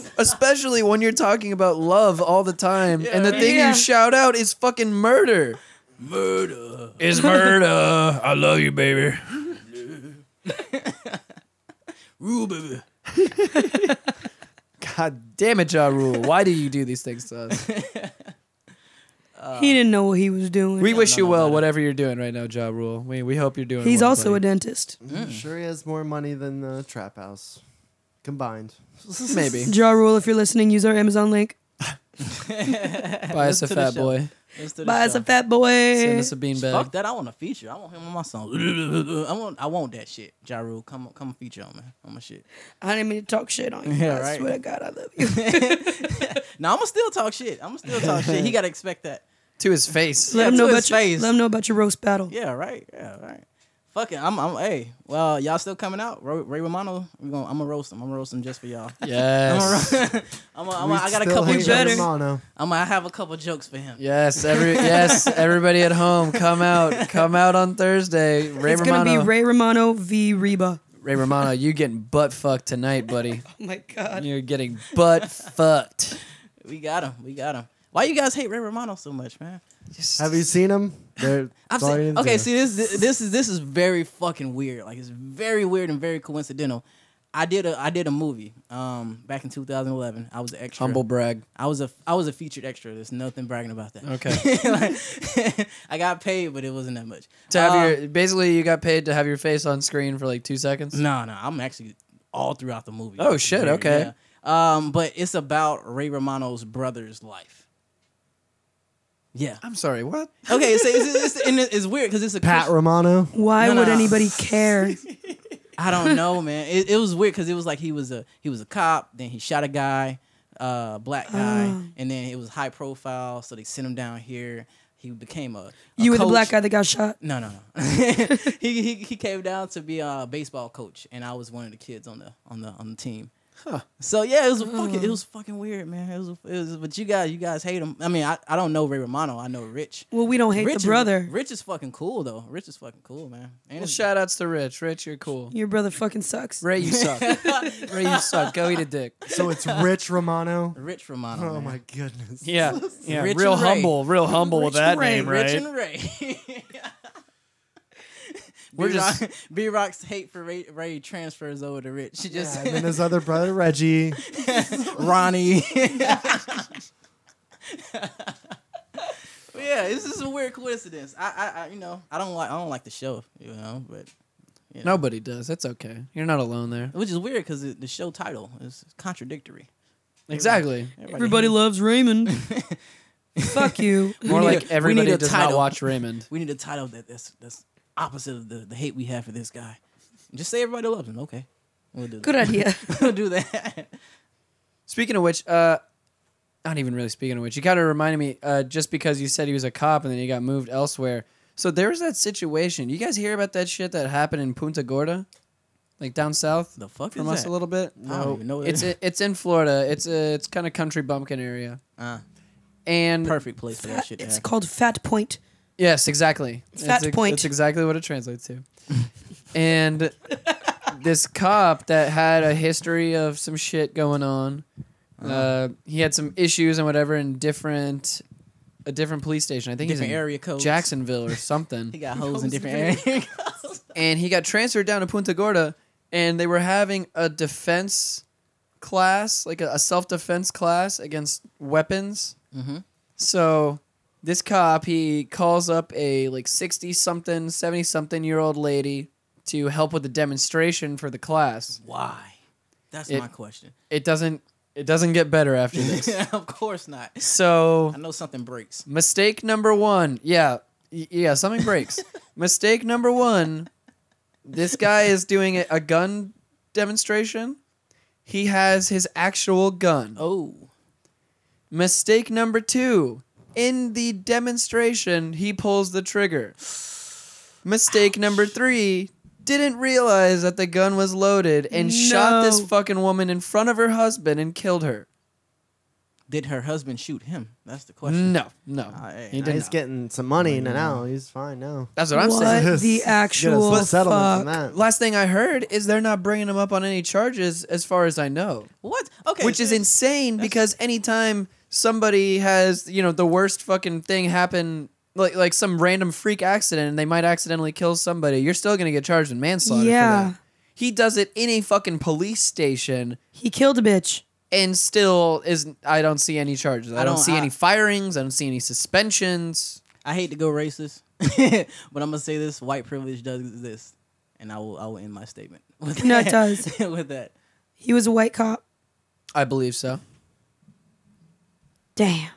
Speaker 1: especially when you're talking about love all the time, and the thing
Speaker 2: Yeah.
Speaker 1: you shout out is fucking murder. Murder is murder. I love you, baby.
Speaker 5: Rule, baby.
Speaker 1: God damn it, Ja Rule. Why do you do these things to us?
Speaker 5: Uh.
Speaker 2: he didn't know what he was doing.
Speaker 1: We wish you well, whatever you're doing right now, Ja Rule. We, we hope you're doing
Speaker 2: He's
Speaker 1: well,
Speaker 2: also a
Speaker 1: buddy.
Speaker 2: dentist.
Speaker 3: Mm. Sure, he has more money than the Trap House combined.
Speaker 1: Maybe.
Speaker 2: Jaw Rule, if you're listening, use our Amazon link.
Speaker 1: Buy us a
Speaker 5: to the
Speaker 1: fat
Speaker 5: show.
Speaker 1: boy.
Speaker 5: Let's do the
Speaker 2: Buy us
Speaker 5: show.
Speaker 2: a fat boy.
Speaker 1: Send us a beanbag.
Speaker 5: Fuck that! I want a feature. I want him on my song. I want, I want that shit. Ja Rule, come, on- come feature on man, on my shit.
Speaker 2: I didn't mean to talk shit on you.
Speaker 5: Yeah,
Speaker 2: I
Speaker 5: right.
Speaker 2: swear to God, I love you.
Speaker 5: Now I'm gonna still talk shit. I'm gonna still talk shit. He gotta expect that.
Speaker 1: To his face.
Speaker 2: Let him
Speaker 5: to
Speaker 2: know
Speaker 5: his
Speaker 2: about your,
Speaker 5: face.
Speaker 2: let him know about your roast battle.
Speaker 5: Yeah, right. Yeah, right. Fuck it. I'm, I'm. Hey, well, y'all still coming out? Ray, Ray Romano. We gonna, I'm gonna roast him. I'm gonna roast him just for y'all.
Speaker 1: Yes.
Speaker 5: I'm. A, I'm
Speaker 3: We
Speaker 5: a, I got a
Speaker 3: still
Speaker 5: couple
Speaker 3: hate
Speaker 5: jokes.
Speaker 3: Ja
Speaker 2: better.
Speaker 3: Romano.
Speaker 5: I'm. gonna have a couple jokes for him.
Speaker 1: Yes, every yes, everybody at home, come out, come out on Thursday. Ray
Speaker 2: it's
Speaker 1: Romano,
Speaker 2: gonna be Ray Romano v Reba.
Speaker 1: Ray Romano, you getting butt fucked tonight, buddy.
Speaker 2: Oh my God.
Speaker 1: You're getting butt fucked.
Speaker 5: We got him. We got him. Why you guys hate Ray Romano so much, man?
Speaker 3: Have you seen him? There,
Speaker 5: I've
Speaker 3: that's all you
Speaker 5: seen,
Speaker 3: need to
Speaker 5: okay,
Speaker 3: do.
Speaker 5: see this this is this is very fucking weird. Like it's very weird and very coincidental. I did a I did a movie um back in 2011. I was an extra.
Speaker 1: Humble brag.
Speaker 5: I was a I was a featured extra. There's nothing bragging about that.
Speaker 1: Okay.
Speaker 5: Like, I got paid, but it wasn't that much.
Speaker 1: To have
Speaker 5: Uh,
Speaker 1: your basically you got paid to have your face on screen for like two seconds.
Speaker 5: No, no, Um, I'm actually all throughout the movie.
Speaker 1: Oh, shit,
Speaker 5: Very-
Speaker 1: okay.
Speaker 5: yeah. Um, but it's about Ray Romano's brother's life. Yeah.
Speaker 1: I'm sorry, what?
Speaker 5: Okay, so it's, it's, it's, and it's weird because it's a
Speaker 3: Pat
Speaker 5: Christian-
Speaker 3: Romano.
Speaker 2: Why
Speaker 5: No,
Speaker 2: would
Speaker 5: no.
Speaker 2: anybody care?
Speaker 5: I don't know, man. It, it was weird because it was like he was a he was a cop, then he shot a guy, uh, black guy,
Speaker 2: Oh.
Speaker 5: and then it was high profile, so they sent him down here. He became a, a
Speaker 2: you were the
Speaker 5: coach.
Speaker 2: black guy that got shot.
Speaker 5: No, no, no. he, he he came down to be a baseball coach, and I was one of the kids on the on the on the team. So yeah, it was a fucking it
Speaker 2: Oh.
Speaker 5: was fucking weird, man. It was, it was but you guys you guys hate him. I mean, I, I don't know Ray Romano. I know Rich.
Speaker 2: Well, we don't hate
Speaker 5: Rich
Speaker 2: the brother.
Speaker 5: Is, Rich is fucking cool though. Rich is fucking cool, man. And
Speaker 1: Well,
Speaker 5: it's-
Speaker 1: shout outs to Rich. Rich, you're cool.
Speaker 2: Your brother fucking sucks.
Speaker 1: Ray, you suck. Ray, you suck. Go eat a dick.
Speaker 3: So it's Rich Romano.
Speaker 5: Rich Romano.
Speaker 3: Oh
Speaker 5: man.
Speaker 3: my goodness.
Speaker 1: Yeah, yeah.
Speaker 5: Rich
Speaker 1: real
Speaker 5: and Ray.
Speaker 1: humble, real humble with that name, right?
Speaker 5: Rich and Ray.
Speaker 1: We're
Speaker 5: B-Rock,
Speaker 1: just
Speaker 5: B-Rock's hate for Ray, Ray transfers over to Rich. She just
Speaker 3: And then his other brother Reggie.
Speaker 5: Ronnie. yeah, this is a weird coincidence. I, I, I, you know, I don't like, I don't like the show, you know, but
Speaker 1: nobody does. That's okay. You're not alone there.
Speaker 5: which is weird because the show title is contradictory.
Speaker 1: Exactly.
Speaker 2: Everybody loves Raymond. Fuck you.
Speaker 1: More
Speaker 5: need a-
Speaker 1: like
Speaker 5: we need
Speaker 1: everybody
Speaker 5: a
Speaker 1: does not
Speaker 5: title.
Speaker 1: watch Raymond.
Speaker 5: we need a title that that's that's opposite of the, the hate we have for this guy. Just say everybody loves him. Okay, we'll do
Speaker 2: Good
Speaker 5: that.
Speaker 2: idea.
Speaker 5: we'll do that.
Speaker 1: Speaking of which, uh, not even really speaking of which, you kind of reminded me uh, just because you said he was a cop and then he got moved elsewhere. So there was that situation. You guys hear about that shit that happened in Punta Gorda, like down south
Speaker 5: The fuck
Speaker 1: from
Speaker 5: is
Speaker 1: us
Speaker 5: that?
Speaker 1: a little bit?
Speaker 5: I don't even know what
Speaker 1: it's
Speaker 5: that is.
Speaker 1: it's in Florida. It's a it's kind of country bumpkin area.
Speaker 5: Uh,
Speaker 1: And
Speaker 5: perfect place for that shit. to
Speaker 2: It's
Speaker 5: happen.
Speaker 2: called Fat Point.
Speaker 1: Yes, exactly.
Speaker 2: Fat
Speaker 1: that's,
Speaker 2: point.
Speaker 1: That's exactly what it translates to. and this cop that had a history of some shit going on,
Speaker 5: Uh-huh.
Speaker 1: uh, he had some issues and whatever in different, a different police station. I think
Speaker 5: Different
Speaker 1: he's in
Speaker 5: area codes.
Speaker 1: Jacksonville or
Speaker 5: He
Speaker 1: something.
Speaker 5: got hoes in different areas.
Speaker 1: and he got transferred down to Punta Gorda, and they were having a defense class, like a, a self defense class against weapons.
Speaker 5: Mm-hmm.
Speaker 1: So this cop he calls up a like 60 something, 70 something year old lady to help with the demonstration for the class.
Speaker 5: Why? That's
Speaker 1: It-
Speaker 5: my question.
Speaker 1: It doesn't it doesn't get better after this.
Speaker 5: of course not.
Speaker 1: so
Speaker 5: I know something breaks.
Speaker 1: mistake number 1. Yeah. y- Yeah, something breaks. mistake number 1. This guy is doing a, a gun demonstration. He has his actual gun.
Speaker 5: Oh,
Speaker 1: Mistake number two. In the demonstration, he pulls the trigger. Mistake number three. didn't realize that the gun was loaded and shot this
Speaker 2: No.
Speaker 1: fucking woman in front of her husband and killed her.
Speaker 5: Did her husband shoot him? That's the question.
Speaker 1: No, no,
Speaker 5: I-
Speaker 1: he
Speaker 3: He's
Speaker 1: didn't.
Speaker 3: getting some money now. now. He's fine now.
Speaker 1: That's what I'm saying.
Speaker 2: What the
Speaker 3: Get a
Speaker 2: actual
Speaker 3: settlement
Speaker 2: fuck?
Speaker 3: from that.
Speaker 1: Last thing I heard is they're not bringing him up on any charges, as far as I know,
Speaker 5: What? Okay.
Speaker 1: which is
Speaker 5: so-
Speaker 1: insane because anytime somebody has you know the worst fucking thing happen. Like, like some random freak accident, and they might accidentally kill somebody. You're still gonna get charged with manslaughter. for
Speaker 2: Yeah.
Speaker 1: that. he does it in a fucking police station,
Speaker 2: He killed a bitch.
Speaker 1: and still is I don't see any charges. I,
Speaker 5: I
Speaker 1: don't,
Speaker 5: don't-
Speaker 1: see
Speaker 5: I-
Speaker 1: any firings. I don't see any suspensions.
Speaker 5: I hate to go racist, but I'm gonna say this: white privilege does exist, and I will. I will end my statement. With
Speaker 2: No, it
Speaker 5: that.
Speaker 2: does.
Speaker 5: with that.
Speaker 2: He was a white cop.
Speaker 1: I believe so.
Speaker 2: Damn.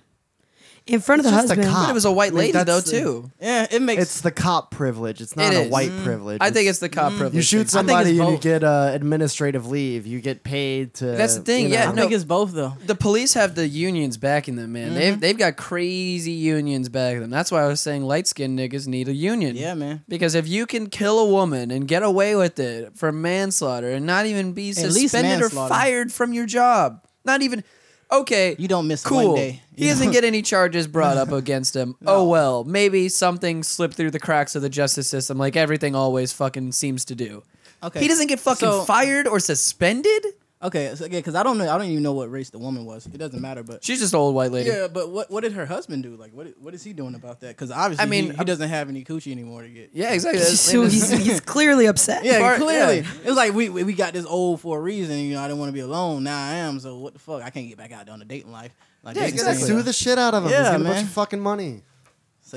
Speaker 2: In front of
Speaker 3: It's
Speaker 2: the
Speaker 3: just a
Speaker 2: husband.
Speaker 3: cop.
Speaker 1: But it was a white
Speaker 3: I mean,
Speaker 1: lady though
Speaker 3: that's the-
Speaker 1: too.
Speaker 5: Yeah, it makes.
Speaker 3: It's the cop privilege. It's not
Speaker 1: It
Speaker 3: a
Speaker 1: is.
Speaker 3: white privilege.
Speaker 1: I think it's the cop privilege.
Speaker 3: you shoot
Speaker 1: thing.
Speaker 5: think it's
Speaker 3: somebody and you
Speaker 5: both.
Speaker 3: get uh, administrative leave. You get paid to.
Speaker 1: That's the thing,
Speaker 3: you know,
Speaker 1: yeah,
Speaker 5: I
Speaker 1: no.
Speaker 5: think it's both though.
Speaker 1: The police have the unions backing them, man.
Speaker 5: Mm-hmm.
Speaker 1: They've they've got crazy unions backing them. That's why I was saying light skinned niggas need a union.
Speaker 5: Yeah, man.
Speaker 1: Because if you can kill a woman and get away with it for manslaughter and not even be
Speaker 5: At least
Speaker 1: suspended or
Speaker 5: manslaughter.
Speaker 1: fired from your job, not even okay,
Speaker 5: You don't miss
Speaker 1: cool.
Speaker 5: one day.
Speaker 1: He doesn't get any charges brought up against him. Oh well, maybe something slipped through the cracks of the justice system, like everything always fucking seems to do.
Speaker 5: Okay.
Speaker 1: He doesn't get fucking
Speaker 5: So-
Speaker 1: fired or suspended.
Speaker 5: Okay, so, because I don't know. I don't even know what race the woman was. It doesn't matter, but.
Speaker 1: She's just an old white lady.
Speaker 5: yeah, but what, what did her husband do? Like, what what is he doing about that? Because obviously,
Speaker 1: I mean,
Speaker 5: he, he doesn't have any coochie anymore to get.
Speaker 1: Yeah, exactly. That's-
Speaker 2: so he's, he's clearly upset.
Speaker 5: Yeah,
Speaker 1: Part-
Speaker 5: clearly.
Speaker 1: yeah.
Speaker 5: It was like we, we we got this old for a reason. You know, I didn't want to be alone. Now I am. So what the fuck? I can't get back out on a dating life. Like,
Speaker 1: Yeah,
Speaker 5: that's
Speaker 3: He's
Speaker 5: the
Speaker 3: gonna
Speaker 5: same.
Speaker 1: exactly.
Speaker 3: sue the shit out of him.
Speaker 5: Yeah,
Speaker 3: He's gonna
Speaker 5: man.
Speaker 3: bunch of fucking money.
Speaker 5: So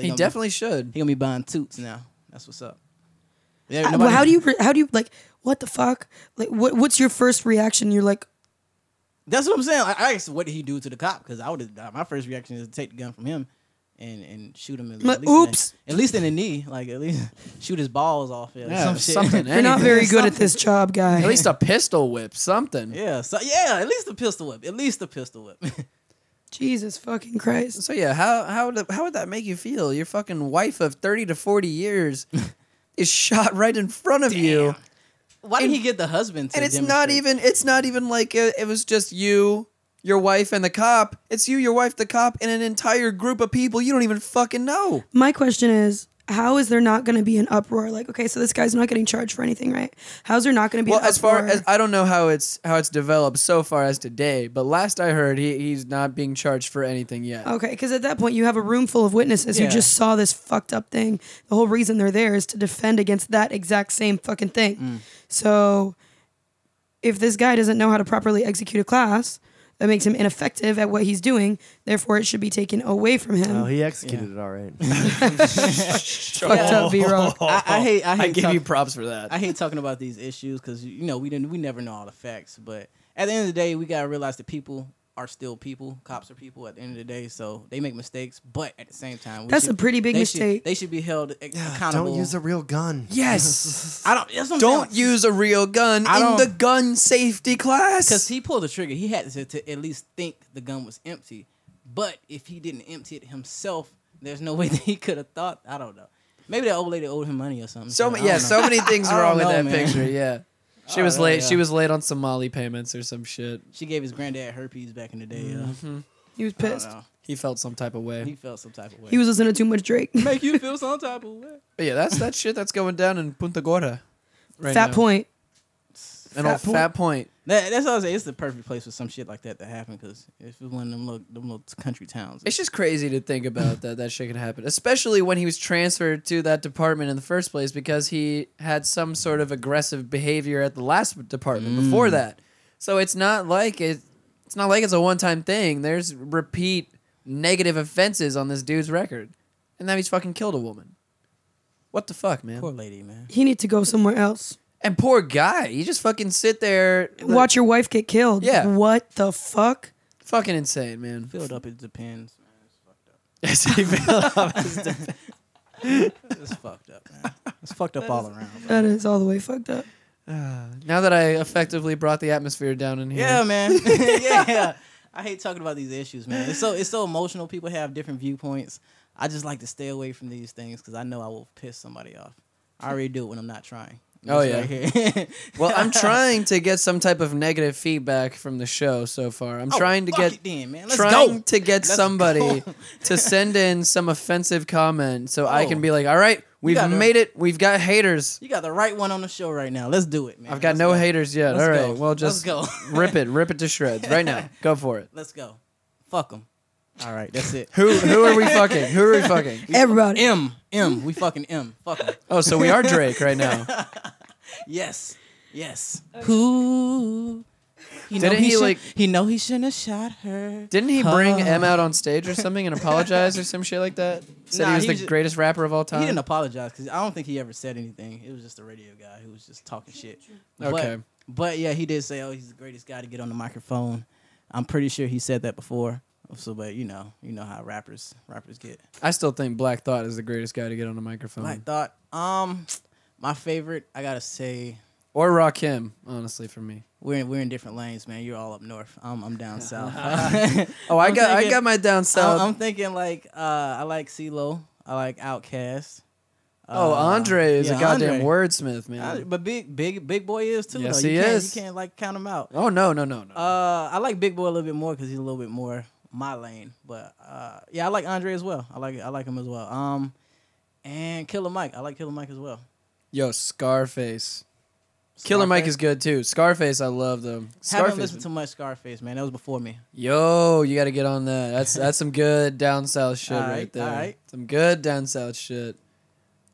Speaker 1: he
Speaker 5: gonna be-
Speaker 1: definitely should.
Speaker 5: he gonna be buying toots now. That's what's up. Yeah,
Speaker 1: Uh,
Speaker 2: I- well,
Speaker 5: nobody-
Speaker 2: how do you re- how do you like what the fuck? Like what what's your first reaction? You're like,
Speaker 5: That's what I'm saying. I, I asked, what did he do to the cop? Because I would have. My first reaction is to take the gun from him, and and shoot him. In,
Speaker 2: My-
Speaker 5: at least in the-
Speaker 2: oops.
Speaker 5: at least in the knee. Like at least shoot his balls off. Yeah,
Speaker 1: Yeah,
Speaker 5: some shit.
Speaker 1: something.
Speaker 2: you're not
Speaker 1: anything.
Speaker 2: very good at this job, guy.
Speaker 1: At least a pistol whip, something.
Speaker 5: yeah. So yeah. At least the pistol whip. At least the pistol whip.
Speaker 2: Jesus fucking Christ.
Speaker 1: So yeah, how how would, how would that make you feel? Your fucking wife of thirty to forty years is shot right in front of you.
Speaker 5: Why didn't he get the husband? To
Speaker 1: and it's not
Speaker 5: demonstrate?
Speaker 1: even it's not even like uh, it, it was just you your wife and the cop it's you your wife the cop and an entire group of people you don't even fucking know
Speaker 2: My question is, how is there not going to be an uproar? Like, okay, so this guy's not getting charged for anything, right? How's there not going to be
Speaker 1: well
Speaker 2: an
Speaker 1: as far
Speaker 2: uproar?
Speaker 1: as i don't know how it's how it's developed so far as today but last i heard he, he's not being charged for anything yet
Speaker 2: Okay, because at that point you have a room full of witnesses
Speaker 5: Yeah.
Speaker 2: who just saw this fucked up thing. The whole reason they're there is to defend against that exact same fucking thing.
Speaker 1: Mm.
Speaker 2: So, if this guy doesn't know how to properly execute a class, that makes him ineffective at what he's doing. Therefore, it should be taken away from him.
Speaker 3: Oh, he executed it all right.
Speaker 2: fucked up, B Rock.
Speaker 5: I, I hate. I hate.
Speaker 1: i give
Speaker 5: talk-
Speaker 1: you props for that
Speaker 5: I hate talking about these issues because you know we didn't we never know all the facts. But at the end of the day, we gotta realize that people are still people. Cops are people. At the end of the day, so they make mistakes. But at the same time, we
Speaker 2: That's
Speaker 5: should-
Speaker 2: a pretty big
Speaker 5: they should-
Speaker 2: mistake.
Speaker 5: they should be held ac- accountable.
Speaker 3: Don't use a real gun.
Speaker 1: yes
Speaker 5: I don't. That's what I'm
Speaker 1: don't
Speaker 5: saying.
Speaker 1: use a real gun
Speaker 5: I
Speaker 1: in
Speaker 5: don't-
Speaker 1: the gun safety
Speaker 5: because
Speaker 1: class
Speaker 5: he pulled the trigger. He had to, to at least think the gun was empty. But if he didn't empty it himself, there's no way that he could have thought. I don't know. Maybe that old lady owed him money or something.
Speaker 1: so
Speaker 5: I
Speaker 1: ma-
Speaker 5: don't
Speaker 1: yeah
Speaker 5: know.
Speaker 1: so many things
Speaker 5: I don't
Speaker 1: wrong with
Speaker 5: know,
Speaker 1: that
Speaker 5: man.
Speaker 1: picture yeah Oh, she
Speaker 5: I
Speaker 1: was
Speaker 5: don't
Speaker 1: late
Speaker 5: know.
Speaker 1: she was late on somali payments or some shit
Speaker 5: She gave his granddad herpes back in the day.
Speaker 2: He
Speaker 5: Yeah.
Speaker 1: Oh,
Speaker 2: was
Speaker 5: I don't
Speaker 2: pissed.
Speaker 5: know.
Speaker 1: he felt some type of way
Speaker 5: He felt some type of way.
Speaker 2: He was listening to too much Drake.
Speaker 5: make you feel some type of way.
Speaker 1: But yeah, that's that shit that's going down in Punta Gorda. Right
Speaker 2: Fat
Speaker 1: now.
Speaker 2: point.
Speaker 1: An old
Speaker 5: Fat point.
Speaker 1: fat point.
Speaker 5: That, that's what I was saying. It's the perfect place for some shit like that to happen because it's one of them little, them little country towns.
Speaker 1: It's just crazy to think about that that shit can happen, especially when he was transferred to that department in the first place because he had some sort of aggressive behavior at the last department
Speaker 5: Mm.
Speaker 1: before that. So it's not like it. It's not like it's a one-time thing. There's repeat negative offenses on this dude's record, and now he's fucking killed a woman. What the fuck, man?
Speaker 5: Poor lady, man.
Speaker 2: He need to go somewhere else.
Speaker 1: And poor guy, you just fucking sit there.
Speaker 2: Watch your wife get killed.
Speaker 1: Yeah.
Speaker 2: What the fuck?
Speaker 1: Fucking insane, man.
Speaker 5: Filled up, it depends.
Speaker 1: Yes, he fell off.
Speaker 5: It's fucked up, man. It's fucked up all around. bro.
Speaker 2: That is all the way fucked up.
Speaker 1: Now that I effectively brought the atmosphere down in here.
Speaker 5: Yeah, man. yeah. I hate talking about these issues, man. It's so it's so emotional. People have different viewpoints. I just like to stay away from these things because I know I will piss somebody off. I already do it when I'm not trying.
Speaker 1: Oh,
Speaker 5: This right here.
Speaker 1: Well, I'm trying to get some type of negative feedback from the show so far. I'm
Speaker 5: Oh,
Speaker 1: trying to
Speaker 5: fuck
Speaker 1: get
Speaker 5: it then, man. Let's
Speaker 1: trying
Speaker 5: go.
Speaker 1: to get
Speaker 5: Let's
Speaker 1: somebody
Speaker 5: go.
Speaker 1: to send in some offensive comment so I
Speaker 5: Oh.
Speaker 1: can be like, "All right, we've
Speaker 5: gotta-
Speaker 1: made it. We've got haters.
Speaker 5: you got the right one on the show right now. Let's do it, man.
Speaker 1: I've got
Speaker 5: Let's
Speaker 1: no
Speaker 5: go.
Speaker 1: haters yet.
Speaker 5: Let's
Speaker 1: All right,
Speaker 5: go.
Speaker 1: well
Speaker 5: Let's
Speaker 1: just
Speaker 5: go.
Speaker 1: rip it, rip it to shreds right now. Go for it.
Speaker 5: Let's go. Fuck them. All right, that's it.
Speaker 1: Who who are we fucking? Who are we fucking?
Speaker 2: Everybody.
Speaker 5: M M. We fucking M. Fuck 'em.
Speaker 1: Oh, so we are Drake right now.
Speaker 5: Yes. Yes. Who? He know
Speaker 1: Didn't
Speaker 5: he,
Speaker 1: he,
Speaker 5: should,
Speaker 1: like-
Speaker 5: he know he shouldn't have shot her.
Speaker 1: Didn't he bring
Speaker 5: Huh.
Speaker 1: M out on stage or something and apologize or some shit like that? Said
Speaker 5: Nah,
Speaker 1: he was
Speaker 5: he
Speaker 1: the
Speaker 5: was ju-
Speaker 1: greatest rapper of all time.
Speaker 5: He didn't apologize because I don't think he ever said anything. It was just a radio guy who was just talking shit. But-
Speaker 1: Okay.
Speaker 5: But, yeah, he did say, "Oh, he's the greatest guy to get on the microphone." I'm pretty sure he said that before. So, but you know, you know how rappers rappers get.
Speaker 1: I still think Black Thought is the greatest guy to get on the microphone.
Speaker 5: Black Thought. Um, my favorite. I gotta say,
Speaker 1: Or Rakim, honestly, for me.
Speaker 5: we're in, we're in different lanes, man. You're all up north. I'm I'm down south.
Speaker 1: Oh, I
Speaker 5: I'm
Speaker 1: got I
Speaker 5: thinking-
Speaker 1: got my down south.
Speaker 5: I'm, I'm thinking like uh, I like CeeLo. I like Outkast. Uh,
Speaker 1: oh, Andre is a
Speaker 5: yeah,
Speaker 1: goddamn
Speaker 5: Andre.
Speaker 1: wordsmith, man.
Speaker 5: I- but big, big, big boy is too.
Speaker 1: Yes,
Speaker 5: though. You
Speaker 1: he
Speaker 5: can't,
Speaker 1: is.
Speaker 5: You can't like count him out.
Speaker 1: oh no, no, no, no.
Speaker 5: Uh, I like Big Boy a little bit more because he's a little bit more my lane. But uh, yeah, I like Andre as well. I like I like him as well. Um, and Killer Mike. I like Killer Mike as well.
Speaker 1: Yo, Scarface. Killer Mike is good too. Scarface, I love them.
Speaker 5: Haven't
Speaker 1: Scarface.
Speaker 5: listened to much Scarface, man. That was before me.
Speaker 1: Yo, you got to get on that. That's that's some good down south shit
Speaker 5: All
Speaker 1: right,
Speaker 5: right,
Speaker 1: there.
Speaker 5: all right.
Speaker 1: Some good down south shit.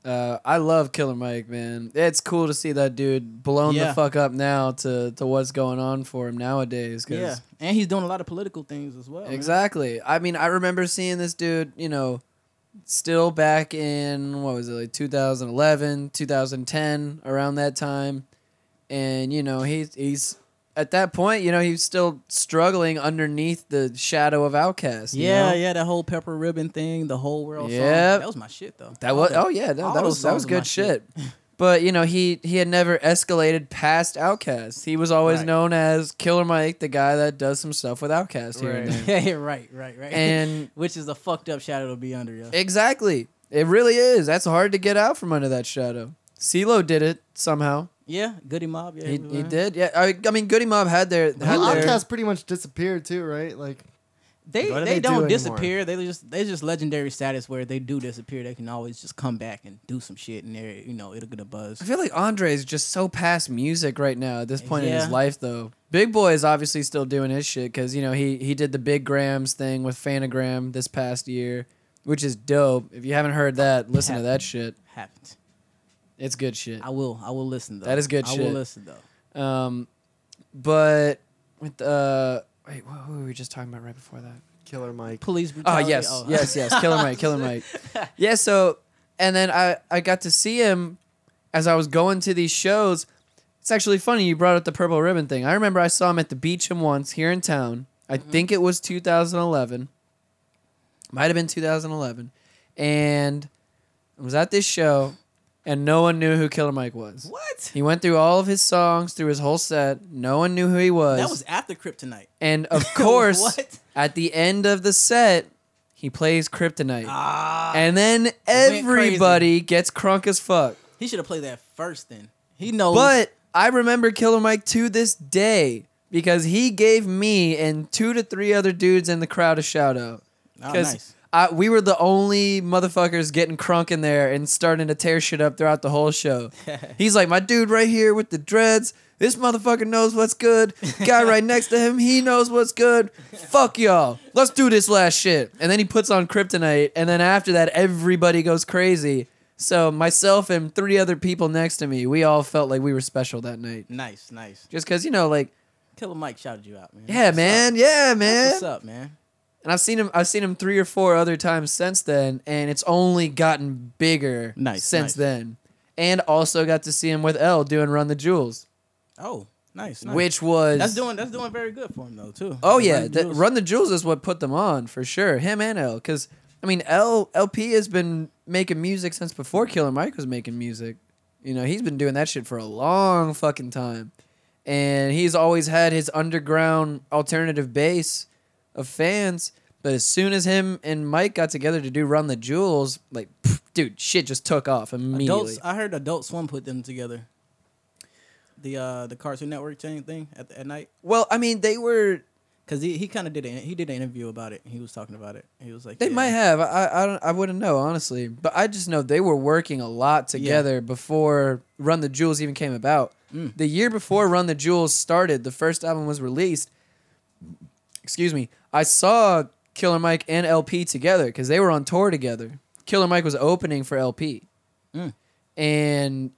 Speaker 1: Uh, I love Killer Mike, man. It's cool to see that dude blown the
Speaker 5: Yeah.
Speaker 1: fuck up now to to what's going on for him nowadays. 'cause
Speaker 5: Yeah, and he's doing a lot of political things as well. Oh, man.
Speaker 1: Exactly. I mean, I remember seeing this dude, you know, still back in, what was it, like 2011, 2010, around that time. And, you know, he, he's, at that point, you know, he's still struggling underneath the shadow of Outkast. you
Speaker 5: Yeah,
Speaker 1: know?
Speaker 5: yeah, that whole pepper ribbon thing, the whole world
Speaker 1: Yep.
Speaker 5: song. That was my shit though.
Speaker 1: That was,
Speaker 5: All
Speaker 1: oh, yeah, no,
Speaker 5: all
Speaker 1: that
Speaker 5: those
Speaker 1: was, that
Speaker 5: songs
Speaker 1: was
Speaker 5: are my
Speaker 1: good shit. But, you know, he, he had never escalated past Outkast. He was always
Speaker 5: Right.
Speaker 1: known as Killer Mike, the guy that does some stuff with Outkast here and there.
Speaker 5: the- Yeah, right, right, right.
Speaker 1: And-
Speaker 5: which is a fucked up shadow to be under, yo.
Speaker 1: Exactly. It really is. That's hard to get out from under that shadow. CeeLo did it somehow.
Speaker 5: yeah, Goody Mob. Yeah,
Speaker 1: He, he
Speaker 5: everywhere.
Speaker 1: did. Yeah. I, I mean, Goody Mob had their. Had
Speaker 3: Well,
Speaker 1: their
Speaker 3: Outkast pretty much disappeared too, right? Like
Speaker 5: They
Speaker 3: What do
Speaker 5: they,
Speaker 3: they do
Speaker 5: don't
Speaker 3: anymore?
Speaker 5: disappear. They just they just legendary status where they do disappear. They can always just come back and do some shit, and they you know it'll get a buzz.
Speaker 1: I feel like Andre's just so past music right now at this point in his
Speaker 5: Yeah.
Speaker 1: life, though. Big Boy is obviously still doing his shit because, you know, he, he did the Big Grams thing with Fanagram this past year, which is dope. If you haven't heard that, listen to that shit.
Speaker 5: Happened.
Speaker 1: It's good shit.
Speaker 5: I will I will listen though.
Speaker 1: That is good
Speaker 5: I will
Speaker 1: shit.
Speaker 5: listen though.
Speaker 1: Um, but with uh, wait, what, who were we just talking about right before that?
Speaker 3: Killer Mike.
Speaker 5: Police
Speaker 1: Oh
Speaker 5: brutality.
Speaker 1: yes, yes, yes. Killer Mike, Killer Mike. Yeah. So, and then I I got to see him as I was going to these shows. It's actually funny you brought up the purple ribbon thing. I remember I saw him at the Beecham once here in town. I
Speaker 5: Mm-hmm.
Speaker 1: think it was 2011. Might have been 2011, and I was at this show, and no one knew who Killer Mike was.
Speaker 5: What?
Speaker 1: He went through all of his songs, through his whole set. No one knew who he was.
Speaker 5: That was after Kryptonite.
Speaker 1: And of course,
Speaker 5: What?
Speaker 1: at the end of the set, he plays Kryptonite. and then
Speaker 5: Ah, crazy.
Speaker 1: everybody gets crunk as fuck.
Speaker 5: He should have played that first. Then he knows.
Speaker 1: But I remember Killer Mike to this day because he gave me and two to three other dudes in the crowd a shout out.
Speaker 5: Oh, nice.
Speaker 1: I, we were the only motherfuckers getting crunk in there and starting to tear shit up throughout the whole show. He's like, my dude right here with the dreads. This motherfucker knows what's good. Guy right next to him, he knows what's good. Fuck y'all. Let's do this last shit. And then he puts on kryptonite. And then after that, everybody goes crazy. So myself and three other people next to me, we all felt like we were special that night.
Speaker 5: nice, nice.
Speaker 1: Just because, you know, like,
Speaker 5: Killer Mike shouted you out, man.
Speaker 1: yeah,
Speaker 5: What's
Speaker 1: man.
Speaker 5: up?
Speaker 1: Yeah, man.
Speaker 5: What's up, man?
Speaker 1: and I've seen him. I've seen him three or four other times since then, and it's only gotten bigger
Speaker 5: Nice,
Speaker 1: since
Speaker 5: nice.
Speaker 1: then. And also got to see him with L doing Run the Jewels,
Speaker 5: Oh, nice. nice.
Speaker 1: which was
Speaker 5: that's doing that's doing very good for him though too.
Speaker 1: Oh
Speaker 5: Like,
Speaker 1: yeah,
Speaker 5: Run
Speaker 1: that-
Speaker 5: Jewels-
Speaker 1: Run the Jewels is what put them on for sure. Him and L, because I mean L LP has been making music since before Killer Mike was making music. You know he's been doing that shit for a long fucking time, and he's always had his underground alternative base of fans. But as soon as him and Mike got together to do Run the Jewels, like, pff, dude, shit just took off immediately.
Speaker 5: Adults, I heard Adult Swim put them together. the uh, the Cartoon Network thing thing at, at night?
Speaker 1: Well, I mean, they were.
Speaker 5: Because he, he kind of did an, he did an interview about it. He was talking about it. He was like
Speaker 1: They
Speaker 5: yeah.
Speaker 1: might have. I, I don't. I wouldn't know honestly, but I just know they were working a lot together before Run the Jewels even came about.
Speaker 5: Mm.
Speaker 1: The year before Run the Jewels started, the first album was released. Excuse me. I saw Killer Mike and LP together because they were on tour together. Killer Mike was opening for LP,
Speaker 5: Mm.
Speaker 1: and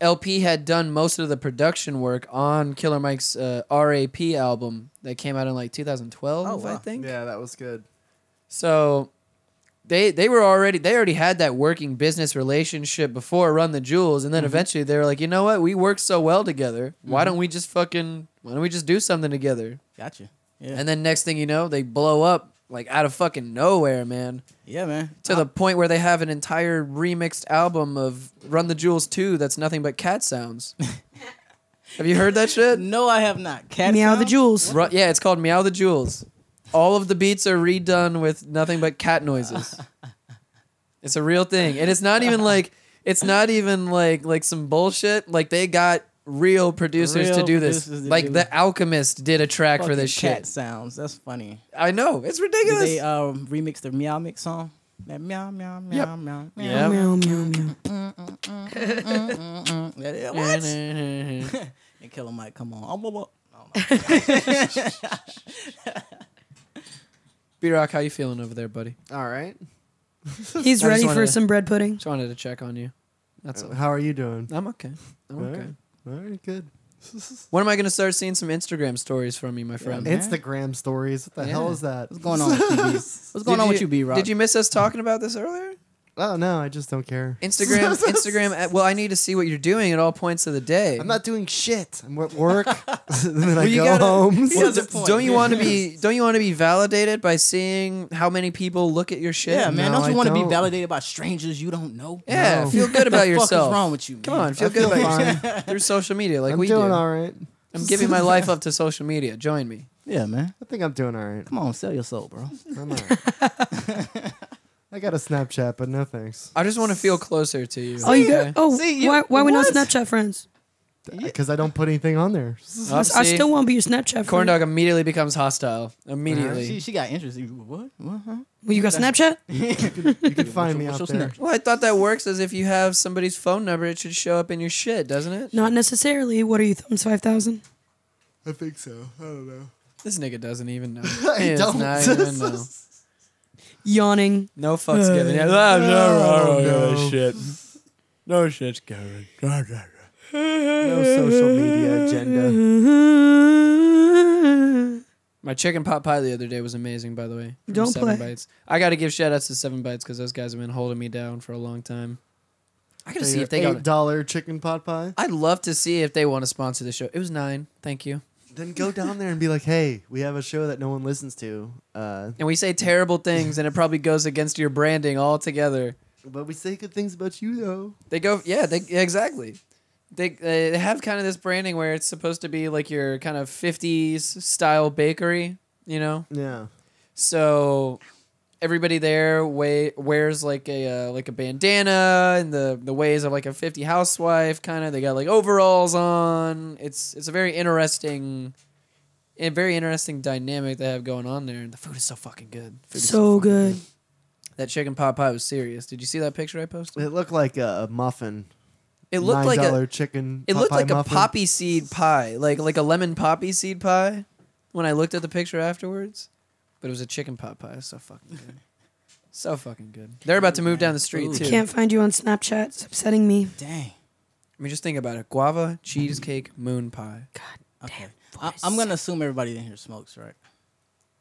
Speaker 1: LP had done most of the production work on Killer Mike's uh, RAP album that came out in like 2012,
Speaker 5: Oh,
Speaker 1: I
Speaker 5: wow.
Speaker 1: think.
Speaker 3: Yeah, that was good.
Speaker 1: So they they were already they already had that working business relationship before Run the Jewels, and then eventually they were like, you know what, we work so well together. Why don't we just fucking why don't we just do something together?
Speaker 5: Gotcha. Yeah.
Speaker 1: And then next thing you know, they blow up like out of fucking nowhere, man.
Speaker 5: yeah, man.
Speaker 1: To the point where they have an entire remixed album of Run the Jewels 2 that's nothing but cat sounds. have you heard that shit?
Speaker 5: No, I have not. Cat
Speaker 2: Meow the
Speaker 5: sound?
Speaker 2: jewels.
Speaker 1: Ru- yeah, it's called Meow the Jewels. All of the beats are redone with nothing but cat noises. It's a real thing, and it's not even like it's not even like like some bullshit. Like they got real producers to
Speaker 5: Real
Speaker 1: do this.
Speaker 5: producers to
Speaker 1: Like
Speaker 5: do
Speaker 1: the
Speaker 5: this.
Speaker 1: Alchemist did a track for
Speaker 5: Fucking
Speaker 1: this
Speaker 5: cat
Speaker 1: shit.
Speaker 5: sounds. That's funny.
Speaker 1: I know it's
Speaker 5: Did
Speaker 1: ridiculous.
Speaker 5: they um, remix the Meow Mix song? That meow meow meow
Speaker 1: Yep.
Speaker 5: meow. meow. Mm,
Speaker 1: Yeah.
Speaker 2: Meow, meow, meow.
Speaker 5: Yeah, yeah, What? and Killer Mike, come on. Um, um, um. I don't know.
Speaker 1: B Rock, how you feeling over there, buddy?
Speaker 3: All right.
Speaker 2: He's
Speaker 1: I just
Speaker 2: ready
Speaker 1: wanted
Speaker 2: for
Speaker 1: to-
Speaker 2: some bread pudding.
Speaker 1: Just wanted to check on you. That's all.
Speaker 3: How are you doing?
Speaker 1: I'm okay. I'm
Speaker 3: All
Speaker 1: okay.
Speaker 3: right. All right, good.
Speaker 1: When am I gonna start seeing some Instagram stories from you, my friend?
Speaker 3: Instagram stories. What the hell
Speaker 1: Yeah.
Speaker 3: is that?
Speaker 5: What's going on with you, B? What's going
Speaker 1: Did
Speaker 5: on with you, B Rock?
Speaker 1: Did you miss us talking about this earlier?
Speaker 3: Oh no, I just don't care.
Speaker 1: Instagram, Instagram. at- Well, I need to see what you're doing at all points of the day.
Speaker 3: I'm not doing shit. I'm at work. and then I
Speaker 1: you
Speaker 3: go
Speaker 1: gotta-
Speaker 3: home.
Speaker 1: Well,
Speaker 5: has a point.
Speaker 1: don't you want to be? Don't you want to be validated by seeing how many people look at your shit?
Speaker 5: Yeah, man.
Speaker 3: No,
Speaker 5: don't you
Speaker 3: I
Speaker 5: want to be
Speaker 3: don't.
Speaker 5: validated by strangers you don't know?
Speaker 1: Yeah,
Speaker 3: No.
Speaker 1: feel good
Speaker 5: What
Speaker 1: about
Speaker 5: the fuck is
Speaker 1: yourself.
Speaker 5: wrong with you,
Speaker 1: Come
Speaker 5: man?
Speaker 1: on, feel
Speaker 3: I
Speaker 1: good
Speaker 3: feel
Speaker 1: about
Speaker 3: fine.
Speaker 1: yourself through social media, like
Speaker 3: I'm
Speaker 1: we do.
Speaker 3: doing all right.
Speaker 1: I'm giving my life up to social media. Join me.
Speaker 5: Yeah, man.
Speaker 3: I think I'm doing all right.
Speaker 5: Come on, sell your soul, bro.
Speaker 3: I'm all right. I got a Snapchat, but no thanks.
Speaker 1: I just want to feel closer to you.
Speaker 2: Oh, you got.
Speaker 1: okay?
Speaker 2: Oh,
Speaker 5: See, you-
Speaker 2: why, why we not
Speaker 5: what?
Speaker 2: Snapchat friends?
Speaker 3: Because I don't put anything on there.
Speaker 1: Oh,
Speaker 2: I
Speaker 1: see?
Speaker 2: still won't be your Snapchat
Speaker 1: Corn
Speaker 2: friend.
Speaker 1: dog immediately becomes hostile.
Speaker 5: She,
Speaker 1: Immediately.
Speaker 5: she got interested. What? What?
Speaker 1: Mm-hmm.
Speaker 5: Huh?
Speaker 2: Well, you got Snapchat?
Speaker 3: You can find me
Speaker 5: what's
Speaker 3: out
Speaker 5: your
Speaker 3: there.
Speaker 5: Snapchat?
Speaker 1: Well, I thought that works as if you have somebody's phone number, it should show up in your shit, doesn't it?
Speaker 2: Not necessarily. What are you, Thumbs 5000?
Speaker 3: I think so. I don't know.
Speaker 1: This nigga doesn't even know.
Speaker 3: I
Speaker 1: He does
Speaker 3: don't.
Speaker 1: not even know.
Speaker 2: Yawning.
Speaker 1: No fucks given. Yeah,
Speaker 2: Oh,
Speaker 3: no.
Speaker 1: shit. No shit's given.
Speaker 3: No social media agenda.
Speaker 1: My chicken pot pie the other day was amazing, by the way. from
Speaker 2: Don't
Speaker 1: Seven
Speaker 2: play.
Speaker 1: Bites. I got to give shout outs to Seven Bites because those guys have been holding me down for a long time. I got to see if they
Speaker 3: eight
Speaker 1: got.
Speaker 3: dollar chicken pot pie.
Speaker 1: I'd love to see if they want to sponsor the show. It was nine. Thank you.
Speaker 3: Then go down there and be like, "Hey, we have a show that no one listens to, uh,
Speaker 1: And we say terrible things, and it probably goes against your branding altogether.
Speaker 3: but we say good things about you, though."
Speaker 1: They go, yeah, they yeah, exactly. They they have kind of this branding where it's supposed to be like your kind of '50s style bakery, you know.
Speaker 3: Yeah.
Speaker 1: So everybody there wa- wears like a uh, like a bandana and the the ways of like a 50 housewife kind of. They got like overalls on. It's it's a very interesting. A very interesting dynamic they have going on there, and the food is so fucking good. Food is
Speaker 2: So
Speaker 1: fucking
Speaker 2: good.
Speaker 1: That chicken pot pie was serious. Did you see that picture I posted?
Speaker 3: It looked like a a muffin.
Speaker 1: It looked like a
Speaker 3: $9 chicken.
Speaker 1: It looked
Speaker 3: Popeye
Speaker 1: like
Speaker 3: muffin.
Speaker 1: a poppy seed pie, like like a lemon poppy seed pie. When I looked at the picture afterwards, but it was a chicken pot pie. It was so fucking good, so fucking good. They're about to move down the street
Speaker 5: Ooh.
Speaker 1: too.
Speaker 2: Can't find you on Snapchat. It's upsetting me.
Speaker 5: Dang.
Speaker 1: I mean, just think about it: guava cheesecake moon pie.
Speaker 5: Okay. I, I'm gonna assume everybody in here smokes, right?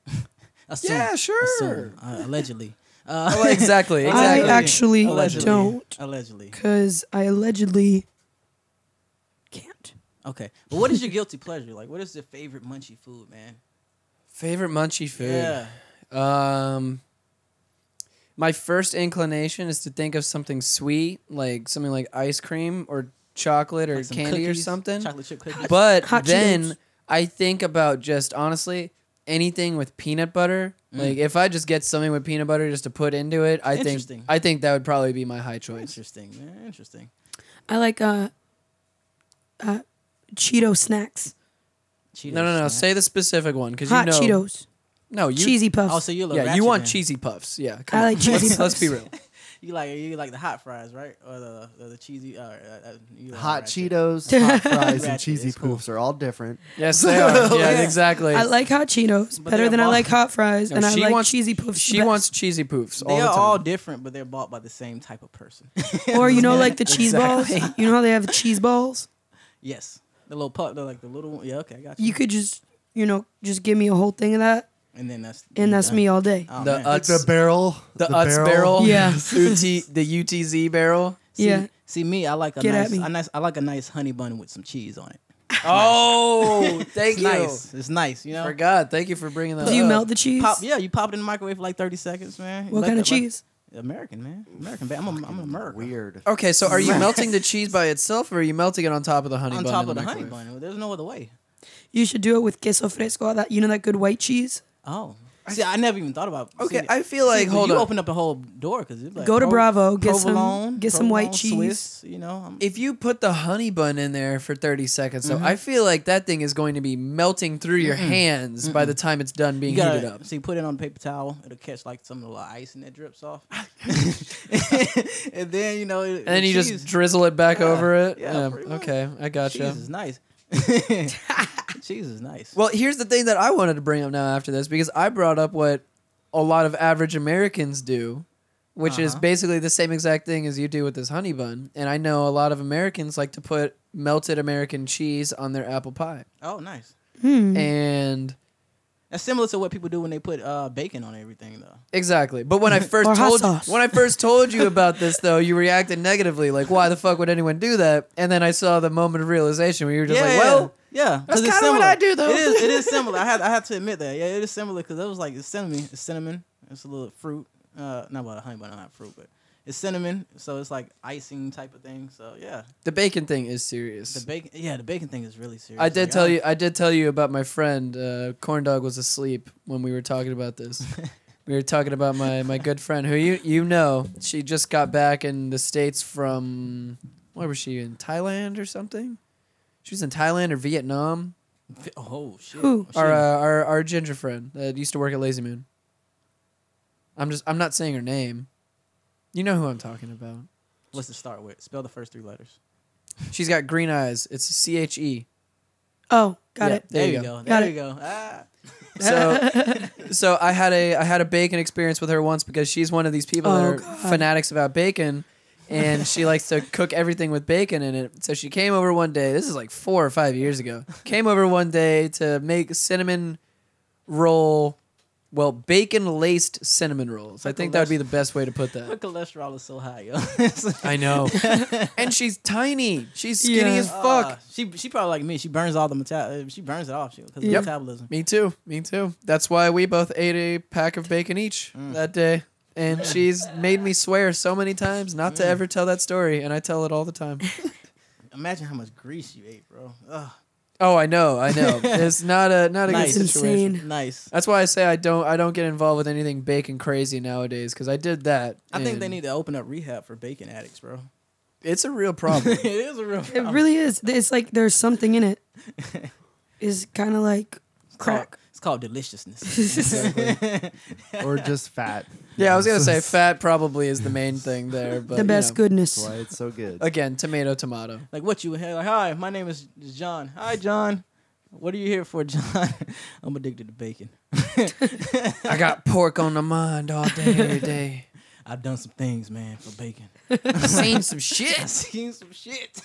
Speaker 5: assume,
Speaker 1: Yeah, sure.
Speaker 5: Assume, uh, allegedly. Uh,
Speaker 1: Oh, exactly,
Speaker 2: I
Speaker 1: exactly.
Speaker 2: actually
Speaker 5: Allegedly.
Speaker 2: don't
Speaker 5: Allegedly.
Speaker 2: because I allegedly can't.
Speaker 5: Okay. But what is your guilty pleasure? Like, what is your favorite munchy food, man?
Speaker 1: Favorite munchy food.
Speaker 5: Yeah.
Speaker 1: Um, my first inclination is to think of something sweet, like something like ice cream or chocolate or
Speaker 5: Like some
Speaker 1: candy or
Speaker 5: cookies,
Speaker 1: something.
Speaker 5: Chocolate chip cookies.
Speaker 1: But
Speaker 2: Hot
Speaker 1: then
Speaker 2: Cheetos.
Speaker 1: I think about just honestly anything with peanut butter.
Speaker 5: Mm.
Speaker 1: Like if I just get something with peanut butter just to put into it, I think
Speaker 5: Interesting.
Speaker 1: I think that would probably be my high choice.
Speaker 5: Interesting, man. Interesting.
Speaker 2: I like uh, uh, Cheeto snacks.
Speaker 5: Cheetos.
Speaker 1: No, no, no. Say the specific one because you
Speaker 2: Hot
Speaker 1: know.
Speaker 2: Cheetos.
Speaker 1: No, you.
Speaker 2: cheesy puffs.
Speaker 5: Oh, so you look
Speaker 1: Yeah,
Speaker 5: ratchet
Speaker 1: you want
Speaker 5: then.
Speaker 1: cheesy puffs. Yeah,
Speaker 2: I
Speaker 1: come on.
Speaker 2: like cheesy
Speaker 1: Let's- Let's
Speaker 2: puffs.
Speaker 1: be real.
Speaker 5: You like you like the hot fries, right? Or the the, the cheesy. Uh, uh, uh, you are
Speaker 3: Hot
Speaker 5: ratchet.
Speaker 3: Cheetos, hot fries, and
Speaker 5: Ratchet
Speaker 3: cheesy
Speaker 5: is cool.
Speaker 3: poofs are all different.
Speaker 1: Yes, they are. Yeah, exactly.
Speaker 2: Oh, I like hot Cheetos
Speaker 5: But
Speaker 2: better
Speaker 5: they're
Speaker 2: than I
Speaker 5: bomb.
Speaker 2: like hot fries,
Speaker 1: No,
Speaker 2: and I
Speaker 1: she
Speaker 2: like
Speaker 1: wants-
Speaker 2: cheesy puffs.
Speaker 1: She
Speaker 2: the best.
Speaker 1: wants cheesy poofs all
Speaker 5: They
Speaker 1: the
Speaker 5: are
Speaker 1: time.
Speaker 5: all different, but they're bought by the same type of person.
Speaker 2: or you know, like the cheese balls. You know how they have the cheese balls.
Speaker 5: yes, the little pup. They're like the little one. Yeah, okay, I got you.
Speaker 2: You could just, you know, just give me a whole thing of that,
Speaker 5: and then that's
Speaker 2: and that's me all day.
Speaker 5: Oh,
Speaker 1: the uh,
Speaker 5: man.
Speaker 1: Utz,
Speaker 3: The barrel.
Speaker 1: the Utz barrel.
Speaker 2: Yeah.
Speaker 1: UT, the UTZ barrel.
Speaker 5: See-
Speaker 2: yeah.
Speaker 5: See me, I like a
Speaker 2: Get at
Speaker 5: nice,
Speaker 2: me.
Speaker 5: a nice, I like a nice honey bun with some cheese on it.
Speaker 1: Oh, thank
Speaker 5: It's
Speaker 1: you.
Speaker 5: nice. It's nice. You know.
Speaker 1: Forgot. Thank you for bringing that.
Speaker 2: Do you
Speaker 1: up.
Speaker 2: melt the cheese?
Speaker 5: Pop, yeah, you pop it in the microwave for like thirty seconds, man.
Speaker 2: What
Speaker 5: Let
Speaker 2: kind of
Speaker 5: that- let-
Speaker 2: cheese?
Speaker 5: American, man. American. ba- I'm a, I'm an American.
Speaker 3: Weird.
Speaker 1: Okay, so are you melting the cheese by itself, or are you melting it on top of the honey
Speaker 5: On
Speaker 1: bun?
Speaker 5: top
Speaker 1: in
Speaker 5: of the honey
Speaker 1: microwave?
Speaker 5: bun. There's no other way.
Speaker 2: You should do it with queso fresco. That you know that good white cheese.
Speaker 5: Oh. See, I never even thought about.
Speaker 1: Okay,
Speaker 5: see,
Speaker 1: I feel like-
Speaker 5: but
Speaker 1: hold
Speaker 5: you
Speaker 1: on.
Speaker 5: open up a whole door because like "Oh,
Speaker 2: Go to Bravo, get some-
Speaker 5: provolone,
Speaker 2: get some white
Speaker 5: provolone,
Speaker 2: cheese.
Speaker 5: Swiss, you know, I'm-
Speaker 1: If you put the honey bun in there for 30 seconds, though, I feel like that thing is going to be melting through your hands by the time it's done being
Speaker 5: you gotta,
Speaker 1: heated up.
Speaker 5: So you put it on a paper towel. It'll catch like some of the little ice and it drips off. and then you know, it,
Speaker 1: And then you just drizzle it back over it.
Speaker 5: yeah,
Speaker 1: Yeah,
Speaker 5: pretty much.
Speaker 1: okay, I
Speaker 5: cheese
Speaker 1: gotcha.
Speaker 5: is nice. cheese is nice.
Speaker 1: Well, here's the thing that I wanted to bring up now after this because I brought up what a lot of average Americans do, which is basically the same exact thing as you do with this honey bun. And I know a lot of Americans like to put melted American cheese on their apple pie.
Speaker 5: oh, nice.
Speaker 1: And
Speaker 5: That's similar to what people do when they put uh, bacon on everything, though.
Speaker 1: exactly. But when I first
Speaker 2: Or hot
Speaker 1: told
Speaker 2: sauce.
Speaker 1: when I first told you about this though, you reacted negatively like why the fuck would anyone do that? And then I saw the moment of realization where you were just like, well,
Speaker 5: yeah, 'cause it's
Speaker 1: kinda what
Speaker 5: similar.
Speaker 1: I do, though.
Speaker 5: It is, it is similar. I had, I had to admit that. Yeah, it is similar because it was like it's cinnamon, it's cinnamon, it's a little fruit. Uh, not about a honey bun, not fruit, but it's cinnamon, so it's like icing type of thing. So yeah,
Speaker 1: the bacon thing is serious.
Speaker 5: the bacon, yeah, the bacon thing is really serious.
Speaker 1: I did
Speaker 5: Like, "Oh."
Speaker 1: tell
Speaker 5: don't-
Speaker 1: you. I did tell you about my friend. Uh, Corn Dog was asleep when we were talking about this. we were talking about my my good friend who you you know. She just got back in the states from where was she in Thailand or something? She was in Thailand or Vietnam.
Speaker 5: Oh shit!
Speaker 2: Who?
Speaker 5: Shit.
Speaker 1: Our uh, our our ginger friend that used to work at Lazy Moon. I'm just I'm not saying her name. You know who I'm talking about.
Speaker 5: What's to start with? Spell the first three letters.
Speaker 1: She's got green eyes. It's C H E.
Speaker 2: Oh, got
Speaker 1: Yeah.
Speaker 2: it.
Speaker 1: There you go.
Speaker 5: There
Speaker 2: Got
Speaker 5: you
Speaker 2: it.
Speaker 5: go. Ah.
Speaker 1: So, so I had a I had a bacon experience with her once because she's one of these people that
Speaker 2: Oh,
Speaker 1: are
Speaker 2: God.
Speaker 1: fanatics about bacon, and she likes to cook everything with bacon in it. So she came over one day. This is like four or five years ago. Came over one day to make cinnamon roll, well, bacon laced cinnamon rolls. I think that would be the best way to put
Speaker 5: My
Speaker 1: that.
Speaker 5: cholesterol is so high, yo. It's like-
Speaker 1: I know, and she's tiny. She's skinny
Speaker 2: Yeah.
Speaker 1: as fuck.
Speaker 5: Ah, she she probably like me. She burns all the metal. She burns it off. She because
Speaker 1: Yep.
Speaker 5: of metabolism.
Speaker 1: Me too. Me too. That's why we both ate a pack of bacon each
Speaker 5: Mm.
Speaker 1: that day. And she's made me swear so many times not
Speaker 5: Mm.
Speaker 1: to ever tell that story, and I tell it all the time.
Speaker 5: Imagine how much grease you ate, bro. Ugh.
Speaker 1: Oh, I know, I know. It's not a not a
Speaker 5: Nice.
Speaker 1: good
Speaker 2: It's
Speaker 1: situation.
Speaker 2: insane.
Speaker 5: Nice.
Speaker 1: That's why I say I don't I don't get involved with anything bacon crazy nowadays because I did that.
Speaker 5: I think they
Speaker 1: and
Speaker 5: need to open up rehab for bacon addicts, bro.
Speaker 1: It's a real problem.
Speaker 5: it is a real.
Speaker 2: It
Speaker 5: problem.
Speaker 2: really is. It's like there's something in it. Is kind of like crack.
Speaker 5: It's called deliciousness.
Speaker 3: or just fat.
Speaker 1: yeah, I was gonna say fat probably is the main thing there, but
Speaker 2: the best
Speaker 1: you know.
Speaker 2: goodness.
Speaker 3: That's why it's so good.
Speaker 1: Again, tomato, tomato.
Speaker 5: like what you here? Like hi, my name is is John. Hi, John. What are you here for, John? I'm addicted to bacon.
Speaker 1: I got pork on the mind all day, every day.
Speaker 5: I've done some things, man, for bacon.
Speaker 1: Seen some shit.
Speaker 5: Seen some shit.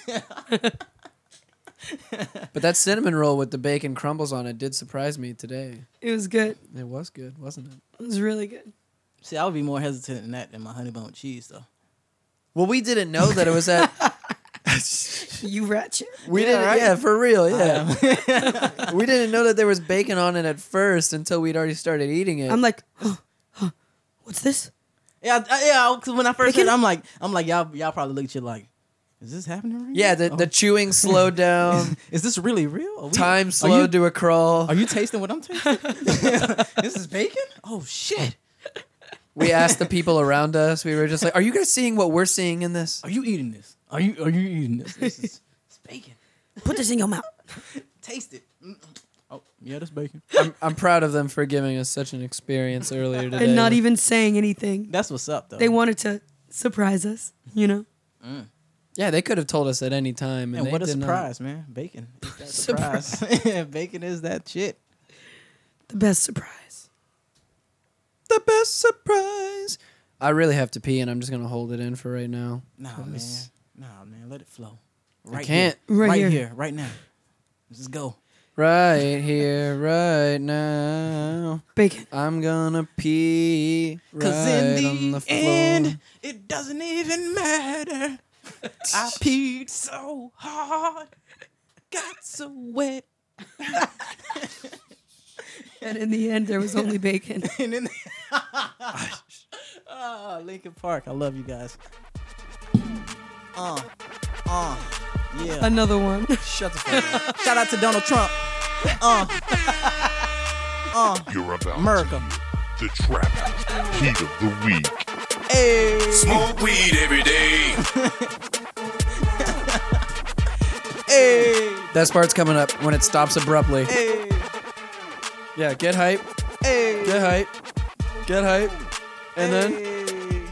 Speaker 1: But that cinnamon roll with the bacon crumbles on it did surprise me today.
Speaker 2: It was good.
Speaker 1: It was good, wasn't it?
Speaker 2: It was really good.
Speaker 5: See, I would be more hesitant in that than my honey bun with cheese, though.
Speaker 1: Well, we didn't know that it was that.
Speaker 2: You ratchet.
Speaker 1: We didn't, yeah, for real, yeah. we didn't know that there was bacon on it at first until we'd already started eating it.
Speaker 2: I'm like, huh, huh, what's this?
Speaker 5: Yeah, I, yeah. Because when I first heard, it,
Speaker 2: Bacon?
Speaker 5: I'm like, I'm like, y'all, y'all probably look at you like, is this happening? Right
Speaker 1: yeah, the,
Speaker 5: now?
Speaker 2: oh.
Speaker 1: the chewing slowed down,
Speaker 5: is this really real? Are we-
Speaker 1: time
Speaker 5: are
Speaker 1: slowed
Speaker 5: you-
Speaker 1: to a crawl.
Speaker 5: Are you tasting what I'm tasting? this is bacon? Oh shit.
Speaker 1: we asked the people around us. We were just like, "Are you guys seeing what we're seeing in this?"
Speaker 5: Are you eating this? Are you are you eating this? This is it's bacon.
Speaker 2: Put this in your mouth.
Speaker 5: Taste it. Mm. Oh, yeah, that's bacon.
Speaker 1: I'm, I'm proud of them for giving us such an experience earlier today.
Speaker 2: And not even saying anything.
Speaker 5: That's what's up, though.
Speaker 2: They wanted to surprise us, you know?
Speaker 1: Yeah, they could have told us at any time. And,
Speaker 5: Man,
Speaker 1: they
Speaker 5: what a
Speaker 1: did not.
Speaker 5: surprise, man. Bacon. is that surprise. bacon is that shit.
Speaker 2: The best surprise.
Speaker 1: The best surprise. I really have to pee, and I'm just gonna hold it in for right now.
Speaker 5: Nah, man. Nah, man. Let it flow. Right
Speaker 1: can't.
Speaker 5: Here.
Speaker 2: Right
Speaker 5: Right,
Speaker 2: here.
Speaker 5: here. Right now. Just go.
Speaker 1: Right here, right now.
Speaker 2: Bacon.
Speaker 1: I'm gonna pee right
Speaker 5: Cause in the,
Speaker 1: on the floor.
Speaker 5: end, it doesn't even matter. I peed so hard, got so wet,
Speaker 2: And in the end, there was only bacon.
Speaker 5: and then. oh, Lincoln Park, I love you guys. Uh, uh, yeah.
Speaker 2: Another one.
Speaker 5: Shut the fuck up. Shout out to Donald Trump. Uh, uh,
Speaker 8: You're about
Speaker 5: America.
Speaker 8: to hear the trap house heat of the week.
Speaker 5: hey,
Speaker 8: Smoke weed every day.
Speaker 5: hey,
Speaker 1: That part's coming up when it stops abruptly.
Speaker 5: hey,
Speaker 1: Yeah, get hype,
Speaker 5: hey.
Speaker 1: get hype, get hype, and then
Speaker 5: Hey.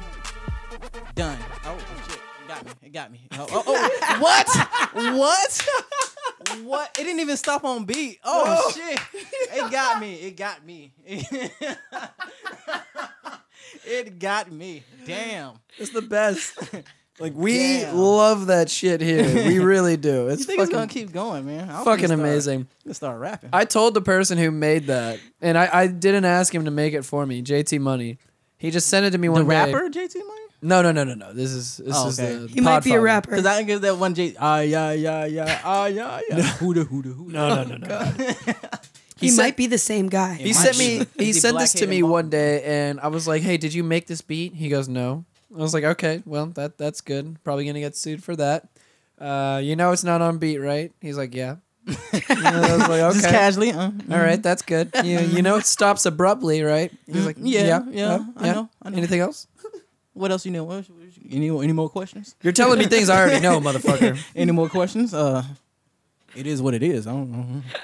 Speaker 5: done. Oh shit! It got me. It got me. Oh, oh, oh. what? What? What? It didn't even stop on beat. Oh shit! It got me. It got me. it got me. Damn.
Speaker 1: it's the best. Like we
Speaker 5: Damn.
Speaker 1: love that shit here. We really do. It's
Speaker 5: You think it's
Speaker 1: fucking
Speaker 5: gonna keep going, man? I'm
Speaker 1: fucking
Speaker 5: gonna start-
Speaker 1: amazing.
Speaker 5: I'm gonna start rapping.
Speaker 1: I told the person who made that, and I, I didn't ask him to make it for me. JT Money. He just sent it to me
Speaker 5: the
Speaker 1: one day.
Speaker 5: rapper JT Money.
Speaker 1: No, no, no, no, no. This is this
Speaker 5: Oh,
Speaker 1: is
Speaker 5: okay.
Speaker 1: the
Speaker 2: He might be a
Speaker 1: Podfather.
Speaker 2: rapper.
Speaker 5: Because I think it's that one J. Ah yeah yeah yeah ah yeah yeah. Hooda hooda hooda.
Speaker 1: No, no, no, no.
Speaker 2: He,
Speaker 1: said-
Speaker 2: might be the same guy.
Speaker 1: He
Speaker 5: Might
Speaker 1: sent
Speaker 5: be.
Speaker 1: me. He
Speaker 5: Is he
Speaker 1: sent
Speaker 5: black
Speaker 1: this to
Speaker 5: haired
Speaker 1: me
Speaker 5: and bald?
Speaker 1: one day, and I was like, "Hey, did you make this beat?" He goes, "No." I was like, "Okay, well, that that's good. Probably gonna get sued for that." Uh, you know, it's not on beat, right? He's like, "Yeah." And I was like,
Speaker 5: Just
Speaker 1: "Okay."
Speaker 5: casually. Uh,
Speaker 1: All right, that's good. You, you know it stops abruptly, right? He's like,
Speaker 5: Mm-hmm. yeah,
Speaker 1: yeah,
Speaker 5: yeah, I know, I know.
Speaker 1: Anything else?
Speaker 5: What else you know? What else- what else you- Any any more questions?
Speaker 1: You're telling me things I already know, motherfucker.
Speaker 5: Any more questions? Uh, it is what it is. I don't know.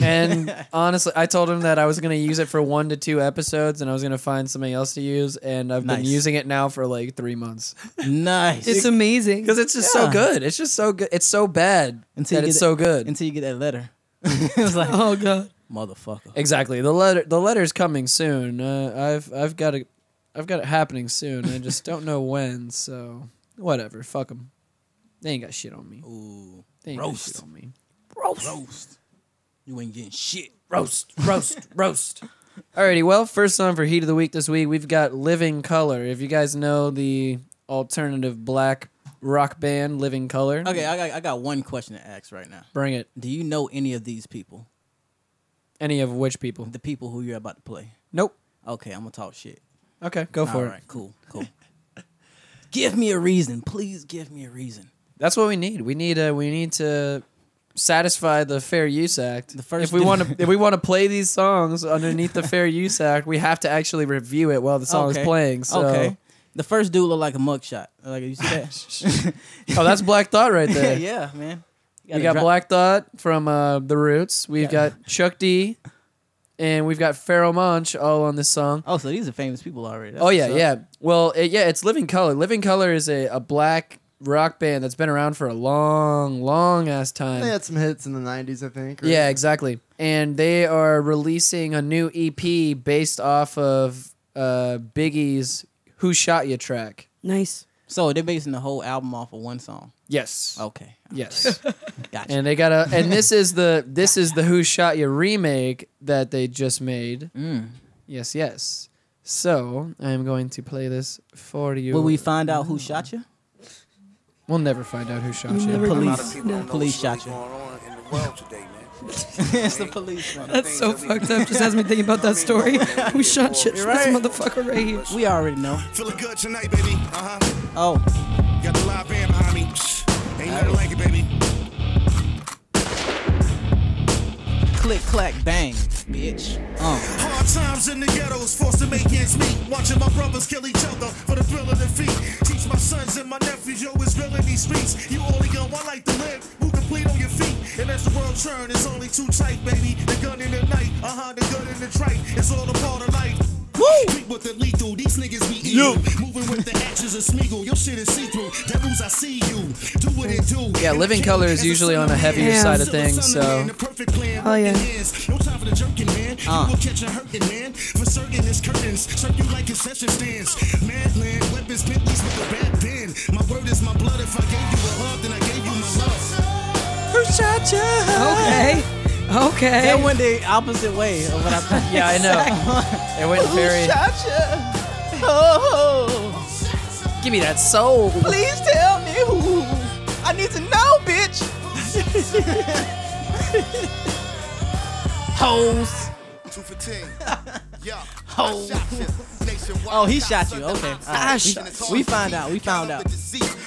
Speaker 1: And honestly, I told him that I was going to use it for one to two episodes and I was going to find something else to use. And I've been
Speaker 5: Nice.
Speaker 1: using it now for like three months
Speaker 5: Nice.
Speaker 2: it's amazing.
Speaker 1: because it's just so
Speaker 5: Yeah.
Speaker 1: good. It's just so good. It's so bad
Speaker 5: Until you
Speaker 1: that
Speaker 5: get
Speaker 1: it's
Speaker 5: it-
Speaker 1: so good.
Speaker 5: Until you get that letter, it's like
Speaker 2: Oh, God.
Speaker 5: motherfucker.
Speaker 1: exactly. The letter, the letter's coming soon. Uh, I've, I've got it, I've got it happening soon. I just don't know when. So whatever. Fuck them. They ain't got shit on me.
Speaker 5: Ooh,
Speaker 1: They ain't got shit
Speaker 5: roast,
Speaker 1: on me.
Speaker 5: roast. You ain't getting shit.
Speaker 1: roast, roast, roast. Alrighty, well, first song for Heat of the Week this week, we've got Living Color. If you guys know the alternative black rock band Living Color,
Speaker 5: Okay, I got I got one question to ask right now.
Speaker 1: bring it.
Speaker 5: Do you know any of these people?
Speaker 1: Any of which people?
Speaker 5: The people who you're about to play?
Speaker 1: Nope.
Speaker 5: Okay, I'm gonna talk shit.
Speaker 1: Okay, go for
Speaker 5: All
Speaker 1: it.
Speaker 5: right, cool, cool. give me a reason, please. Give me a reason.
Speaker 1: That's what we need. We need uh, we need to satisfy the Fair Use Act.
Speaker 5: The
Speaker 1: if
Speaker 5: first
Speaker 1: we want to if we want to play these songs underneath the Fair Use Act, we have to actually review it while the song is playing. So,
Speaker 5: The first dude looked like a mugshot. Like you see that?
Speaker 1: oh, that's Black Thought right
Speaker 5: yeah,
Speaker 1: there.
Speaker 5: yeah, man. You
Speaker 1: We got
Speaker 5: drop-
Speaker 1: Black Thought from uh, The Roots. We've got Chuck D, and we've got Pharoah Monch all on this song.
Speaker 5: Oh, so these are famous people already. That's
Speaker 1: Oh yeah,
Speaker 5: what's up.
Speaker 1: yeah. Well, it, yeah, it's Living Color. Living Color is a, a black rock band that's been around for a long, long ass time.
Speaker 3: They had some hits in the '90s, I think. right?
Speaker 1: Yeah, exactly. And they are releasing a new EP based off of uh, Biggie's "Who Shot You" track.
Speaker 2: Nice.
Speaker 5: So they're basing the whole album off of one song.
Speaker 1: Yes.
Speaker 5: Okay,
Speaker 1: Yes.
Speaker 5: gotcha.
Speaker 1: and they got a and this is the this is the Who Shot You remake that they just made.
Speaker 5: Mm.
Speaker 1: Yes, yes. So I am going to play this for you.
Speaker 5: Will we find out who shot you?
Speaker 1: will never find out who shot you.
Speaker 2: never-
Speaker 5: Police.
Speaker 2: people don't
Speaker 5: Police shot you. it's the police. Man.
Speaker 2: That's so fucked up. Just has me thinking about that story. Who shot shit for this motherfucker right here?
Speaker 5: We already know.
Speaker 9: Feeling good tonight, baby. Uh huh.
Speaker 5: Oh,
Speaker 9: Got the live band behind me. Ain't nothing like it, baby.
Speaker 5: click clack bang, bitch. Oh,
Speaker 9: Hard times in the ghettos, forced to make ends meet. Watching my brothers kill each other for the thrill of defeat. Teach my sons and my nephews, yo, it's real in these streets. You only got one life to live. Who complete on your feet? And as the world turn, it's only too tight, baby. The gun in the night, uh huh, the gun in the trike. It's all a part of life. Speak with the lethal, these niggas be evil. Moving with the actions of Smeagol, your shit is see through. Devils, I see you. Do what it do.
Speaker 1: Yeah, Living Colour is usually on the heavier
Speaker 2: Yeah.
Speaker 1: side of things, so Ah.
Speaker 2: Oh, yeah.
Speaker 9: No time for the jerking, man. You will catch a hurting, man. For certain, it's curtains. Serve you like concession stands. Madland, weapons, Bentleys with a bad pen. My word is my blood. If I gave you a hug, then I gave you my love.
Speaker 2: Okay. Okay.
Speaker 5: That went the opposite way of what I thought.
Speaker 1: yeah, I know. It went very.
Speaker 5: Oh,
Speaker 1: Give me that soul.
Speaker 5: please tell me who. I need to know, bitch. Hoes.
Speaker 9: Two for ten. Yeah.
Speaker 5: Hoes. Oh, he shot you. Okay. All right.
Speaker 2: I shot
Speaker 5: We find out. We found out.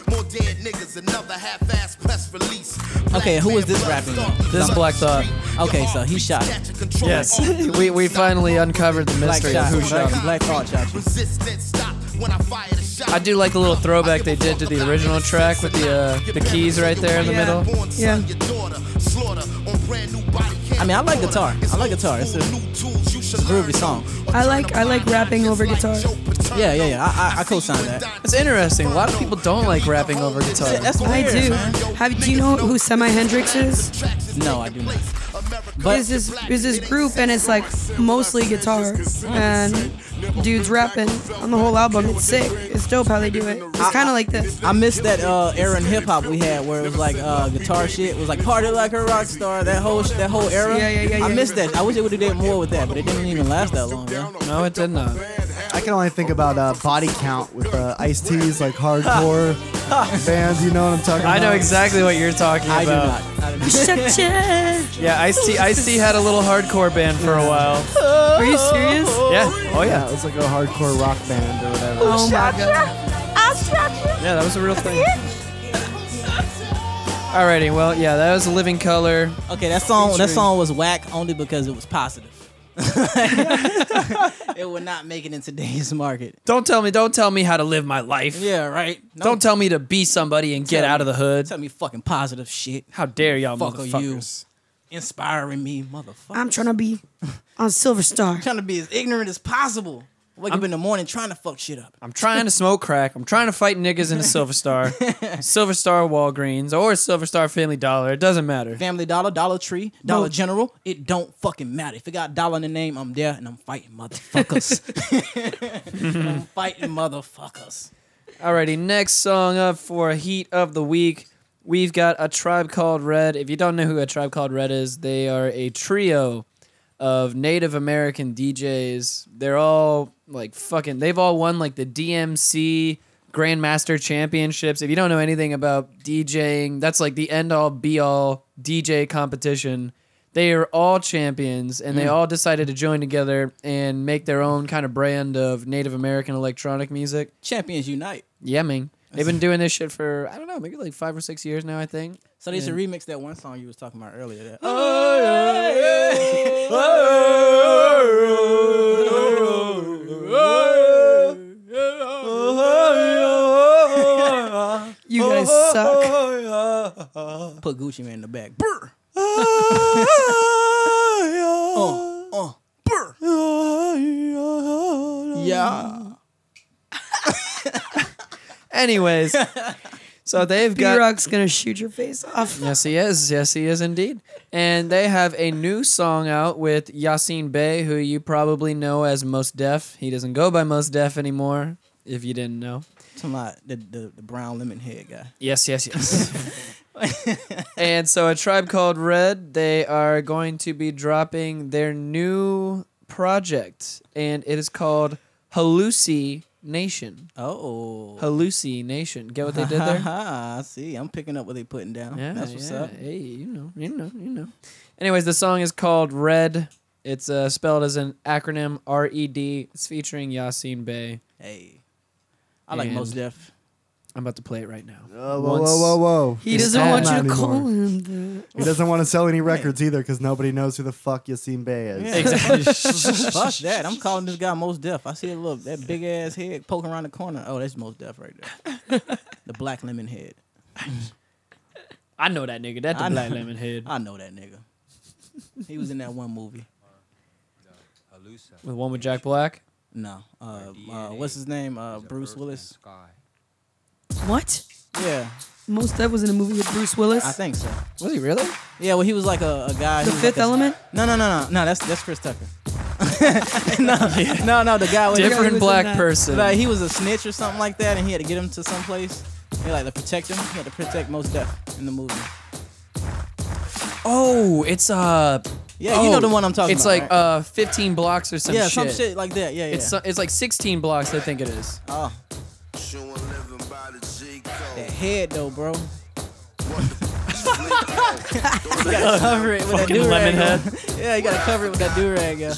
Speaker 9: More dead niggas, another half-ass press release.
Speaker 5: Okay, who is this rapping?
Speaker 1: This Black Thought.
Speaker 5: Okay, so he shot it.
Speaker 1: Yes, we, we finally uncovered the
Speaker 5: Black
Speaker 1: mystery of
Speaker 5: shot.
Speaker 1: who shot.
Speaker 5: Black, black Thought shot you.
Speaker 1: I do like the little throwback they did to the original track with the uh, the keys right there in the
Speaker 2: Yeah.
Speaker 1: middle.
Speaker 2: Yeah.
Speaker 5: I mean, I like guitar. I like guitar. It's a groovy song.
Speaker 2: I like I like rapping over guitar.
Speaker 5: Yeah, yeah, yeah. I, I, I co-signed that.
Speaker 1: It's interesting. A lot of people don't like rapping over guitar.
Speaker 5: That's weird,
Speaker 2: I do.
Speaker 5: man.
Speaker 2: Have do you know who Semi Hendrix is?
Speaker 5: No, I do not. But
Speaker 2: Is this is this group and it's like mostly guitar and dudes rapping on the whole album. It's sick. It's dope how they do it. It's kind of like this.
Speaker 5: I miss that uh, era in hip hop we had where it was like uh, guitar shit. It was like party like a rock star. That whole that whole era.
Speaker 2: Yeah, yeah, yeah,
Speaker 5: I
Speaker 2: yeah.
Speaker 5: miss that. I wish it would have did more with that, but it didn't even last that long. Yeah.
Speaker 1: No, it did not.
Speaker 3: I can only think about uh, body count with uh, Ice T's like hardcore bands. You know what I'm talking about?
Speaker 1: I know exactly what you're talking
Speaker 5: I do
Speaker 1: about.
Speaker 5: not. I do not.
Speaker 2: Shut ya.
Speaker 1: Yeah, Ice T Ice T had a little hardcore band for a while.
Speaker 2: Are you serious?
Speaker 1: Yeah. Oh
Speaker 3: Yeah,
Speaker 1: yeah.
Speaker 3: it was like a hardcore rock band or whatever.
Speaker 2: Oh my god.
Speaker 1: Yeah, that was a real thing. Alrighty, well, yeah, that was Living Color.
Speaker 5: Okay, that song that song was whack only because it was positive. it would not make it in today's market.
Speaker 1: Don't tell me, don't tell me how to live my life.
Speaker 5: Yeah, right. No,
Speaker 1: Don't tell me to be somebody and get
Speaker 5: Tell
Speaker 1: out of the hood.
Speaker 5: tell me fucking positive shit.
Speaker 1: How dare y'all
Speaker 5: Fuck are you.
Speaker 1: motherfuckers.
Speaker 5: Inspiring me, motherfucker.
Speaker 2: I'm trying to be on Silver Star.
Speaker 5: trying to be as ignorant as possible. Wake up in the morning trying to fuck shit up.
Speaker 1: I'm trying to smoke crack. I'm trying to fight niggas in a Silver Star, Silver Star Walgreens, or Silver Star Family Dollar. It doesn't matter.
Speaker 5: Family Dollar, Dollar Tree, Dollar
Speaker 2: No.
Speaker 5: General. It don't fucking matter. If it got dollar in the name, I'm there and I'm fighting motherfuckers. I'm fighting motherfuckers.
Speaker 1: Alrighty, next song up for Heat of the Week. We've got A Tribe Called Red. If you don't know who A Tribe Called Red is, they are a trio of Native American DJs. They're all like fucking, they've all won like the DMC Grandmaster Championships. If you don't know anything about DJing, that's like the end all be all DJ competition. They are all champions and they all decided to join together and make their own kind of brand of Native American electronic music.
Speaker 5: Champions unite.
Speaker 1: Yeah, man. They've been doing this shit for I don't know, maybe like five or six years now. I think.
Speaker 5: So they should remix that one song you was talking about earlier. That,
Speaker 2: You guys suck.
Speaker 5: "Uh," Put Gucci Man in the back. Brr. uh, uh, brr. Yeah.
Speaker 1: Anyways, so they've
Speaker 2: B
Speaker 1: got.
Speaker 2: Rock's gonna shoot your face off.
Speaker 1: Yes, he is. Yes, he is indeed. And they have a new song out with Yasin Bey, who you probably know as Most Def. He doesn't go by Most Def anymore, if you didn't know.
Speaker 5: Talking about the, the, the brown lemon head guy.
Speaker 1: Yes, yes, yes. and so, a tribe called Red, they are going to be dropping their new project, and it is called Hallucination.
Speaker 5: Oh.
Speaker 1: Hallucination. Get what they did there?
Speaker 5: Ah, I see. I'm picking up what they putting down.
Speaker 1: Yeah,
Speaker 5: That's what's
Speaker 1: yeah.
Speaker 5: up.
Speaker 1: Hey, you know, you know, you know. Anyways, the song is called Red. It's uh, spelled as an acronym R E D. It's featuring Yasin Bey.
Speaker 5: Hey. I like
Speaker 1: And-
Speaker 5: most Def.
Speaker 1: I'm about to play it right now.
Speaker 3: Whoa, whoa, whoa, whoa!
Speaker 2: He
Speaker 1: He's
Speaker 2: doesn't
Speaker 1: bad.
Speaker 2: want you to
Speaker 3: Not
Speaker 2: call
Speaker 3: anymore.
Speaker 2: him. The...
Speaker 3: He doesn't want to sell any records either because nobody knows who the fuck Yasin Bey is.
Speaker 1: Exactly.
Speaker 5: Fuck that. I'm calling this guy most Def. I see a look, that big ass head poking around the corner. Oh, that's most Def right there. the black lemon head.
Speaker 1: I know that nigga. That the
Speaker 5: I know.
Speaker 1: black lemon head
Speaker 5: I know that nigga. he was in that one movie.
Speaker 1: with one with Jack Black.
Speaker 5: No. Uh, uh, what's his name? Uh, Bruce Willis.
Speaker 2: What?
Speaker 5: Yeah,
Speaker 2: Most Def was in a movie with Bruce Willis.
Speaker 5: I think so.
Speaker 1: Was he really?
Speaker 5: Yeah, well, he was like a, a guy.
Speaker 2: The
Speaker 5: he was
Speaker 2: Fifth
Speaker 5: like a-
Speaker 2: Element?
Speaker 5: No, no, no, no, no. That's that's Chris Tucker. no, no, no. The guy was
Speaker 1: Different
Speaker 2: in
Speaker 1: black
Speaker 2: that.
Speaker 1: person.
Speaker 5: Like he was a snitch or something like that, and he had to get him to some place. He like to protect him. He had to protect most death in the movie.
Speaker 1: Oh, it's uh.
Speaker 5: Yeah, you know the one I'm talking
Speaker 1: it's
Speaker 5: about,
Speaker 1: It's like
Speaker 5: right?
Speaker 1: uh, 15 blocks or some
Speaker 5: yeah,
Speaker 1: shit.
Speaker 5: some shit like that. Yeah, yeah.
Speaker 1: It's so- it's like 16 blocks. I think it is.
Speaker 5: oh, that head though, bro. you gotta cover it with that
Speaker 1: Fucking
Speaker 5: do
Speaker 1: lemon head.
Speaker 5: yeah, you gotta cover it with that do rag. Yeah.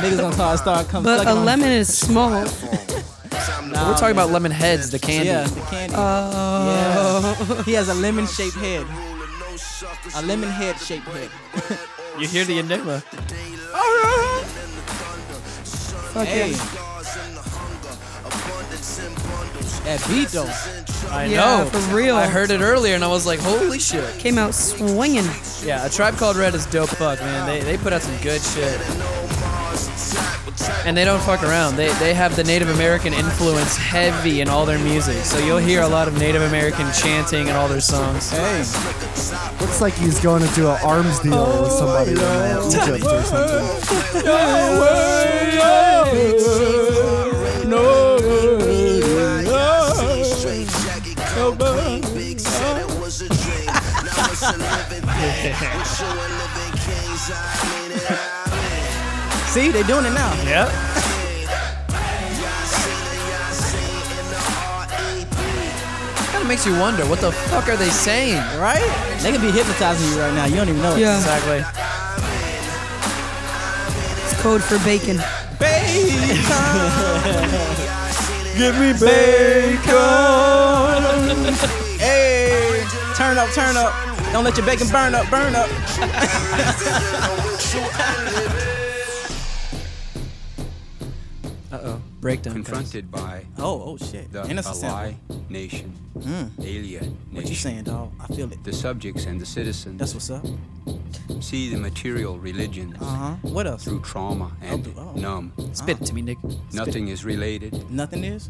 Speaker 5: Niggas gonna start start coming.
Speaker 2: but a lemon is small.
Speaker 1: We're talking about lemon heads, the candy. Oh.
Speaker 5: Yeah, the candy. yeah. He has a lemon shaped head. A lemon head shaped head.
Speaker 1: You hear the enigma?
Speaker 5: Hey. That beat though.
Speaker 1: I
Speaker 2: Yeah,
Speaker 1: know.
Speaker 2: for real.
Speaker 1: I heard it earlier and I was like, holy shit.
Speaker 2: Came out swinging.
Speaker 1: Yeah, a tribe called Red is dope. Fuck, man. They they put out some good shit. And they don't fuck around. They they have the Native American influence heavy in all their music. So you'll hear a lot of Native American chanting in all their songs.
Speaker 5: Hey.
Speaker 3: Looks like he's going to do an arms deal
Speaker 1: Oh
Speaker 3: with somebody in uh, Egypt or something.
Speaker 5: See, they doing it now.
Speaker 1: Yeah. Kind of makes you wonder what the fuck are they saying?
Speaker 5: Right? They could be hypnotizing you right now. You don't even know it.
Speaker 2: Yeah.
Speaker 1: Exactly.
Speaker 2: It's code for bacon.
Speaker 5: Give me bacon. hey, turn up, turn up. Don't let your bacon burn up, burn up.
Speaker 1: Uh oh. Breakdown. guys.
Speaker 10: Confronted by
Speaker 5: Oh, oh shit.
Speaker 10: the
Speaker 5: Innocent sample.
Speaker 10: ally nation, alien
Speaker 5: Hmm. What you
Speaker 10: nation,
Speaker 5: saying, dog? I feel it.
Speaker 10: the subjects and the citizens
Speaker 5: That's what's up.
Speaker 10: see the material religions
Speaker 5: Uh huh. What else?
Speaker 10: through trauma and
Speaker 5: Oh, oh.
Speaker 10: numb.
Speaker 1: Spit it to me, Nick.
Speaker 10: Nothing is related.
Speaker 5: Nothing is.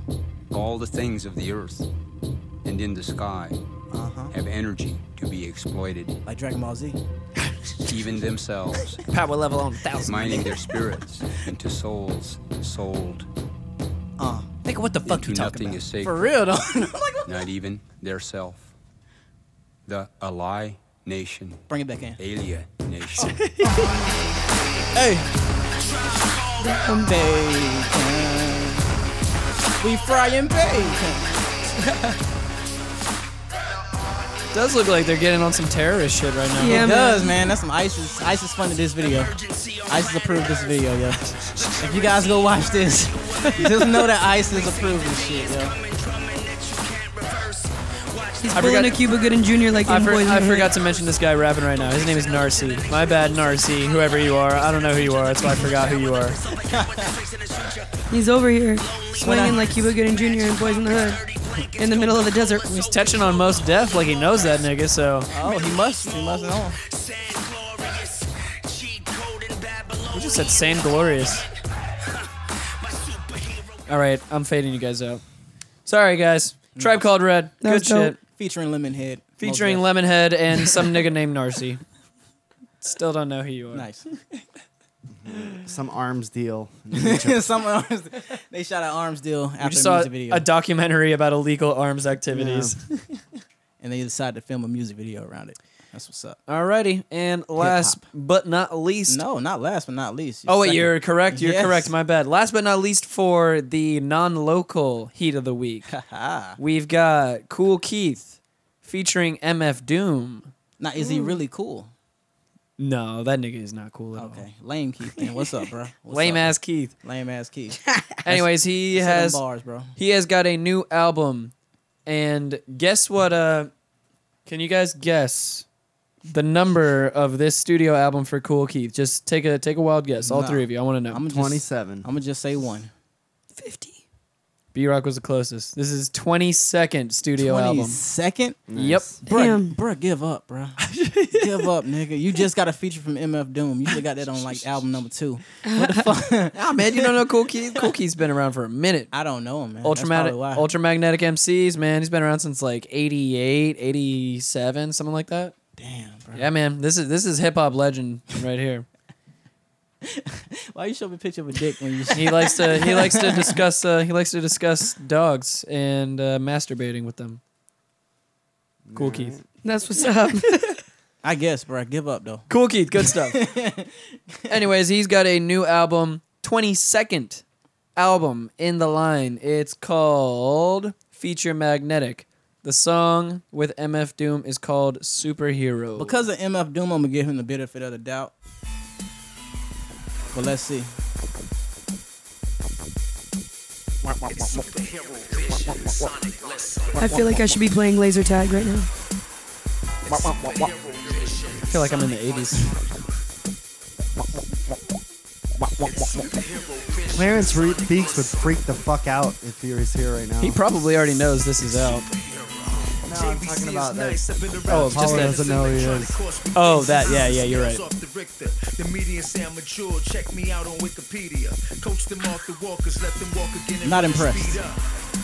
Speaker 10: All the things of the earth and in the sky
Speaker 5: Uh huh.
Speaker 10: have energy to be exploited,
Speaker 5: Like Dragon Ball Z.
Speaker 10: even themselves,
Speaker 1: Power level on thousand.
Speaker 10: mining their spirits into souls sold.
Speaker 5: Uh.
Speaker 1: Nick, what the fuck
Speaker 10: into
Speaker 1: you talking
Speaker 10: nothing
Speaker 1: about?
Speaker 10: is sacred.
Speaker 5: For real though.
Speaker 10: not even their self. The ally nation,
Speaker 5: Bring it back in.
Speaker 10: alien
Speaker 5: Oh,
Speaker 10: nation.
Speaker 5: Hey. Bacon. We frying bacon.
Speaker 1: does look like they're getting on some terrorist shit right now.
Speaker 2: Yeah,
Speaker 5: It
Speaker 2: man.
Speaker 5: does, man. That's some ISIS. ISIS funded this video. ISIS approved this video, yo. If you guys go watch this, just know that ISIS approved this shit, yo.
Speaker 2: He's
Speaker 1: I
Speaker 2: pulling
Speaker 1: forgot-
Speaker 2: a Cuba Gooding Jr. like
Speaker 1: I,
Speaker 2: in
Speaker 1: for,
Speaker 2: Boys in
Speaker 1: I
Speaker 2: the Hood.
Speaker 1: forgot to mention this guy rapping right now. His name is Narcy. My bad, Narcy. Whoever you are, I don't know who you are. That's why I forgot who you are.
Speaker 2: He's over here swinging like Cuba Gooding Jr. in Boys in the Hood in the middle of the desert.
Speaker 1: He's touching on most deaf like he knows that nigga. So
Speaker 5: Oh, he must. He must know.
Speaker 1: we just said same glorious. All right, I'm fading you guys out. Sorry guys. Tribe called Red.
Speaker 2: That
Speaker 1: Good
Speaker 2: was dope.
Speaker 1: shit.
Speaker 5: Featuring Lemonhead. Mos
Speaker 1: Featuring
Speaker 5: Def.
Speaker 1: Lemonhead and some nigga named Narcy. Still don't know who you are.
Speaker 5: Nice.
Speaker 3: Some arms deal.
Speaker 5: Some arms. They shot an arms deal after
Speaker 1: We just
Speaker 5: the
Speaker 1: saw
Speaker 5: music video,
Speaker 1: a documentary about illegal arms activities.
Speaker 5: and they decided to film a music video around it. That's what's up.
Speaker 1: Alrighty, and last but not least.
Speaker 5: No, not last but not least.
Speaker 1: Oh wait,
Speaker 5: second.
Speaker 1: you're correct. You're
Speaker 5: Yes.
Speaker 1: correct. My bad. Last but not least, for the non-local heat of the week,
Speaker 5: Ah.
Speaker 1: we've got Cool Keith featuring MF Doom.
Speaker 5: Now is he really cool?
Speaker 1: No, that nigga is not cool at
Speaker 5: Okay, lame Keith. Man, what's up, bro?
Speaker 1: all.
Speaker 5: What's
Speaker 1: Oh. Lame
Speaker 5: up?
Speaker 1: ass Keith.
Speaker 5: Lame ass Keith.
Speaker 1: Anyways, he
Speaker 5: Set them
Speaker 1: has
Speaker 5: bars, bro.
Speaker 1: he has got a new album, and guess what? Uh, can you guys guess the number of this studio album for Cool Keith? Just take a take a wild guess. All
Speaker 5: No.
Speaker 1: three of you. I want to know.
Speaker 5: I'm gonna just,
Speaker 3: 27.
Speaker 5: I'm gonna just say one.
Speaker 2: 50.
Speaker 1: B Rock was the closest. This is 22nd studio album.
Speaker 5: Second.
Speaker 1: Yep.
Speaker 5: Bruh, bruh, give up, bruh. give up, nigga. You just got a feature from MF Doom. You just got that on like album number two. What the fuck?
Speaker 1: Ah man, you don't know Cool Key. Cool Key's been around for a minute.
Speaker 5: I don't know him, man. That's
Speaker 1: Ultramagnetic,
Speaker 5: probably why.
Speaker 1: Ultramagnetic MCs, man. He's been around since like 88, 87, something like that.
Speaker 5: Damn, bro.
Speaker 1: Yeah, man. This is this is hip hop legend right here.
Speaker 5: Why you show me a picture of a dick when you
Speaker 1: He likes to he likes to discuss uh, he likes to discuss dogs and uh, masturbating with them. Cool Keith.
Speaker 2: That's what's up.
Speaker 5: I guess, bruh. Give up though.
Speaker 1: Cool Keith, good stuff. Anyways, he's got a new album, 22nd album in the line. It's called Feature Magnetic. The song with MF Doom is called Superhero.
Speaker 5: Because of MF Doom, I'm gonna give him the benefit of the doubt. But let's see.
Speaker 2: I feel like I should be playing laser tag right now.
Speaker 1: I feel like I'm in the 80s.
Speaker 3: Clarence Root Beaks would freak the fuck out if he was here right now.
Speaker 1: He probably already knows this is out.
Speaker 3: no, I'm talking about that.
Speaker 1: Oh, just that-
Speaker 3: Paula doesn't know who he is.
Speaker 1: Oh, that- yeah, yeah, you're right.
Speaker 9: The median sound mature. Check me out on Wikipedia. Coach them off the walkers, let them walk again. and
Speaker 5: Not
Speaker 9: let them
Speaker 5: impressed.
Speaker 9: speed up.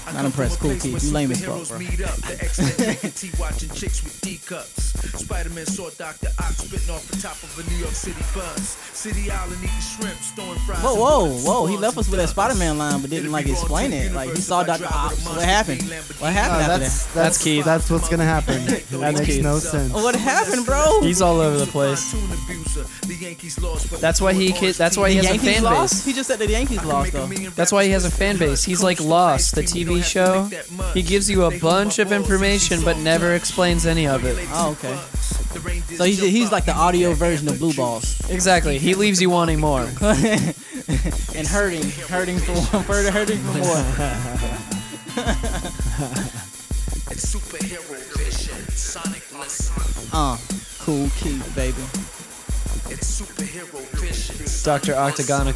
Speaker 9: I
Speaker 5: Not
Speaker 9: come
Speaker 5: impressed.
Speaker 9: from a
Speaker 5: Cool
Speaker 9: place
Speaker 5: Keith. You
Speaker 9: where
Speaker 5: lame as fuck,
Speaker 9: superheroes
Speaker 5: bro.
Speaker 9: meet up. The X-Men T watching chicks with D cups. Spider-Man saw Dr. Ox spitting off the top of a New York City bus. City Island eating shrimps, throwing fries.
Speaker 5: Whoa,
Speaker 9: and
Speaker 5: whoa,
Speaker 9: buns,
Speaker 5: whoa! He
Speaker 9: swans
Speaker 5: left us
Speaker 9: and
Speaker 5: with that
Speaker 9: ducks.
Speaker 5: Spider-Man line, but didn't like explain it. Like he saw Doctor Ops. What happened? What
Speaker 3: No,
Speaker 5: happened after
Speaker 3: that's,
Speaker 5: that?
Speaker 3: that's
Speaker 1: That's Keith.
Speaker 3: That's what's gonna happen. that
Speaker 1: That's
Speaker 3: makes
Speaker 1: Keith.
Speaker 3: no sense.
Speaker 5: What happened, bro?
Speaker 1: He's all over the place. That's why he ki- that's why he has a
Speaker 5: Yankees
Speaker 1: fan
Speaker 5: lost.
Speaker 1: base.
Speaker 5: He just said that the Yankees lost though.
Speaker 1: That's why he has a fan base. He's like Lost, the TV show. He gives you a bunch of information but never explains any of it.
Speaker 5: Oh, okay. So he's, he's like the audio version of Blue Balls
Speaker 1: Exactly. He leaves you wanting more.
Speaker 5: and hurting, hurting for further hurting for more.
Speaker 9: Superhero vision, sonic lesson.
Speaker 5: Uh, cool key, baby.
Speaker 9: It's superhero vision.
Speaker 1: Dr. Octagon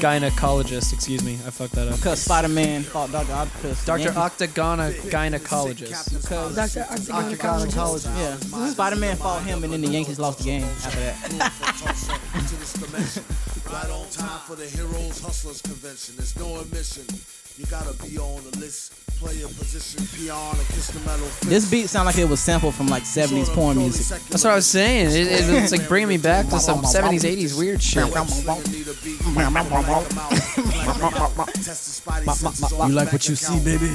Speaker 1: gynecologist, excuse me. I fucked that up.
Speaker 5: Cause Spider-Man fought Doctor Octopus.
Speaker 1: Dr.
Speaker 5: Yankees-
Speaker 1: Octagona gynecologist.
Speaker 5: Cause
Speaker 2: Dr. Octagon
Speaker 3: Octagon College.
Speaker 5: yeah, Spider-Man fought him, and then the Yankees lost the game after that.
Speaker 9: Right on time for the Heroes Hustlers Convention. There's no admission. You gotta be on the list. Play a position, PR, and kiss the metal.
Speaker 5: This beat sounded like it was sampled from like 70s porn music.
Speaker 1: That's what I was saying. It, it- it's like bringing me back to some 70s, 80s weird shit.
Speaker 9: You like what you see, baby?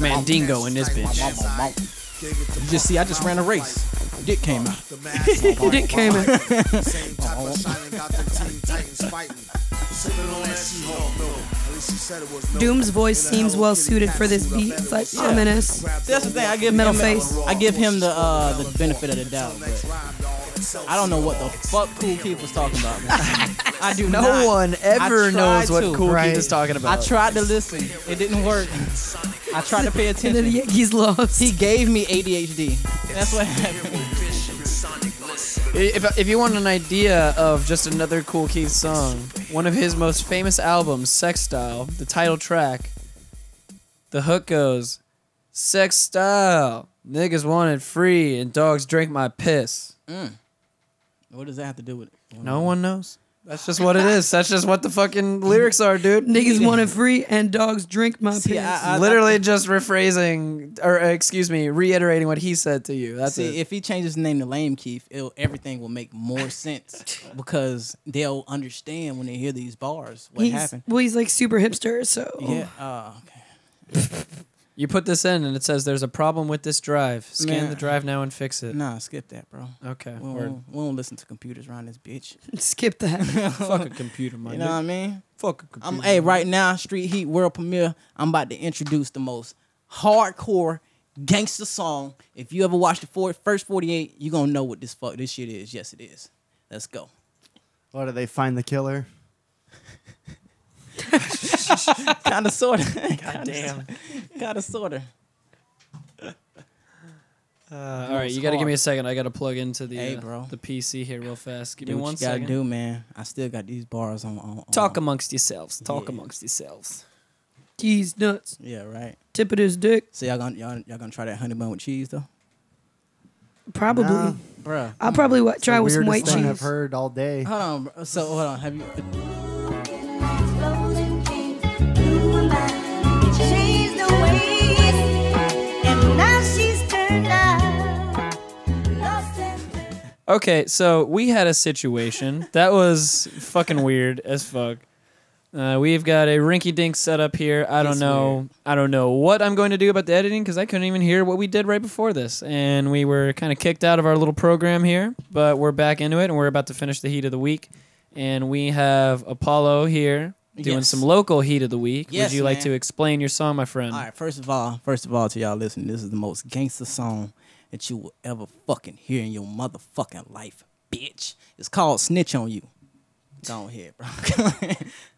Speaker 1: Mandingo in this bitch.
Speaker 5: You just see, I just ran a race. Dick came out.
Speaker 9: Dick
Speaker 2: came out.
Speaker 9: Same type of shining got them Teen Titans fighting. Sitting on that She-Hulk, no. At least she said it was no.
Speaker 2: Doom's voice seems well suited for this beat. It's like ominous.
Speaker 5: See, that's the thing. I give
Speaker 2: Metal
Speaker 5: him,
Speaker 2: face.
Speaker 5: I give him the uh, the benefit of the doubt, but I don't know what the fuck Cool Keith was talking about. man. I do not.
Speaker 1: No one ever
Speaker 5: I tried
Speaker 1: knows what
Speaker 5: to.
Speaker 1: Cool
Speaker 3: Right.
Speaker 1: Keith is talking
Speaker 5: I
Speaker 1: about.
Speaker 5: tried to listen. It didn't work. I tried to pay
Speaker 2: And then the
Speaker 5: attention.
Speaker 2: Yankees lost.
Speaker 5: He gave me ADHD. That's what happened.
Speaker 1: If, if you want an idea of just another Cool Keith song, one of his most famous albums, Sex Style, the title track, the hook goes, Sex Style, niggas wanted free and dogs drink my piss.
Speaker 5: What does that have to do with it?
Speaker 1: No one knows. That's just what it is. That's just what the fucking lyrics are, dude.
Speaker 2: Niggas want it free and dogs drink my
Speaker 5: See, I-
Speaker 2: piss.
Speaker 5: I-
Speaker 1: Literally just rephrasing, or uh, excuse me, reiterating what he said to you. That's
Speaker 5: See,
Speaker 1: it.
Speaker 5: if he changes his name to Lame Keith, it'll, everything will make more sense because they'll understand when they hear these bars what
Speaker 2: He's,
Speaker 5: happened.
Speaker 2: well, he's like super hipster, so
Speaker 5: Yeah. Uh, okay.
Speaker 1: You put this in and it says there's a problem with this drive. Scan
Speaker 5: Man.
Speaker 1: the drive now and fix it.
Speaker 5: Nah, skip that, bro.
Speaker 1: Okay.
Speaker 5: We
Speaker 1: word.
Speaker 5: won't, we won't listen to computers around this bitch.
Speaker 2: skip that.
Speaker 1: Fuck a computer, man.
Speaker 5: You know what I mean?
Speaker 1: Fuck a computer.
Speaker 5: I'm hey right now, Street Heat World Premiere. I'm about to introduce the most hardcore gangster song. If you ever watched the four, first 48, you gonna know what this fuck this shit is. Yes, it is. Let's go.
Speaker 3: What do they find the killer?
Speaker 5: Kinda sorta. God damn. Kinda sorta.
Speaker 1: Uh, all right, you got to give me a second. I got to plug into the
Speaker 5: Hey,
Speaker 1: uh,
Speaker 5: bro.
Speaker 1: the PC here real fast. Give
Speaker 5: Do
Speaker 1: me
Speaker 5: what
Speaker 1: one
Speaker 5: you gotta
Speaker 1: second.
Speaker 5: do, man. I still got these bars on. on, on.
Speaker 1: Talk amongst yourselves. Talk
Speaker 5: Yeah.
Speaker 1: amongst yourselves.
Speaker 2: Keys nuts.
Speaker 5: Yeah, right.
Speaker 2: Tip of his dick.
Speaker 5: So y'all gonna y'all, y'all gonna try that honey bun with cheese though?
Speaker 2: Probably.
Speaker 5: Nah, bruh.
Speaker 2: I'll probably wa-
Speaker 5: It's
Speaker 2: try
Speaker 5: the
Speaker 2: with some white
Speaker 5: weirdest thing
Speaker 2: cheese.
Speaker 5: I've
Speaker 3: heard all day.
Speaker 1: Oh,
Speaker 5: Hold on. bro. So hold on. Have you?
Speaker 11: She's the ways, and now she's turned out. Lost and
Speaker 1: Okay, so we had a situation that was fucking weird as fuck. Uh, we've got a rinky dink set up here. I don't
Speaker 5: It's
Speaker 1: know. I don't know what I'm going to do about the editing because I couldn't even hear what we did right before this, and we were kind of kicked out of our little program here. But we're back into it, and we're about to finish the heat of the week. And we have Apollo here doing
Speaker 5: Yes.
Speaker 1: some local heat of the week.
Speaker 5: Yes,
Speaker 1: Would you like
Speaker 5: man.
Speaker 1: to explain your song, my friend?
Speaker 5: All right. First of all, first of all, to y'all listening, this is the most gangster song that you will ever fucking hear in your motherfucking life, bitch. It's called "Snitch on You." Go ahead, bro.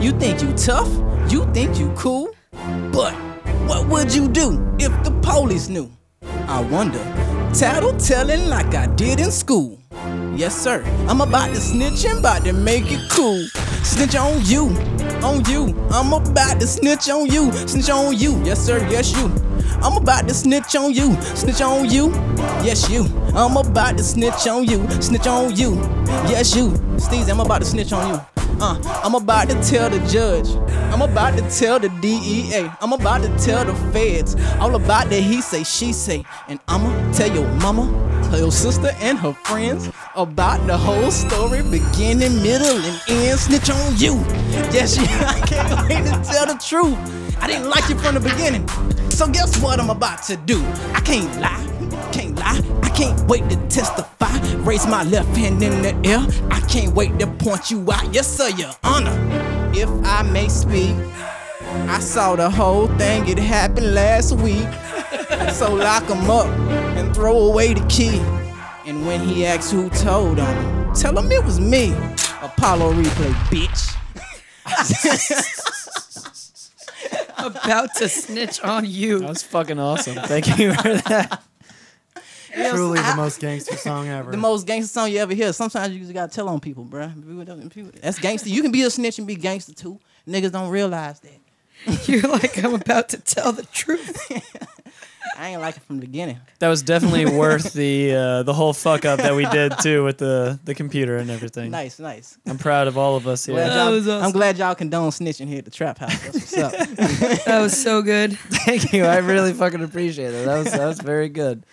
Speaker 5: you think you tough? You think you cool? But what would you do if the police knew? I wonder. Tattle telling like I did in school. Yes, sir. I'm about to snitch and about to make it cool. Snitch on you, on you. I'm about to snitch on you, snitch on you. Yes, sir. Yes, you. I'm about to snitch on you, snitch on you. Yes, you. I'm about to snitch on you, snitch on you. Yes, you. Steez, I'm about to snitch on you. Uh, I'm about to tell the judge. I'm about to tell the DEA. I'm about to tell the feds. All about the he say, she say. And I'ma tell your mama, tell your sister, and her friends about the whole story, beginning, middle, and end. Snitch on you. Yes, you. I can't wait to tell the truth. I didn't like you from the beginning. So guess what I'm about to do? I can't lie. Can't lie. I can't wait to testify. Raise my left hand in the air. I can't wait to point you out. Yes, sir, your honor. If I may speak, I saw the whole thing. It happened last week. so lock him up and throw away the key. And when he asks who told him, tell him it was me. Apollo replay, bitch.
Speaker 2: About to snitch on you. That
Speaker 1: was fucking awesome. Thank you for that.
Speaker 3: Truly
Speaker 1: Ah.
Speaker 3: the most gangster song ever.
Speaker 5: The most gangster song you ever hear. Sometimes you just gotta tell on people, bruh. People don't- people- That's gangster. You can be a snitch and be gangster too. Niggas don't realize that.
Speaker 2: You're like, I'm about to tell the truth.
Speaker 5: I ain't like it from the beginning.
Speaker 1: That was definitely worth the uh, the whole fuck up that we did too with the the computer and everything.
Speaker 5: Nice, nice.
Speaker 1: I'm proud of all of us here.
Speaker 5: Glad y'all- I'm glad y'all condone snitching here at the trap house. That's what's up.
Speaker 2: that was so good.
Speaker 1: Thank you. I really fucking appreciate it. That was that was very good.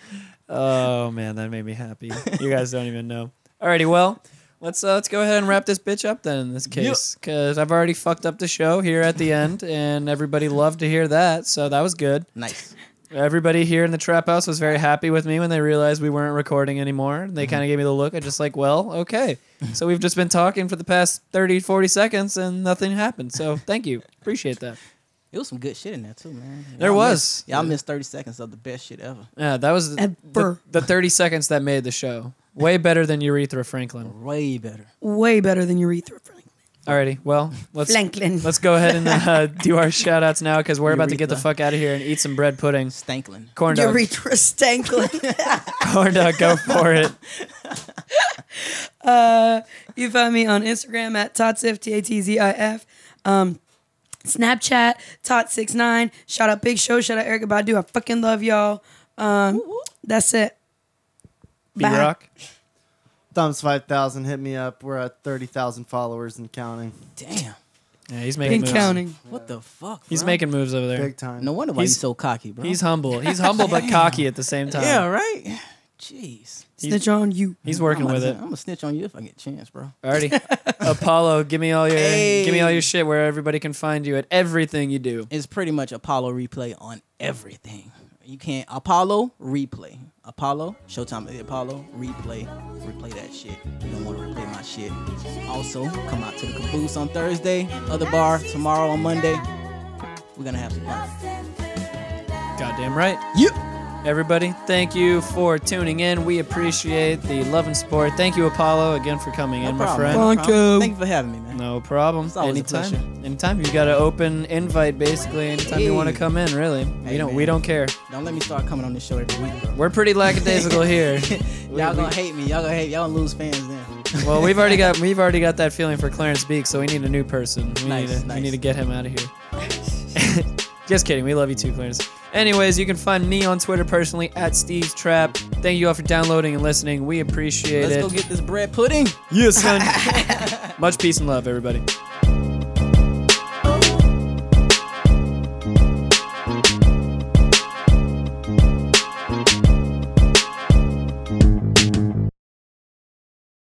Speaker 1: Oh man, that made me happy. You guys don't even know. Alrighty, well, let's uh, let's go ahead and wrap this bitch up then in this case, because I've already fucked up the show here at the end, and everybody loved to hear that, so that was good.
Speaker 5: Nice.
Speaker 1: Everybody here in the trap house was very happy with me when they realized we weren't recording anymore. They kind of gave me the look. I just like, well, okay. So we've just been talking for the past 30, 40 seconds, and nothing happened. So thank you, appreciate that.
Speaker 5: It was some good shit in there too, man.
Speaker 1: There
Speaker 5: Y'all
Speaker 1: was.
Speaker 5: missed- y'all missed 30 seconds of the best shit ever.
Speaker 1: Yeah, that was the, the,
Speaker 5: Ever.
Speaker 1: the 30 seconds that made the show. Way better than Urethra Franklin.
Speaker 5: Way better.
Speaker 2: Way better than urethra.
Speaker 1: Alrighty, well, let's
Speaker 2: Franklin.
Speaker 1: let's go ahead and uh, do our shout outs now because we're about to get the
Speaker 5: Urethra.
Speaker 1: fuck out of here and eat some bread pudding.
Speaker 5: Stanklin.
Speaker 1: Corn dog.
Speaker 2: Urethra stanklin.
Speaker 1: Corn dog, go for it.
Speaker 2: Uh, you find me on Instagram at Totzif, T A T Z I F. Um, Snapchat, Tot69. Shout out Big Show. Shout out Erica Badu. I fucking love y'all. Um, that's it.
Speaker 3: B
Speaker 2: Rock.
Speaker 3: Thumbs five thousand. Hit me up. We're at thirty thousand followers and counting.
Speaker 5: Damn.
Speaker 1: Yeah, he's making moves.
Speaker 5: What the fuck?
Speaker 1: He's
Speaker 5: bro?
Speaker 1: making moves over there.
Speaker 3: Big time.
Speaker 5: No wonder why
Speaker 1: He's-
Speaker 5: he's so cocky, bro.
Speaker 1: He's humble. He's humble but cocky at the same time.
Speaker 5: Yeah, right? Jeez.
Speaker 1: He's-
Speaker 2: Snitch on you.
Speaker 1: He's working
Speaker 5: I'm
Speaker 1: with
Speaker 5: gonna-
Speaker 1: it.
Speaker 5: I'm gonna snitch on you if I get a chance, bro.
Speaker 1: Alrighty. Apollo, give me all your give me all your
Speaker 5: Hey.
Speaker 1: shit where everybody can find you at everything you do.
Speaker 5: It's pretty much Apollo replay on everything. You can't Apollo replay. Apollo Showtime at the Apollo replay. Replay that shit. You don't want to replay my shit. Also, come out to the caboose on Thursday. Other bar tomorrow on Monday. We're gonna have some fun.
Speaker 1: Goddamn right.
Speaker 5: Yep.
Speaker 1: Everybody, thank you for tuning in. We appreciate the love and support. Thank you, Apollo, again for coming in, my friend.
Speaker 5: man. No problem. Thank you for having me, man.
Speaker 1: No problem.
Speaker 5: It's always a
Speaker 1: anytime.
Speaker 5: pleasure.
Speaker 1: anytime. You got an open invite, basically. Anytime you want to
Speaker 5: Hey.
Speaker 1: come in, really. we
Speaker 5: Hey,
Speaker 1: don't.
Speaker 5: man.
Speaker 1: We don't care.
Speaker 5: Don't let me start coming on this show every week, bro.
Speaker 1: We're pretty lackadaisical here.
Speaker 5: Y'all gonna hate me. Y'all gonna hate. Y'all gonna lose fans then.
Speaker 1: Well, we've already got. We've already got that feeling for Clarence Beak, so we need a new person. We
Speaker 5: Nice,
Speaker 1: need to. We
Speaker 5: nice.
Speaker 1: need to get him out of here. Just kidding. We love you too, Clarence. Anyways, you can find me on Twitter personally at Steve's Trap. Thank you all for downloading and listening. We appreciate
Speaker 5: Let's
Speaker 1: it.
Speaker 5: go get this bread pudding.
Speaker 1: Yes, son. Much peace and love, everybody.